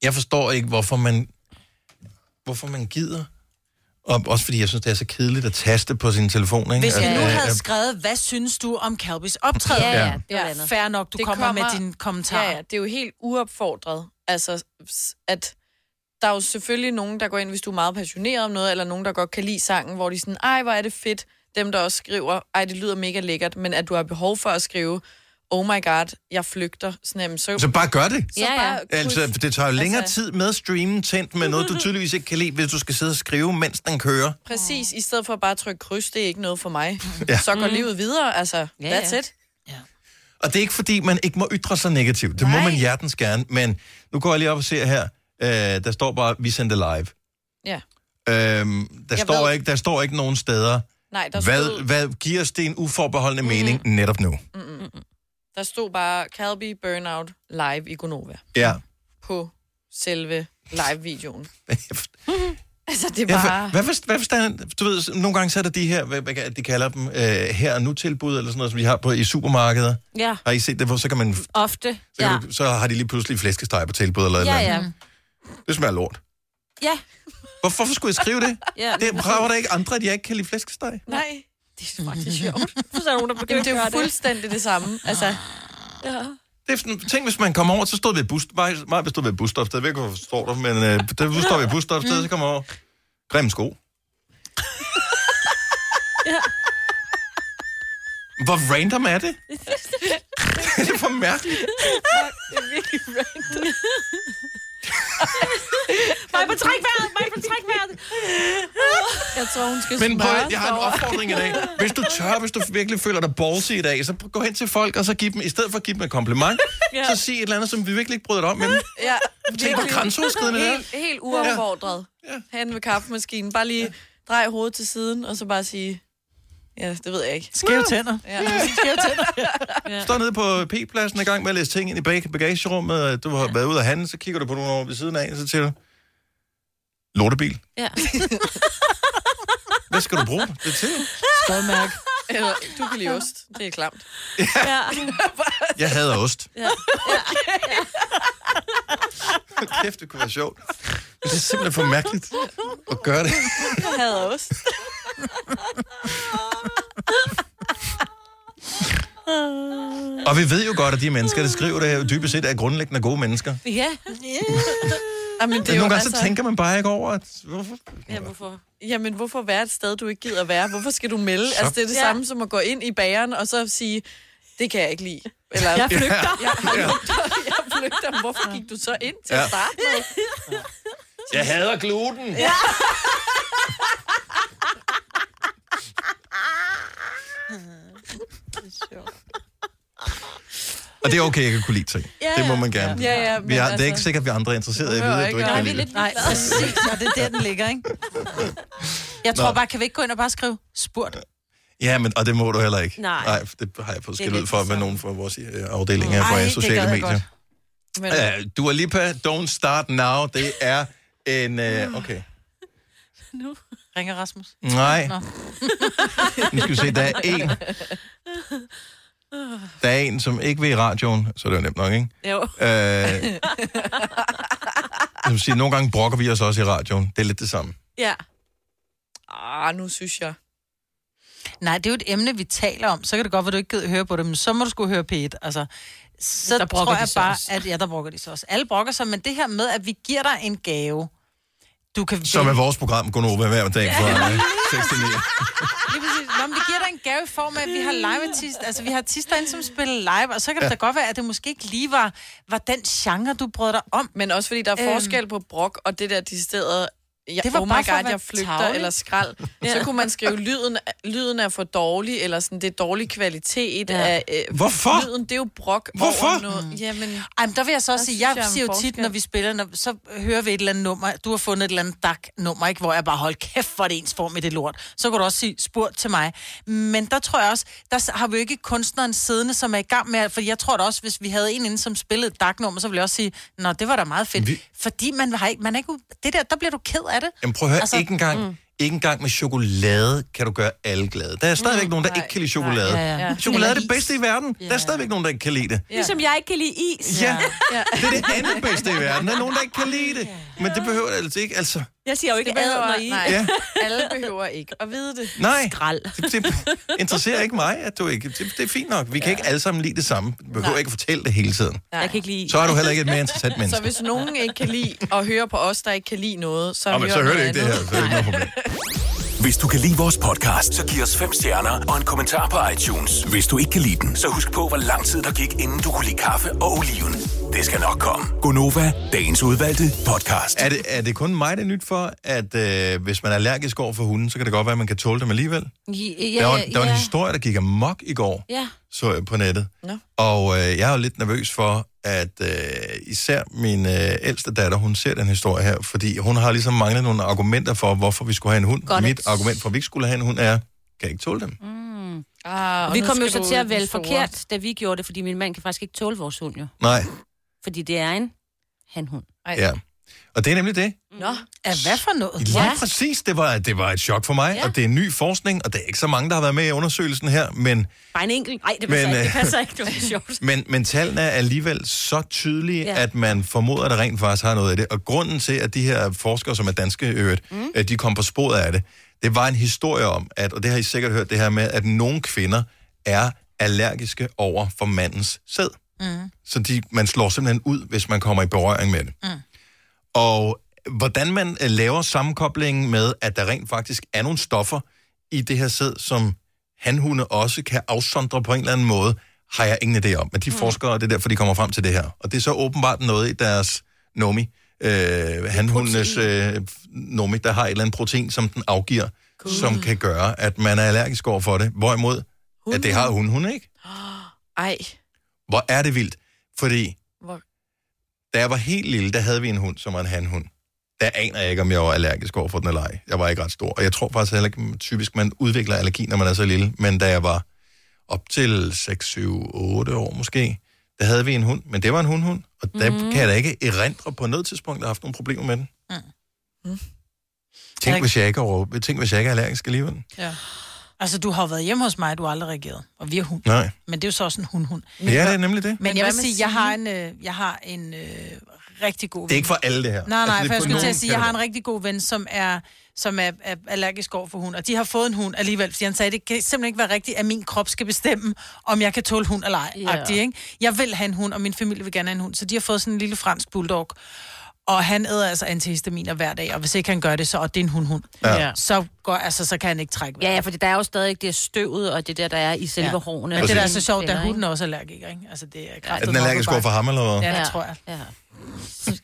[SPEAKER 1] Jeg forstår ikke, hvorfor man, hvorfor man gider. Og også fordi jeg synes, det er så kedeligt at taste på sin telefon. Ikke?
[SPEAKER 3] Hvis vi nu
[SPEAKER 1] Øh,
[SPEAKER 3] havde
[SPEAKER 1] øh,
[SPEAKER 3] skrevet, hvad synes du om Calbys optræden?
[SPEAKER 1] Ja, ja,
[SPEAKER 5] det var andet.
[SPEAKER 3] Fair nok, du
[SPEAKER 5] Det
[SPEAKER 3] kommer, med dine kommentarer. (laughs)
[SPEAKER 5] Ja, ja, det er jo helt uopfordret. Altså, s- at der er jo selvfølgelig nogen, der går ind, hvis du er meget passioneret om noget, eller nogen, der godt kan lide sangen, hvor de er sådan, ej, hvor er det fedt. Dem, der også skriver, ej, det lyder mega lækkert, men at du har behov for at skrive, oh my god, jeg flygter. Sådan, jamen, så,
[SPEAKER 1] Så bare gør det.
[SPEAKER 5] Så bare kryds.
[SPEAKER 1] altså, det tager jo længere
[SPEAKER 5] Altså-
[SPEAKER 1] tid med streamen tændt med noget, du tydeligvis ikke kan lide, hvis du skal sidde og skrive, mens den kører.
[SPEAKER 5] Præcis, i stedet for bare at trykke kryds, det er ikke noget for mig.
[SPEAKER 1] Ja.
[SPEAKER 5] ja. Så
[SPEAKER 3] Mm.
[SPEAKER 5] går livet videre, altså,
[SPEAKER 1] ja.
[SPEAKER 5] that's it.
[SPEAKER 1] Og det er ikke, fordi man ikke må ytre sig negativt. Det må man hjertens gerne. Men nu går jeg lige op og ser her. Øh, der står bare, vi sendte live.
[SPEAKER 5] Ja.
[SPEAKER 1] Øhm, der,
[SPEAKER 5] Jeg
[SPEAKER 1] står
[SPEAKER 5] ved-
[SPEAKER 1] ikke, der står ikke nogen steder,
[SPEAKER 5] Nej, der
[SPEAKER 1] hvad,
[SPEAKER 5] stod- Mhm.
[SPEAKER 1] hvad giver os det en uforbeholdende mening netop nu.
[SPEAKER 5] Mm-mm. Der stod bare Calby Burnout live i Gonova
[SPEAKER 1] Ja.
[SPEAKER 5] på selve
[SPEAKER 1] (laughs)
[SPEAKER 5] live-videoen. altså, det er
[SPEAKER 1] Ja, for-
[SPEAKER 5] bare...
[SPEAKER 1] Hvad, for, hvad forstår Du ved, nogle gange så er der de her, hvad, hvad de kalder dem, øh, her og nu-tilbud, eller sådan noget, som vi har på i supermarkeder.
[SPEAKER 4] Ja,
[SPEAKER 1] Har I set det, hvor så kan man...
[SPEAKER 4] ofte.
[SPEAKER 1] Så, kan
[SPEAKER 4] Ja.
[SPEAKER 1] du, så har de lige pludselig flæskesteg på tilbud, eller et
[SPEAKER 4] Ja,
[SPEAKER 1] eller
[SPEAKER 4] ja.
[SPEAKER 1] andet. Det smager lort.
[SPEAKER 4] Ja.
[SPEAKER 3] Mm.
[SPEAKER 1] Hvorfor hvorfor skulle jeg skrive det?
[SPEAKER 4] (laughs) Ja, lige
[SPEAKER 1] det
[SPEAKER 4] præcis.
[SPEAKER 1] brager der ikke andre, at jeg ikke kan lide flæskesteg.
[SPEAKER 5] (laughs) Nej. Det er faktisk
[SPEAKER 4] sjovt. Så er der nogen, der begynder
[SPEAKER 5] Jamen, det er jo
[SPEAKER 4] at gøre det.
[SPEAKER 5] fuldstændig det samme. Altså,
[SPEAKER 4] ja.
[SPEAKER 1] Det er sådan, tænk, hvis man kommer over, så stod vi i bus, mig, mig stod ved et busstofsted, jeg ved ikke, hvorfor jeg står der, men øh, der vi står vi i et busstofsted, så kommer jeg over, grimme sko.
[SPEAKER 4] Ja.
[SPEAKER 1] Hvor random er det? det er for mærkeligt.
[SPEAKER 4] det er virkelig random. Mig på træk vejret, mig på træk vejret.
[SPEAKER 5] Jeg tror, hun skal
[SPEAKER 1] Men prøv, jeg har en opfordring i dag. Hvis du tør, hvis du virkelig føler dig ballsy i dag, så gå hen til folk, og så giv dem, i stedet for at give dem et kompliment,
[SPEAKER 5] Ja.
[SPEAKER 1] så sig et eller andet, som vi virkelig ikke bryder dig om. Men
[SPEAKER 5] Ja,
[SPEAKER 1] Tænk, hvor
[SPEAKER 5] virkelig.
[SPEAKER 1] grænseoverskridende det er.
[SPEAKER 5] Helt, helt uopfordret. Ja. Hen ved kaffemaskinen. Bare lige drej hovedet til siden, og så bare sige... Ja, det ved jeg ikke.
[SPEAKER 3] Skæve tænder.
[SPEAKER 5] Ja, (laughs) skæve tænder.
[SPEAKER 1] Står nede på P-pladsen i gang med at læse ting ind i bag- bagagerummet, og du har været ude af handle, så kigger du på nogle over ved siden af, og så siger du, lortebil.
[SPEAKER 4] Ja.
[SPEAKER 1] Hvad skal du bruge det til?
[SPEAKER 5] Skodmærk. (laughs) Eller, du kan lide ost. Det er klamt.
[SPEAKER 1] (laughs)
[SPEAKER 4] Ja.
[SPEAKER 1] Jeg hader ost.
[SPEAKER 4] ja.
[SPEAKER 1] (laughs) Hold Kæft, det kunne være sjovt. Men det er simpelthen for mærkeligt at gøre det.
[SPEAKER 5] Jeg hader ost.
[SPEAKER 1] Og vi ved jo godt, at de mennesker, der skriver det her, dybest set er grundlæggende gode mennesker.
[SPEAKER 4] Ja.
[SPEAKER 5] Jamen,
[SPEAKER 1] Men nogle gange altså... så tænker man bare ikke over, at hvorfor?
[SPEAKER 4] Ja, hvorfor?
[SPEAKER 5] Jamen, hvorfor være et sted, du ikke gider at være? Hvorfor skal du melde?
[SPEAKER 1] Så-
[SPEAKER 5] Så... Altså, det er det
[SPEAKER 4] Ja.
[SPEAKER 5] ja. samme som at gå ind i bageren og så sige, det kan jeg ikke lide. (laughs) Eller,
[SPEAKER 4] Jeg flygter.
[SPEAKER 5] Jeg, jeg, flygter. jeg flygter. Hvorfor gik du så ind til
[SPEAKER 1] Ja.
[SPEAKER 5] at starte med?
[SPEAKER 1] Jeg hader gluten. Ja.
[SPEAKER 16] (laughs)
[SPEAKER 1] Og det er okay, jeg kan kunne lide ting.
[SPEAKER 5] Ja,
[SPEAKER 1] det må
[SPEAKER 5] ja.
[SPEAKER 1] man gerne.
[SPEAKER 5] Ja, ja,
[SPEAKER 1] vi
[SPEAKER 5] men
[SPEAKER 1] har, Det er
[SPEAKER 5] altså-
[SPEAKER 1] ikke sikkert, at vi andre er interesserede i at vide, at du ikke kan lide det.
[SPEAKER 3] Nej, præcis. Og det er der, den ligger, ikke? (laughs) Jeg
[SPEAKER 1] Nå.
[SPEAKER 3] tror bare, kan vi ikke gå ind og bare skrive spurt?
[SPEAKER 1] Ja, men, og det må du heller ikke.
[SPEAKER 3] Nej.
[SPEAKER 1] Nej det har jeg fået
[SPEAKER 3] Det er
[SPEAKER 1] skæld ud
[SPEAKER 3] lidt
[SPEAKER 1] for med nogen fra vores øh, afdeling her
[SPEAKER 3] Ej,
[SPEAKER 1] fra
[SPEAKER 3] det gad
[SPEAKER 1] sociale
[SPEAKER 3] jeg
[SPEAKER 1] medier.
[SPEAKER 5] Men,
[SPEAKER 1] Uh, Dua Lipa, Don't Start Now, det er en... Uh, okay.
[SPEAKER 3] Nu ringer Rasmus.
[SPEAKER 1] Nej.
[SPEAKER 3] Nå.
[SPEAKER 1] Nu skal vi se, der er en. Der er en, som ikke vil i radioen, så er det jo nemt nok, ikke?
[SPEAKER 4] Jo. (laughs)
[SPEAKER 1] Øh, som siger, nogle gange brokker vi os også i radioen. Det er lidt det samme.
[SPEAKER 4] Ja.
[SPEAKER 5] Ah, nu synes jeg.
[SPEAKER 3] Nej, det er jo et emne, vi taler om. Så kan det godt være, du ikke gider høre på det, men så må du skulle høre P1. Altså, så
[SPEAKER 4] Der
[SPEAKER 3] der
[SPEAKER 4] brokker
[SPEAKER 3] tror
[SPEAKER 4] de
[SPEAKER 3] jeg
[SPEAKER 4] sig
[SPEAKER 3] bare,
[SPEAKER 4] også.
[SPEAKER 3] at ja, der brokker de så også. Alle brokker sig, men det her med, at vi giver dig en gave, du kan
[SPEAKER 1] Som er
[SPEAKER 3] vælge-
[SPEAKER 1] vores program, Gunova, hver dag fra øh, 6 til 9.
[SPEAKER 3] Lige præcis. Nå, men vi giver dig en gave i form af, at vi har live artist, altså vi har artister ind, som spiller live, og så kan det
[SPEAKER 1] Ja.
[SPEAKER 3] da godt være, at det måske ikke lige var, var den genre, du brød dig om.
[SPEAKER 5] Men også fordi der er
[SPEAKER 3] Øhm.
[SPEAKER 5] forskel på brok og det der decideret, jeg,
[SPEAKER 3] Det
[SPEAKER 5] det
[SPEAKER 3] var
[SPEAKER 5] var oh my
[SPEAKER 3] bare for at
[SPEAKER 5] god,
[SPEAKER 3] være
[SPEAKER 5] jeg flygter
[SPEAKER 3] tarvelig.
[SPEAKER 5] eller skrald.
[SPEAKER 3] Ja.
[SPEAKER 5] ja. Så kunne man skrive, lyden, lyden er for dårlig, eller sådan, det er dårlig kvalitet.
[SPEAKER 3] Ja.
[SPEAKER 5] Ja. Af, øh,
[SPEAKER 3] Hvorfor?
[SPEAKER 5] Lyden, det er jo brok
[SPEAKER 3] Hvorfor?
[SPEAKER 5] over noget. Jamen,
[SPEAKER 3] Ej, men der vil jeg så også
[SPEAKER 5] Der
[SPEAKER 3] sige,
[SPEAKER 5] synes
[SPEAKER 3] jeg
[SPEAKER 5] jeg er en
[SPEAKER 3] siger jo tit,
[SPEAKER 5] forskel.
[SPEAKER 3] når vi spiller, når, så hører vi et eller andet nummer, du har fundet et eller andet DAC-nummer, ikke, hvor jeg bare, hold kæft, hvor er det ens form i det lort. Så kan du også sige, spurgt til mig. Men der tror jeg også, der s- har vi jo ikke kunstneren siddende, som er i gang med, for jeg tror da også, hvis vi havde en inde, som spillede et DAC-nummer, så ville jeg også sige, nå, det var da meget fedt.
[SPEAKER 1] Vi-
[SPEAKER 3] Vi... Fordi man har ikke, man er ikke, u- det der, der bliver du ked af det.
[SPEAKER 1] Jamen prøv at høre, altså,
[SPEAKER 3] Altså,
[SPEAKER 1] ikke, engang, mm. ikke engang med chokolade kan du gøre alle glade. Der er stadigvæk mm, nogen, der nej, ikke kan lide chokolade.
[SPEAKER 4] nej, ja, ja.
[SPEAKER 1] Chokolade er
[SPEAKER 4] Eller
[SPEAKER 1] det bedste i verden. Der er stadigvæk nogen, der ikke kan lide det.
[SPEAKER 4] Ligesom jeg ikke kan lide is.
[SPEAKER 1] Ja. Det er det andet bedste i verden. Der er nogen, der ikke kan lide det. Men det behøver det altså ikke. Altså,
[SPEAKER 4] Jeg siger jo ikke ad, når I...
[SPEAKER 5] nej,
[SPEAKER 1] Ja.
[SPEAKER 5] alle behøver ikke at vide det.
[SPEAKER 1] nej,
[SPEAKER 4] Skrald.
[SPEAKER 1] det, det interesserer ikke mig, at du ikke... Det, det er fint nok. Vi kan ikke alle sammen lide det samme. Du behøver ikke at fortælle det hele tiden.
[SPEAKER 5] Nej. Jeg kan
[SPEAKER 4] ikke lide.
[SPEAKER 1] Så er du heller ikke et mere interessant
[SPEAKER 5] (laughs)
[SPEAKER 1] menneske.
[SPEAKER 5] Så hvis nogen ikke kan lide at høre på os, der ikke kan lide noget, så,
[SPEAKER 1] Nå, men så hører
[SPEAKER 5] noget
[SPEAKER 1] det ikke det her,
[SPEAKER 5] andet.
[SPEAKER 1] så er det ikke noget problem.
[SPEAKER 8] Hvis du kan lide vores podcast, så giv os fem stjerner og en kommentar på iTunes. Hvis du ikke kan lide den, så husk på, hvor lang tid der gik, inden du kunne lide kaffe og oliven. Det skal nok komme.
[SPEAKER 1] Gonova, dagens udvalgte podcast. Er det, er det kun mig, det er nyt for, at øh, hvis man er allergisk over for hunden, så kan det godt være, at man kan tåle dem alligevel?
[SPEAKER 4] Ja,
[SPEAKER 1] Ja, der var, der var en historie, der gik amok i går,
[SPEAKER 4] Ja.
[SPEAKER 1] så jeg på nettet.
[SPEAKER 4] Nå.
[SPEAKER 1] Og øh, jeg er jo lidt nervøs for, at øh, især min øh, ældste datter, hun ser den historie her, fordi hun har ligesom manglet nogle argumenter for, hvorfor vi skulle have en hund.
[SPEAKER 4] Godt.
[SPEAKER 1] Mit argument for, at vi ikke skulle have en hund, er, kan jeg ikke tåle dem.
[SPEAKER 4] Mm.
[SPEAKER 5] Ah,
[SPEAKER 4] og vi kom jo så til at vælge forkert, da vi gjorde det, fordi min mand kan faktisk ikke tåle vores hund jo.
[SPEAKER 1] Nej,
[SPEAKER 4] Fordi det er en hanhund.
[SPEAKER 1] ja. Og det er nemlig det.
[SPEAKER 5] Nå.
[SPEAKER 3] Er hvad for noget?
[SPEAKER 1] Lige ja. præcis, det var, det var et chok for mig, ja. og det er ny forskning, og det er ikke så mange, der har været med i undersøgelsen her, men,
[SPEAKER 4] Bare en enkelt. Nej, det passer
[SPEAKER 1] Men,
[SPEAKER 4] ikke. Det
[SPEAKER 1] øh,
[SPEAKER 4] passer ikke. Det var sjovt.
[SPEAKER 1] (laughs) men, men tallene er alligevel så tydelige,
[SPEAKER 4] Ja.
[SPEAKER 1] ja. at man formoder, at der rent faktisk har noget af det. Og grunden til, at de her forskere, som er danske i øvrigt, mm. at de kom på sporet af det, det var en historie om, at, og det har I sikkert hørt det her med, at nogle kvinder er allergiske over for mandens sæd.
[SPEAKER 3] Mm.
[SPEAKER 1] Så de, man slår simpelthen ud, hvis man kommer i berøring med det.
[SPEAKER 3] Mm.
[SPEAKER 1] Og hvordan man øh, laver sammenkoblingen med, at der rent faktisk er nogle stoffer i det her sæd, som hanhunde også kan afsondre på en eller anden måde, har jeg ingen idé om. Men de mm. forskere, det er derfor, de kommer frem til det her. Og det er så åbenbart noget i deres nomi, øh, hanhundenes øh, nomi, der har et eller andet protein, som den afgiver, cool. som kan gøre, at man er allergisk over for det. Hvorimod, at det har hun, hun ikke.
[SPEAKER 5] Ej,
[SPEAKER 1] Hvor er det vildt. Fordi,
[SPEAKER 5] Hvor-
[SPEAKER 1] Hvor... da jeg var helt lille, der havde vi en hund, som var en hanhund. Der aner jeg ikke, om jeg var allergisk over for den eller ej. Jeg var ikke ret stor. Og jeg tror faktisk heller ikke, mm, typisk man udvikler allergi, når man er så lille. Men da jeg var op til 6, 7, 8 år måske, der havde vi en hund. Men det var en hundhund. Og der
[SPEAKER 3] Mhm.
[SPEAKER 1] mm. kan jeg da ikke erindre på noget tidspunkt, at jeg har haft nogle problemer med den.
[SPEAKER 3] Mm.
[SPEAKER 1] Mm.
[SPEAKER 3] Mm.
[SPEAKER 1] Tænk, hvis jeg ikke er, over... Tænk, hvis jeg ikke er allergisk alligevel.
[SPEAKER 3] Ja. Altså, du har jo været hjemme hos mig, du har aldrig reageret. Og vi er hund.
[SPEAKER 1] Nej.
[SPEAKER 3] Men det er jo så også en hund-hund.
[SPEAKER 1] Ja, det er nemlig det.
[SPEAKER 3] Men jeg vil sige, jeg har en, øh, jeg har en øh, rigtig god
[SPEAKER 1] Det er ikke for alle det her. Altså,
[SPEAKER 3] Nej, nej,
[SPEAKER 1] det er
[SPEAKER 3] for jeg
[SPEAKER 1] kun
[SPEAKER 3] skulle til
[SPEAKER 1] nogen,
[SPEAKER 3] at sige,
[SPEAKER 1] kan
[SPEAKER 3] jeg
[SPEAKER 1] det
[SPEAKER 3] har
[SPEAKER 1] være.
[SPEAKER 3] en rigtig god ven, som er, som er, er allergisk over for hund, og de har fået en hund alligevel, fordi han sagde, det kan simpelthen ikke være rigtigt, at min krop skal bestemme, om jeg kan tåle hund eller ej.
[SPEAKER 4] Ja.
[SPEAKER 3] Yeah. Ikke? Jeg vil have en hund, og min familie vil gerne have en hund, så de har fået sådan en lille fransk bulldog, og han æder altså antihistaminer hver dag, og hvis ikke han gør det, så, og det er en hund-hund,
[SPEAKER 4] Ja.
[SPEAKER 3] så, går, altså, så kan han ikke trække
[SPEAKER 4] Ja, ja, for der er jo stadig det støvet og det der, der er i selve ja. hårene.
[SPEAKER 3] Men det der er så sjovt, da hunden også er allergiker, ikke? Altså, det er kraftigt.
[SPEAKER 1] den allergisk over for ham, eller hvad?
[SPEAKER 3] Ja, det tror jeg.
[SPEAKER 4] Ja.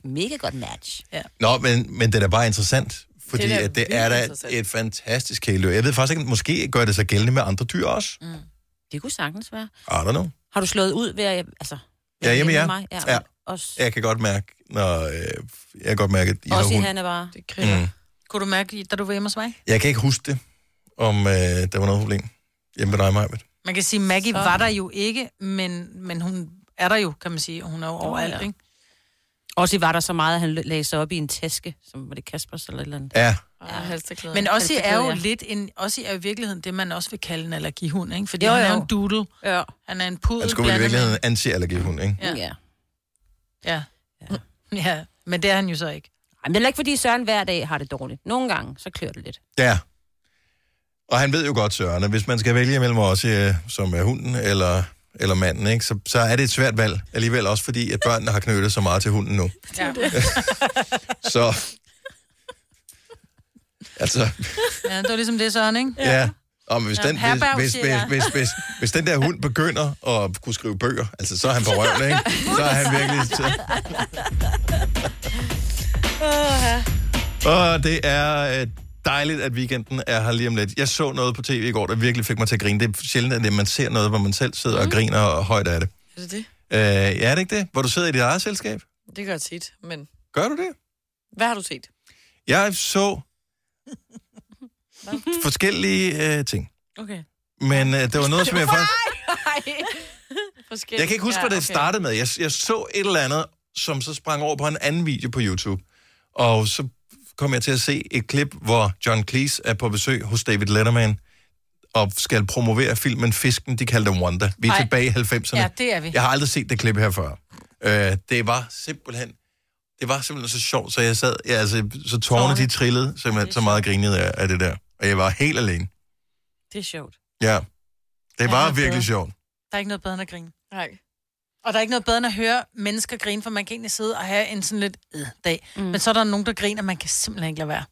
[SPEAKER 4] Mega godt match.
[SPEAKER 3] Ja.
[SPEAKER 1] Nå, men, men det er da bare interessant, fordi
[SPEAKER 4] Det
[SPEAKER 1] det
[SPEAKER 4] er da
[SPEAKER 1] er,
[SPEAKER 4] vildt
[SPEAKER 1] at det er da
[SPEAKER 4] interessant.
[SPEAKER 1] et fantastisk kæledyr. Jeg ved faktisk ikke, måske gør det sig gældende med andre dyr også. Mm.
[SPEAKER 4] Det kunne sagtens være.
[SPEAKER 1] I don't know.
[SPEAKER 4] Har du slået ud ved at... Altså,
[SPEAKER 1] Ja, hjemme
[SPEAKER 4] med
[SPEAKER 1] ja.
[SPEAKER 4] mig? Ja,
[SPEAKER 1] ja.
[SPEAKER 4] også.
[SPEAKER 1] Jeg kan godt mærke, når, øh, jeg kan godt mærke, at I
[SPEAKER 4] også
[SPEAKER 1] har
[SPEAKER 4] i
[SPEAKER 1] hund.
[SPEAKER 4] han er bare...
[SPEAKER 5] Det
[SPEAKER 1] Mm.
[SPEAKER 3] Kunne du mærke, da du var hjemme hos mig?
[SPEAKER 1] Jeg kan ikke huske det, om øh, der var noget problem hjemme ved dig, Majbet.
[SPEAKER 3] Man kan sige, Maggie så. var der jo ikke, men, men hun er der jo, kan man sige. og Hun er jo overalt,
[SPEAKER 4] ja.
[SPEAKER 3] ja. ikke?
[SPEAKER 4] Også i var der så meget, at han lagde sig op i en taske, som var det Kaspers eller et eller andet.
[SPEAKER 1] Ja.
[SPEAKER 5] ja.
[SPEAKER 3] Men også er jo
[SPEAKER 4] ja.
[SPEAKER 3] lidt en, også er jo i virkeligheden det, man også vil kalde en allergihund, ikke? Fordi
[SPEAKER 4] Jo,
[SPEAKER 3] jo, han er
[SPEAKER 4] jo.
[SPEAKER 3] en doodle.
[SPEAKER 4] Ja.
[SPEAKER 3] Han er en pudel.
[SPEAKER 1] Han skulle vel i
[SPEAKER 3] blandet
[SPEAKER 1] virkeligheden en anti-allergihund, ikke?
[SPEAKER 3] med-
[SPEAKER 4] Ja.
[SPEAKER 3] Ja. ja. ja. men det er han jo så ikke.
[SPEAKER 4] Ej, men det er ikke, fordi Søren hver dag har det dårligt. Nogle gange, så klør det lidt.
[SPEAKER 1] Ja. Og han ved jo godt, Søren, at hvis man skal vælge mellem os, øh, som er hunden eller, eller manden, ikke, så, så er det et svært valg alligevel, også fordi, at børnene har knyttet så meget til hunden nu.
[SPEAKER 3] Ja.
[SPEAKER 1] Så... Altså,
[SPEAKER 3] (laughs) ja, det var ligesom det, Søren, ikke?
[SPEAKER 1] ja. Og hvis,
[SPEAKER 3] Ja,
[SPEAKER 1] den, hvis,
[SPEAKER 3] herberg,
[SPEAKER 1] hvis,
[SPEAKER 3] siger
[SPEAKER 1] hvis,
[SPEAKER 3] jeg.
[SPEAKER 1] hvis, hvis, hvis den der hund begynder at kunne skrive bøger, altså så er han på røven, ikke? Så er han virkelig... Så... Og det er øh, dejligt, at weekenden er her lige om lidt. Jeg så noget på tv i går, der virkelig fik mig til at grine. Det er sjældent, at man ser noget, hvor man selv sidder og griner og højt af det.
[SPEAKER 5] Er det det?
[SPEAKER 1] Øh, ja, er det ikke det? Hvor du sidder i dit eget selskab?
[SPEAKER 5] Det gør jeg tit, men
[SPEAKER 1] Gør du det?
[SPEAKER 5] hvad har du set?
[SPEAKER 1] Jeg så forskellige øh, ting.
[SPEAKER 5] Okay.
[SPEAKER 1] Men øh, det var noget,
[SPEAKER 5] (laughs)
[SPEAKER 1] som jeg faktisk...
[SPEAKER 5] Forskelligt.
[SPEAKER 1] Jeg kan ikke huske, hvad det startede med. Jeg, jeg så et eller andet, som så sprang over på en anden video på YouTube. Og så kom jeg til at se et klip, hvor John Cleese er på besøg hos David Letterman og skal promovere filmen Fisken, de kalder den Wanda. Vi er
[SPEAKER 3] Ej.
[SPEAKER 1] tilbage i 90'erne.
[SPEAKER 3] Ja, det er vi.
[SPEAKER 1] Jeg har aldrig set det klip her før. Øh, det var simpelthen det var simpelthen så sjovt, så jeg sad, ja, altså, så tårerne de trillede, simpelthen så meget grinede af, af det der. Og jeg var helt alene.
[SPEAKER 4] Det er sjovt.
[SPEAKER 1] Ja. Det var
[SPEAKER 3] det er bedre.
[SPEAKER 1] virkelig sjovt.
[SPEAKER 3] Der er ikke noget bedre end at grine.
[SPEAKER 5] Nej.
[SPEAKER 3] Og der er ikke noget bedre end at høre mennesker grine, for man kan egentlig sidde og have en sådan lidt øh, dag. Mm. Men så er der nogen, der griner, man kan simpelthen ikke lade være.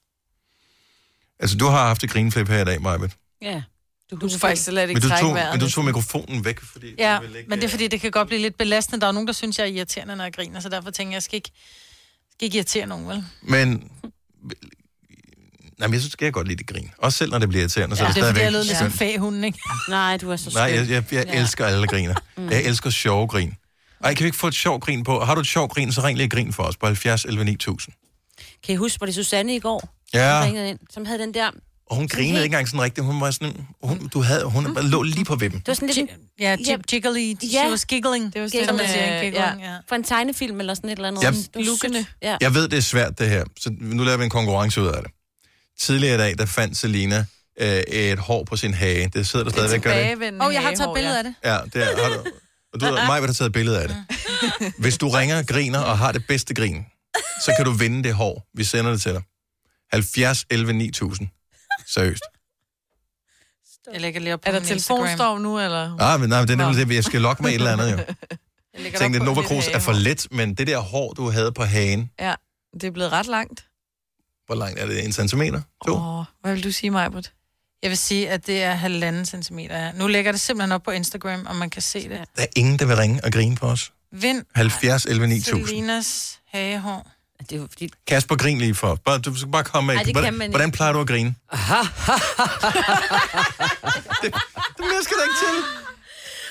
[SPEAKER 1] Altså, du har haft et grinflip her i dag, Majbet.
[SPEAKER 3] Ja.
[SPEAKER 5] Du, du kunne faktisk lade det
[SPEAKER 1] Men du,
[SPEAKER 5] trække
[SPEAKER 1] tog,
[SPEAKER 5] vejret.
[SPEAKER 1] men du tog mikrofonen væk, fordi...
[SPEAKER 3] Ja, men
[SPEAKER 1] øh,
[SPEAKER 3] det er fordi, det kan godt blive lidt belastende. Der er nogen, der synes, jeg er irriterende, når jeg griner, så derfor tænker jeg, jeg skal ikke, skal ikke irritere nogen, vel?
[SPEAKER 1] Men... Nej, men jeg synes, jeg kan godt lide det grin. Også selv når det bliver irriterende, så
[SPEAKER 3] Ja,
[SPEAKER 1] er det
[SPEAKER 3] det er fordi, jeg
[SPEAKER 1] stadigvæk...
[SPEAKER 3] lød lidt som
[SPEAKER 1] skønt.
[SPEAKER 3] faghunden, (laughs) ikke?
[SPEAKER 4] Nej, du er så
[SPEAKER 1] Nej, jeg, jeg, jeg
[SPEAKER 3] Ja.
[SPEAKER 1] elsker alle griner.
[SPEAKER 3] (laughs) Mm.
[SPEAKER 1] Jeg elsker sjove grin. Ej, kan vi ikke få et sjovt grin på? Har du et sjovt grin, så ring lige et grin for os på 70 11 9000.
[SPEAKER 4] Kan I huske, var det Susanne i går?
[SPEAKER 1] Ja.
[SPEAKER 4] Som ringede ind, som havde den der...
[SPEAKER 1] Og hun
[SPEAKER 4] Sådan
[SPEAKER 1] grinede
[SPEAKER 4] helt-
[SPEAKER 1] ikke engang sådan rigtigt. Hun var sådan... Hun, du havde, hun
[SPEAKER 3] Mm.
[SPEAKER 1] lå lige på vippen.
[SPEAKER 4] Det var sådan lidt... en-
[SPEAKER 3] Ja, jig- jiggly. She was giggling. Det var sådan, som man siger,
[SPEAKER 4] øh,
[SPEAKER 3] giggling, ja.
[SPEAKER 4] Fra en tegnefilm eller sådan et eller andet.
[SPEAKER 1] Ja.
[SPEAKER 4] Du-
[SPEAKER 5] Lukkende.
[SPEAKER 4] Ja.
[SPEAKER 1] Jeg ved, det er svært det her, så nu laver vi en konkurrence ud af det. Tidligere i dag, der fandt Selina øh, et hår på sin hage. Det sidder der stadigvæk, gør det ikke?
[SPEAKER 3] Åh, oh, jeg har taget et billede af det.
[SPEAKER 1] Ja, det er, har du, og du mig vil have taget et billede af det. Hvis du ringer og griner og har det bedste grin, så kan du vinde det hår. Vi sender det til dig. 70 11 9000. Seriøst.
[SPEAKER 3] Jeg lægger lige op på
[SPEAKER 5] Er der
[SPEAKER 3] min Instagram.
[SPEAKER 5] telefonstorm nu, eller?
[SPEAKER 1] Ah, men nej, men det er nemlig det, jeg skal lokke med et eller andet jo.
[SPEAKER 5] Jeg lægger
[SPEAKER 1] Jeg
[SPEAKER 5] det op
[SPEAKER 1] tænkte, at
[SPEAKER 5] på
[SPEAKER 1] Nova
[SPEAKER 5] mit
[SPEAKER 1] Cruz er for
[SPEAKER 5] hagehår.
[SPEAKER 1] let, men det der hår, du havde på hagen,
[SPEAKER 5] Ja, det er blevet ret langt.
[SPEAKER 1] hvor langt er det? En centimeter? To?
[SPEAKER 5] Åh, hvad vil du sige, Majbert?
[SPEAKER 3] Jeg vil sige, at det er halvanden centimeter. ja. Nu lægger jeg det simpelthen op på Instagram, og man kan se det.
[SPEAKER 1] Der er ingen, der vil ringe og grine på os.
[SPEAKER 3] Vind
[SPEAKER 1] 70 11 9000.
[SPEAKER 3] Selinas hagehår.
[SPEAKER 4] Det er jo fordi...
[SPEAKER 1] Kasper, grin lige for os. Bare, du skal bare komme med.
[SPEAKER 3] Ej, det kan
[SPEAKER 1] hvordan,
[SPEAKER 3] man ikke.
[SPEAKER 1] hvordan plejer du at grine? (laughs) det, det skal der ikke til.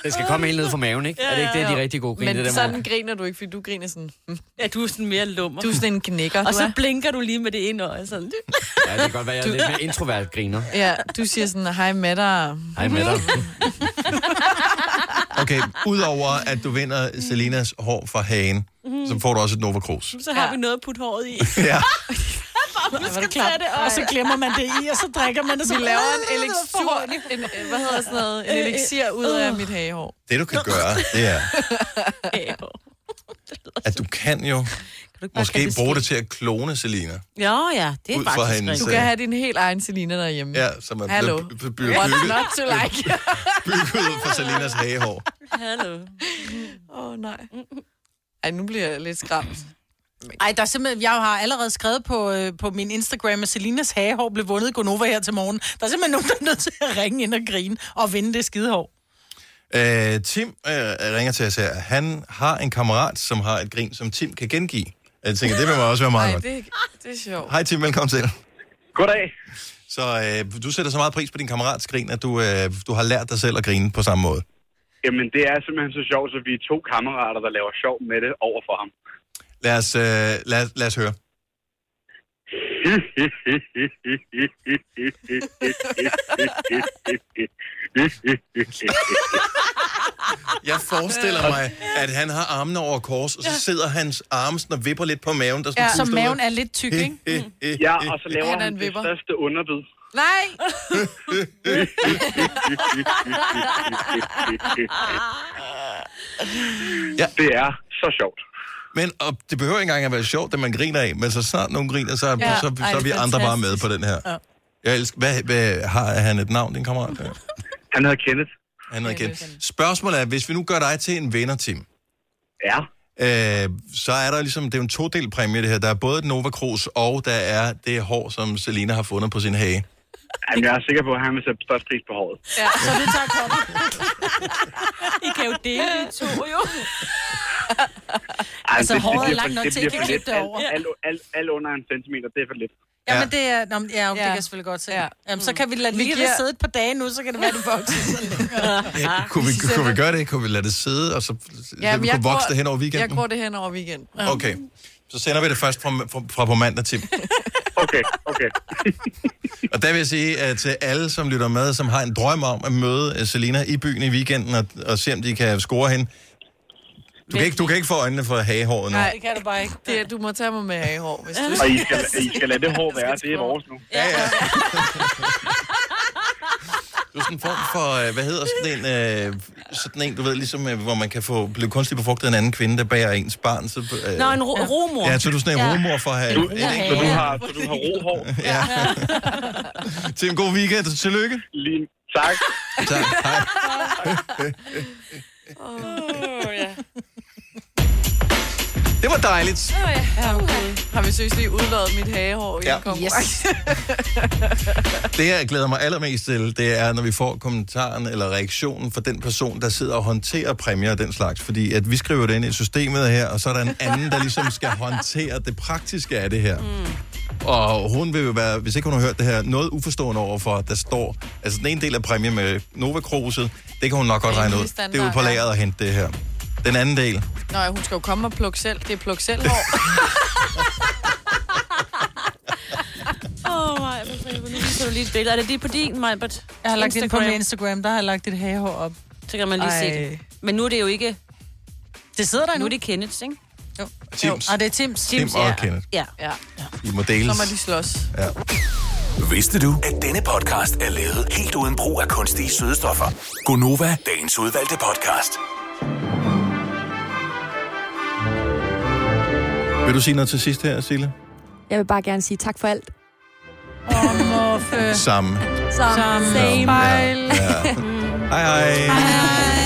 [SPEAKER 10] Det skal komme helt ned fra maven, ikke? er det ikke det, de rigtig gode griner?
[SPEAKER 5] Men
[SPEAKER 10] det der
[SPEAKER 5] sådan
[SPEAKER 10] med-
[SPEAKER 5] griner du ikke, fordi du griner sådan...
[SPEAKER 4] (laughs) Ja, du er sådan mere lummer.
[SPEAKER 5] Du er sådan en knækker.
[SPEAKER 4] Og
[SPEAKER 5] du
[SPEAKER 4] så
[SPEAKER 5] er.
[SPEAKER 4] blinker du lige med det ene øje. Sådan.
[SPEAKER 10] Ja, det kan godt være, jeg er lidt mere introvert griner.
[SPEAKER 5] Ja, du siger sådan, hej med dig.
[SPEAKER 10] Hej med dig.
[SPEAKER 1] Okay, udover at du vinder Selinas hår fra hagen,
[SPEAKER 4] Mhm.
[SPEAKER 1] så får du også et Nova Cruz.
[SPEAKER 4] Så har vi noget at putte håret i.
[SPEAKER 1] Ja.
[SPEAKER 3] (laughs)
[SPEAKER 4] Bare
[SPEAKER 5] Ej, hvor er
[SPEAKER 4] husk
[SPEAKER 5] det
[SPEAKER 4] at
[SPEAKER 5] klart.
[SPEAKER 4] tage det
[SPEAKER 5] Og så
[SPEAKER 3] glemmer man det i, og så drikker man
[SPEAKER 5] Vi laver en elixir, en, øh, (laughs) hvad hedder sådan noget, en
[SPEAKER 4] Øh, øh,
[SPEAKER 5] elixir ud af
[SPEAKER 4] øh.
[SPEAKER 5] mit hagehår.
[SPEAKER 1] Det du kan gøre, det er, at du kan jo måske bruge det til at klone Selina. (laughs)
[SPEAKER 5] Ja, ja,
[SPEAKER 1] det er Ud fra faktisk hendes, rigtigt.
[SPEAKER 5] Du
[SPEAKER 1] øh,
[SPEAKER 5] kan have din helt egen Selina derhjemme.
[SPEAKER 1] Ja, som er
[SPEAKER 5] Hallo.
[SPEAKER 1] blevet b- b- bygget,
[SPEAKER 5] What's not to
[SPEAKER 1] (laughs)
[SPEAKER 5] like?
[SPEAKER 1] bygget ud fra Selinas hagehår.
[SPEAKER 4] Hallo.
[SPEAKER 5] Åh, oh, nej. Ej, nu bliver jeg lidt skræmt.
[SPEAKER 3] Ej, der er simpelthen, jeg har allerede skrevet på, øh, på min Instagram, at Selinas hagehår blev vundet i Gonova her til morgen. Der er simpelthen nogen, der er nødt til at ringe ind og grine og vinde det skidehår.
[SPEAKER 1] Øh, Tim øh, ringer til os her. Han har en kammerat, som har et grin, som Tim kan gengive. Jeg tænker, det vil mig også være meget
[SPEAKER 5] Nej,
[SPEAKER 1] godt.
[SPEAKER 5] det, det er sjovt.
[SPEAKER 1] Hej Tim, velkommen til.
[SPEAKER 19] Goddag.
[SPEAKER 1] Så øh, du sætter så meget pris på din kammerats grin, at du, øh, du har lært dig selv at grine på samme måde.
[SPEAKER 19] Jamen, det er simpelthen så sjovt, så vi er to kammerater, der laver sjov med det over for
[SPEAKER 3] (laughs)
[SPEAKER 19] ham.
[SPEAKER 1] Lad os, øh, lad, lad os høre. Jeg forestiller mig, at han har armene over kors, og så sidder hans arme sådan og vipper lidt på maven. Der sådan
[SPEAKER 3] Ja. Så
[SPEAKER 1] puster ud.
[SPEAKER 3] maven er lidt tyk, ikke? Mm.
[SPEAKER 19] Ja, og så laver
[SPEAKER 3] Han er
[SPEAKER 19] han
[SPEAKER 3] en
[SPEAKER 19] det
[SPEAKER 3] vipper.
[SPEAKER 19] største underbid.
[SPEAKER 5] Nej!
[SPEAKER 1] (laughs) Ja.
[SPEAKER 19] Det er så sjovt.
[SPEAKER 1] Men og det behøver ikke engang at være sjovt, det man griner af, men så snart nogen griner, så, ja. så,
[SPEAKER 19] Ja.
[SPEAKER 1] så,
[SPEAKER 19] Ej,
[SPEAKER 1] så er vi andre bare med
[SPEAKER 19] fantastisk.
[SPEAKER 1] på den her.
[SPEAKER 19] Ja.
[SPEAKER 1] Jeg elsker, hvad, hvad, har han et navn, din
[SPEAKER 19] Han
[SPEAKER 1] kammerat?
[SPEAKER 19] hedder Kenneth.
[SPEAKER 1] Han hedder Kenneth. Spørgsmålet er, hvis vi nu gør dig til en vinder, Tim.
[SPEAKER 19] Ja.
[SPEAKER 1] Øh, så er der ligesom, det er jo en todel præmie det her. Der er både et Nova Cruz, og der er det hår, som Selina har fundet på sin hage.
[SPEAKER 19] Jamen, jeg er sikker på, at han vil sætte størst pris på håret.
[SPEAKER 5] Ja,
[SPEAKER 4] så det tager koppen. I kan jo dele de to, jo.
[SPEAKER 19] Ej,
[SPEAKER 3] Altså, håret er
[SPEAKER 19] bliver
[SPEAKER 3] langt nok
[SPEAKER 19] for-
[SPEAKER 3] til,
[SPEAKER 19] bliver
[SPEAKER 3] I kan
[SPEAKER 19] for
[SPEAKER 3] klippe
[SPEAKER 19] lidt.
[SPEAKER 3] det
[SPEAKER 19] Alt-
[SPEAKER 3] over.
[SPEAKER 19] Alt alt- alt under en centimeter, det er for lidt.
[SPEAKER 3] Ja. Jamen, det er... Nå, men ja, okay, det kan jeg selvfølgelig godt se. Ja. Jamen,
[SPEAKER 5] Mm.
[SPEAKER 3] så kan vi lade vi lige giver... det sidde et par dage nu, så kan det være, det vokser sådan lidt.
[SPEAKER 1] Ja, kunne, vi, kunne vi gøre det? Kunne vi lade det sidde, og så, ja, vi kunne vokse det hen over weekenden?
[SPEAKER 5] Jeg går det hen over weekenden.
[SPEAKER 1] Okay. Så sender vi det først fra, fra, fra på mandag til.
[SPEAKER 19] (laughs) Okay, okay.
[SPEAKER 1] (laughs) og der vil jeg sige at øh, til alle, som lytter med, som har en drøm om at møde øh, Selina i byen i weekenden og, og se, om de kan score hende. Du kan, ikke, du kan ikke få øjnene for hagehåret nu.
[SPEAKER 5] Nej, det kan du bare ikke. Det, er- du må tage mig med hagehår, hvis du...
[SPEAKER 19] Og I skal, I skal lade det hår være, det er vores nu.
[SPEAKER 1] Ja, ja. Du er sådan en form for, øh, hvad hedder sådan en, øh, sådan en, du ved, ligesom, øh, hvor man kan få, blive kunstigt befrugtet af en anden kvinde, der bærer ens barn. Så, øh,
[SPEAKER 4] Nå, en ro- rumor.
[SPEAKER 1] Ja, så du er sådan en rumor for at have...
[SPEAKER 19] Du,
[SPEAKER 1] et
[SPEAKER 19] så
[SPEAKER 1] enkelt
[SPEAKER 19] du
[SPEAKER 1] barn.
[SPEAKER 19] har, så du har rohår.
[SPEAKER 1] Ja. Til en god weekend, og tillykke.
[SPEAKER 19] Lige. Tak.
[SPEAKER 1] Tak, hej.
[SPEAKER 5] Åh, ja.
[SPEAKER 1] Det var dejligt.
[SPEAKER 5] Nå ja, herregud. Har vi seriøst lige udladet mit hagehår i
[SPEAKER 1] Ja.
[SPEAKER 5] ja. konkurrence? Yes.
[SPEAKER 1] Det, jeg glæder mig allermest til, det er, når vi får kommentaren eller reaktionen fra den person, der sidder og håndterer præmier og den slags. Fordi at vi skriver det ind i systemet her, og så er der en anden, der ligesom skal håndtere det praktiske af det her. Mm. Og hun vil jo være, hvis ikke hun har hørt det her, noget uforstående overfor, at der står... Altså, den ene del af præmien med Nova Kruset, det kan hun nok godt
[SPEAKER 5] Det er en lille
[SPEAKER 1] regne ud. Det er
[SPEAKER 5] standard,
[SPEAKER 1] ude på
[SPEAKER 5] ja.
[SPEAKER 1] lageret at hente det her. Den anden del,
[SPEAKER 5] (laughs) Nå ja, hun skal jo komme og plukke selv. Det er pluk selv hår.
[SPEAKER 4] Åh, oh, Maja, nu viser du lige et billede. Er det lige på din, Maja? Jeg
[SPEAKER 3] Jeg har lagt det ind på min Instagram, der har jeg lagt dit hagehår op.
[SPEAKER 4] Så kan man lige se det. Men nu er det jo ikke...
[SPEAKER 3] Det sidder der
[SPEAKER 4] nu. Nu er det Kenneths, ikke?
[SPEAKER 3] Jo.
[SPEAKER 1] Tims.
[SPEAKER 3] Og det er Tims.
[SPEAKER 1] Tim og
[SPEAKER 4] ja.
[SPEAKER 1] Kenneth.
[SPEAKER 4] Ja. ja.
[SPEAKER 1] I må deles.
[SPEAKER 4] Så må de
[SPEAKER 5] slås.
[SPEAKER 1] Ja.
[SPEAKER 8] Vidste du, at denne podcast er lavet helt uden brug af kunstige sødestoffer? Gonova, dagens udvalgte podcast.
[SPEAKER 1] Vil du sige noget til sidst her, Sille?
[SPEAKER 9] Jeg vil bare gerne sige tak for alt.
[SPEAKER 3] Morfe.
[SPEAKER 1] Samme.
[SPEAKER 9] Som,
[SPEAKER 3] Som-
[SPEAKER 9] same.
[SPEAKER 3] Bye.
[SPEAKER 1] Hej hej. hej, hej.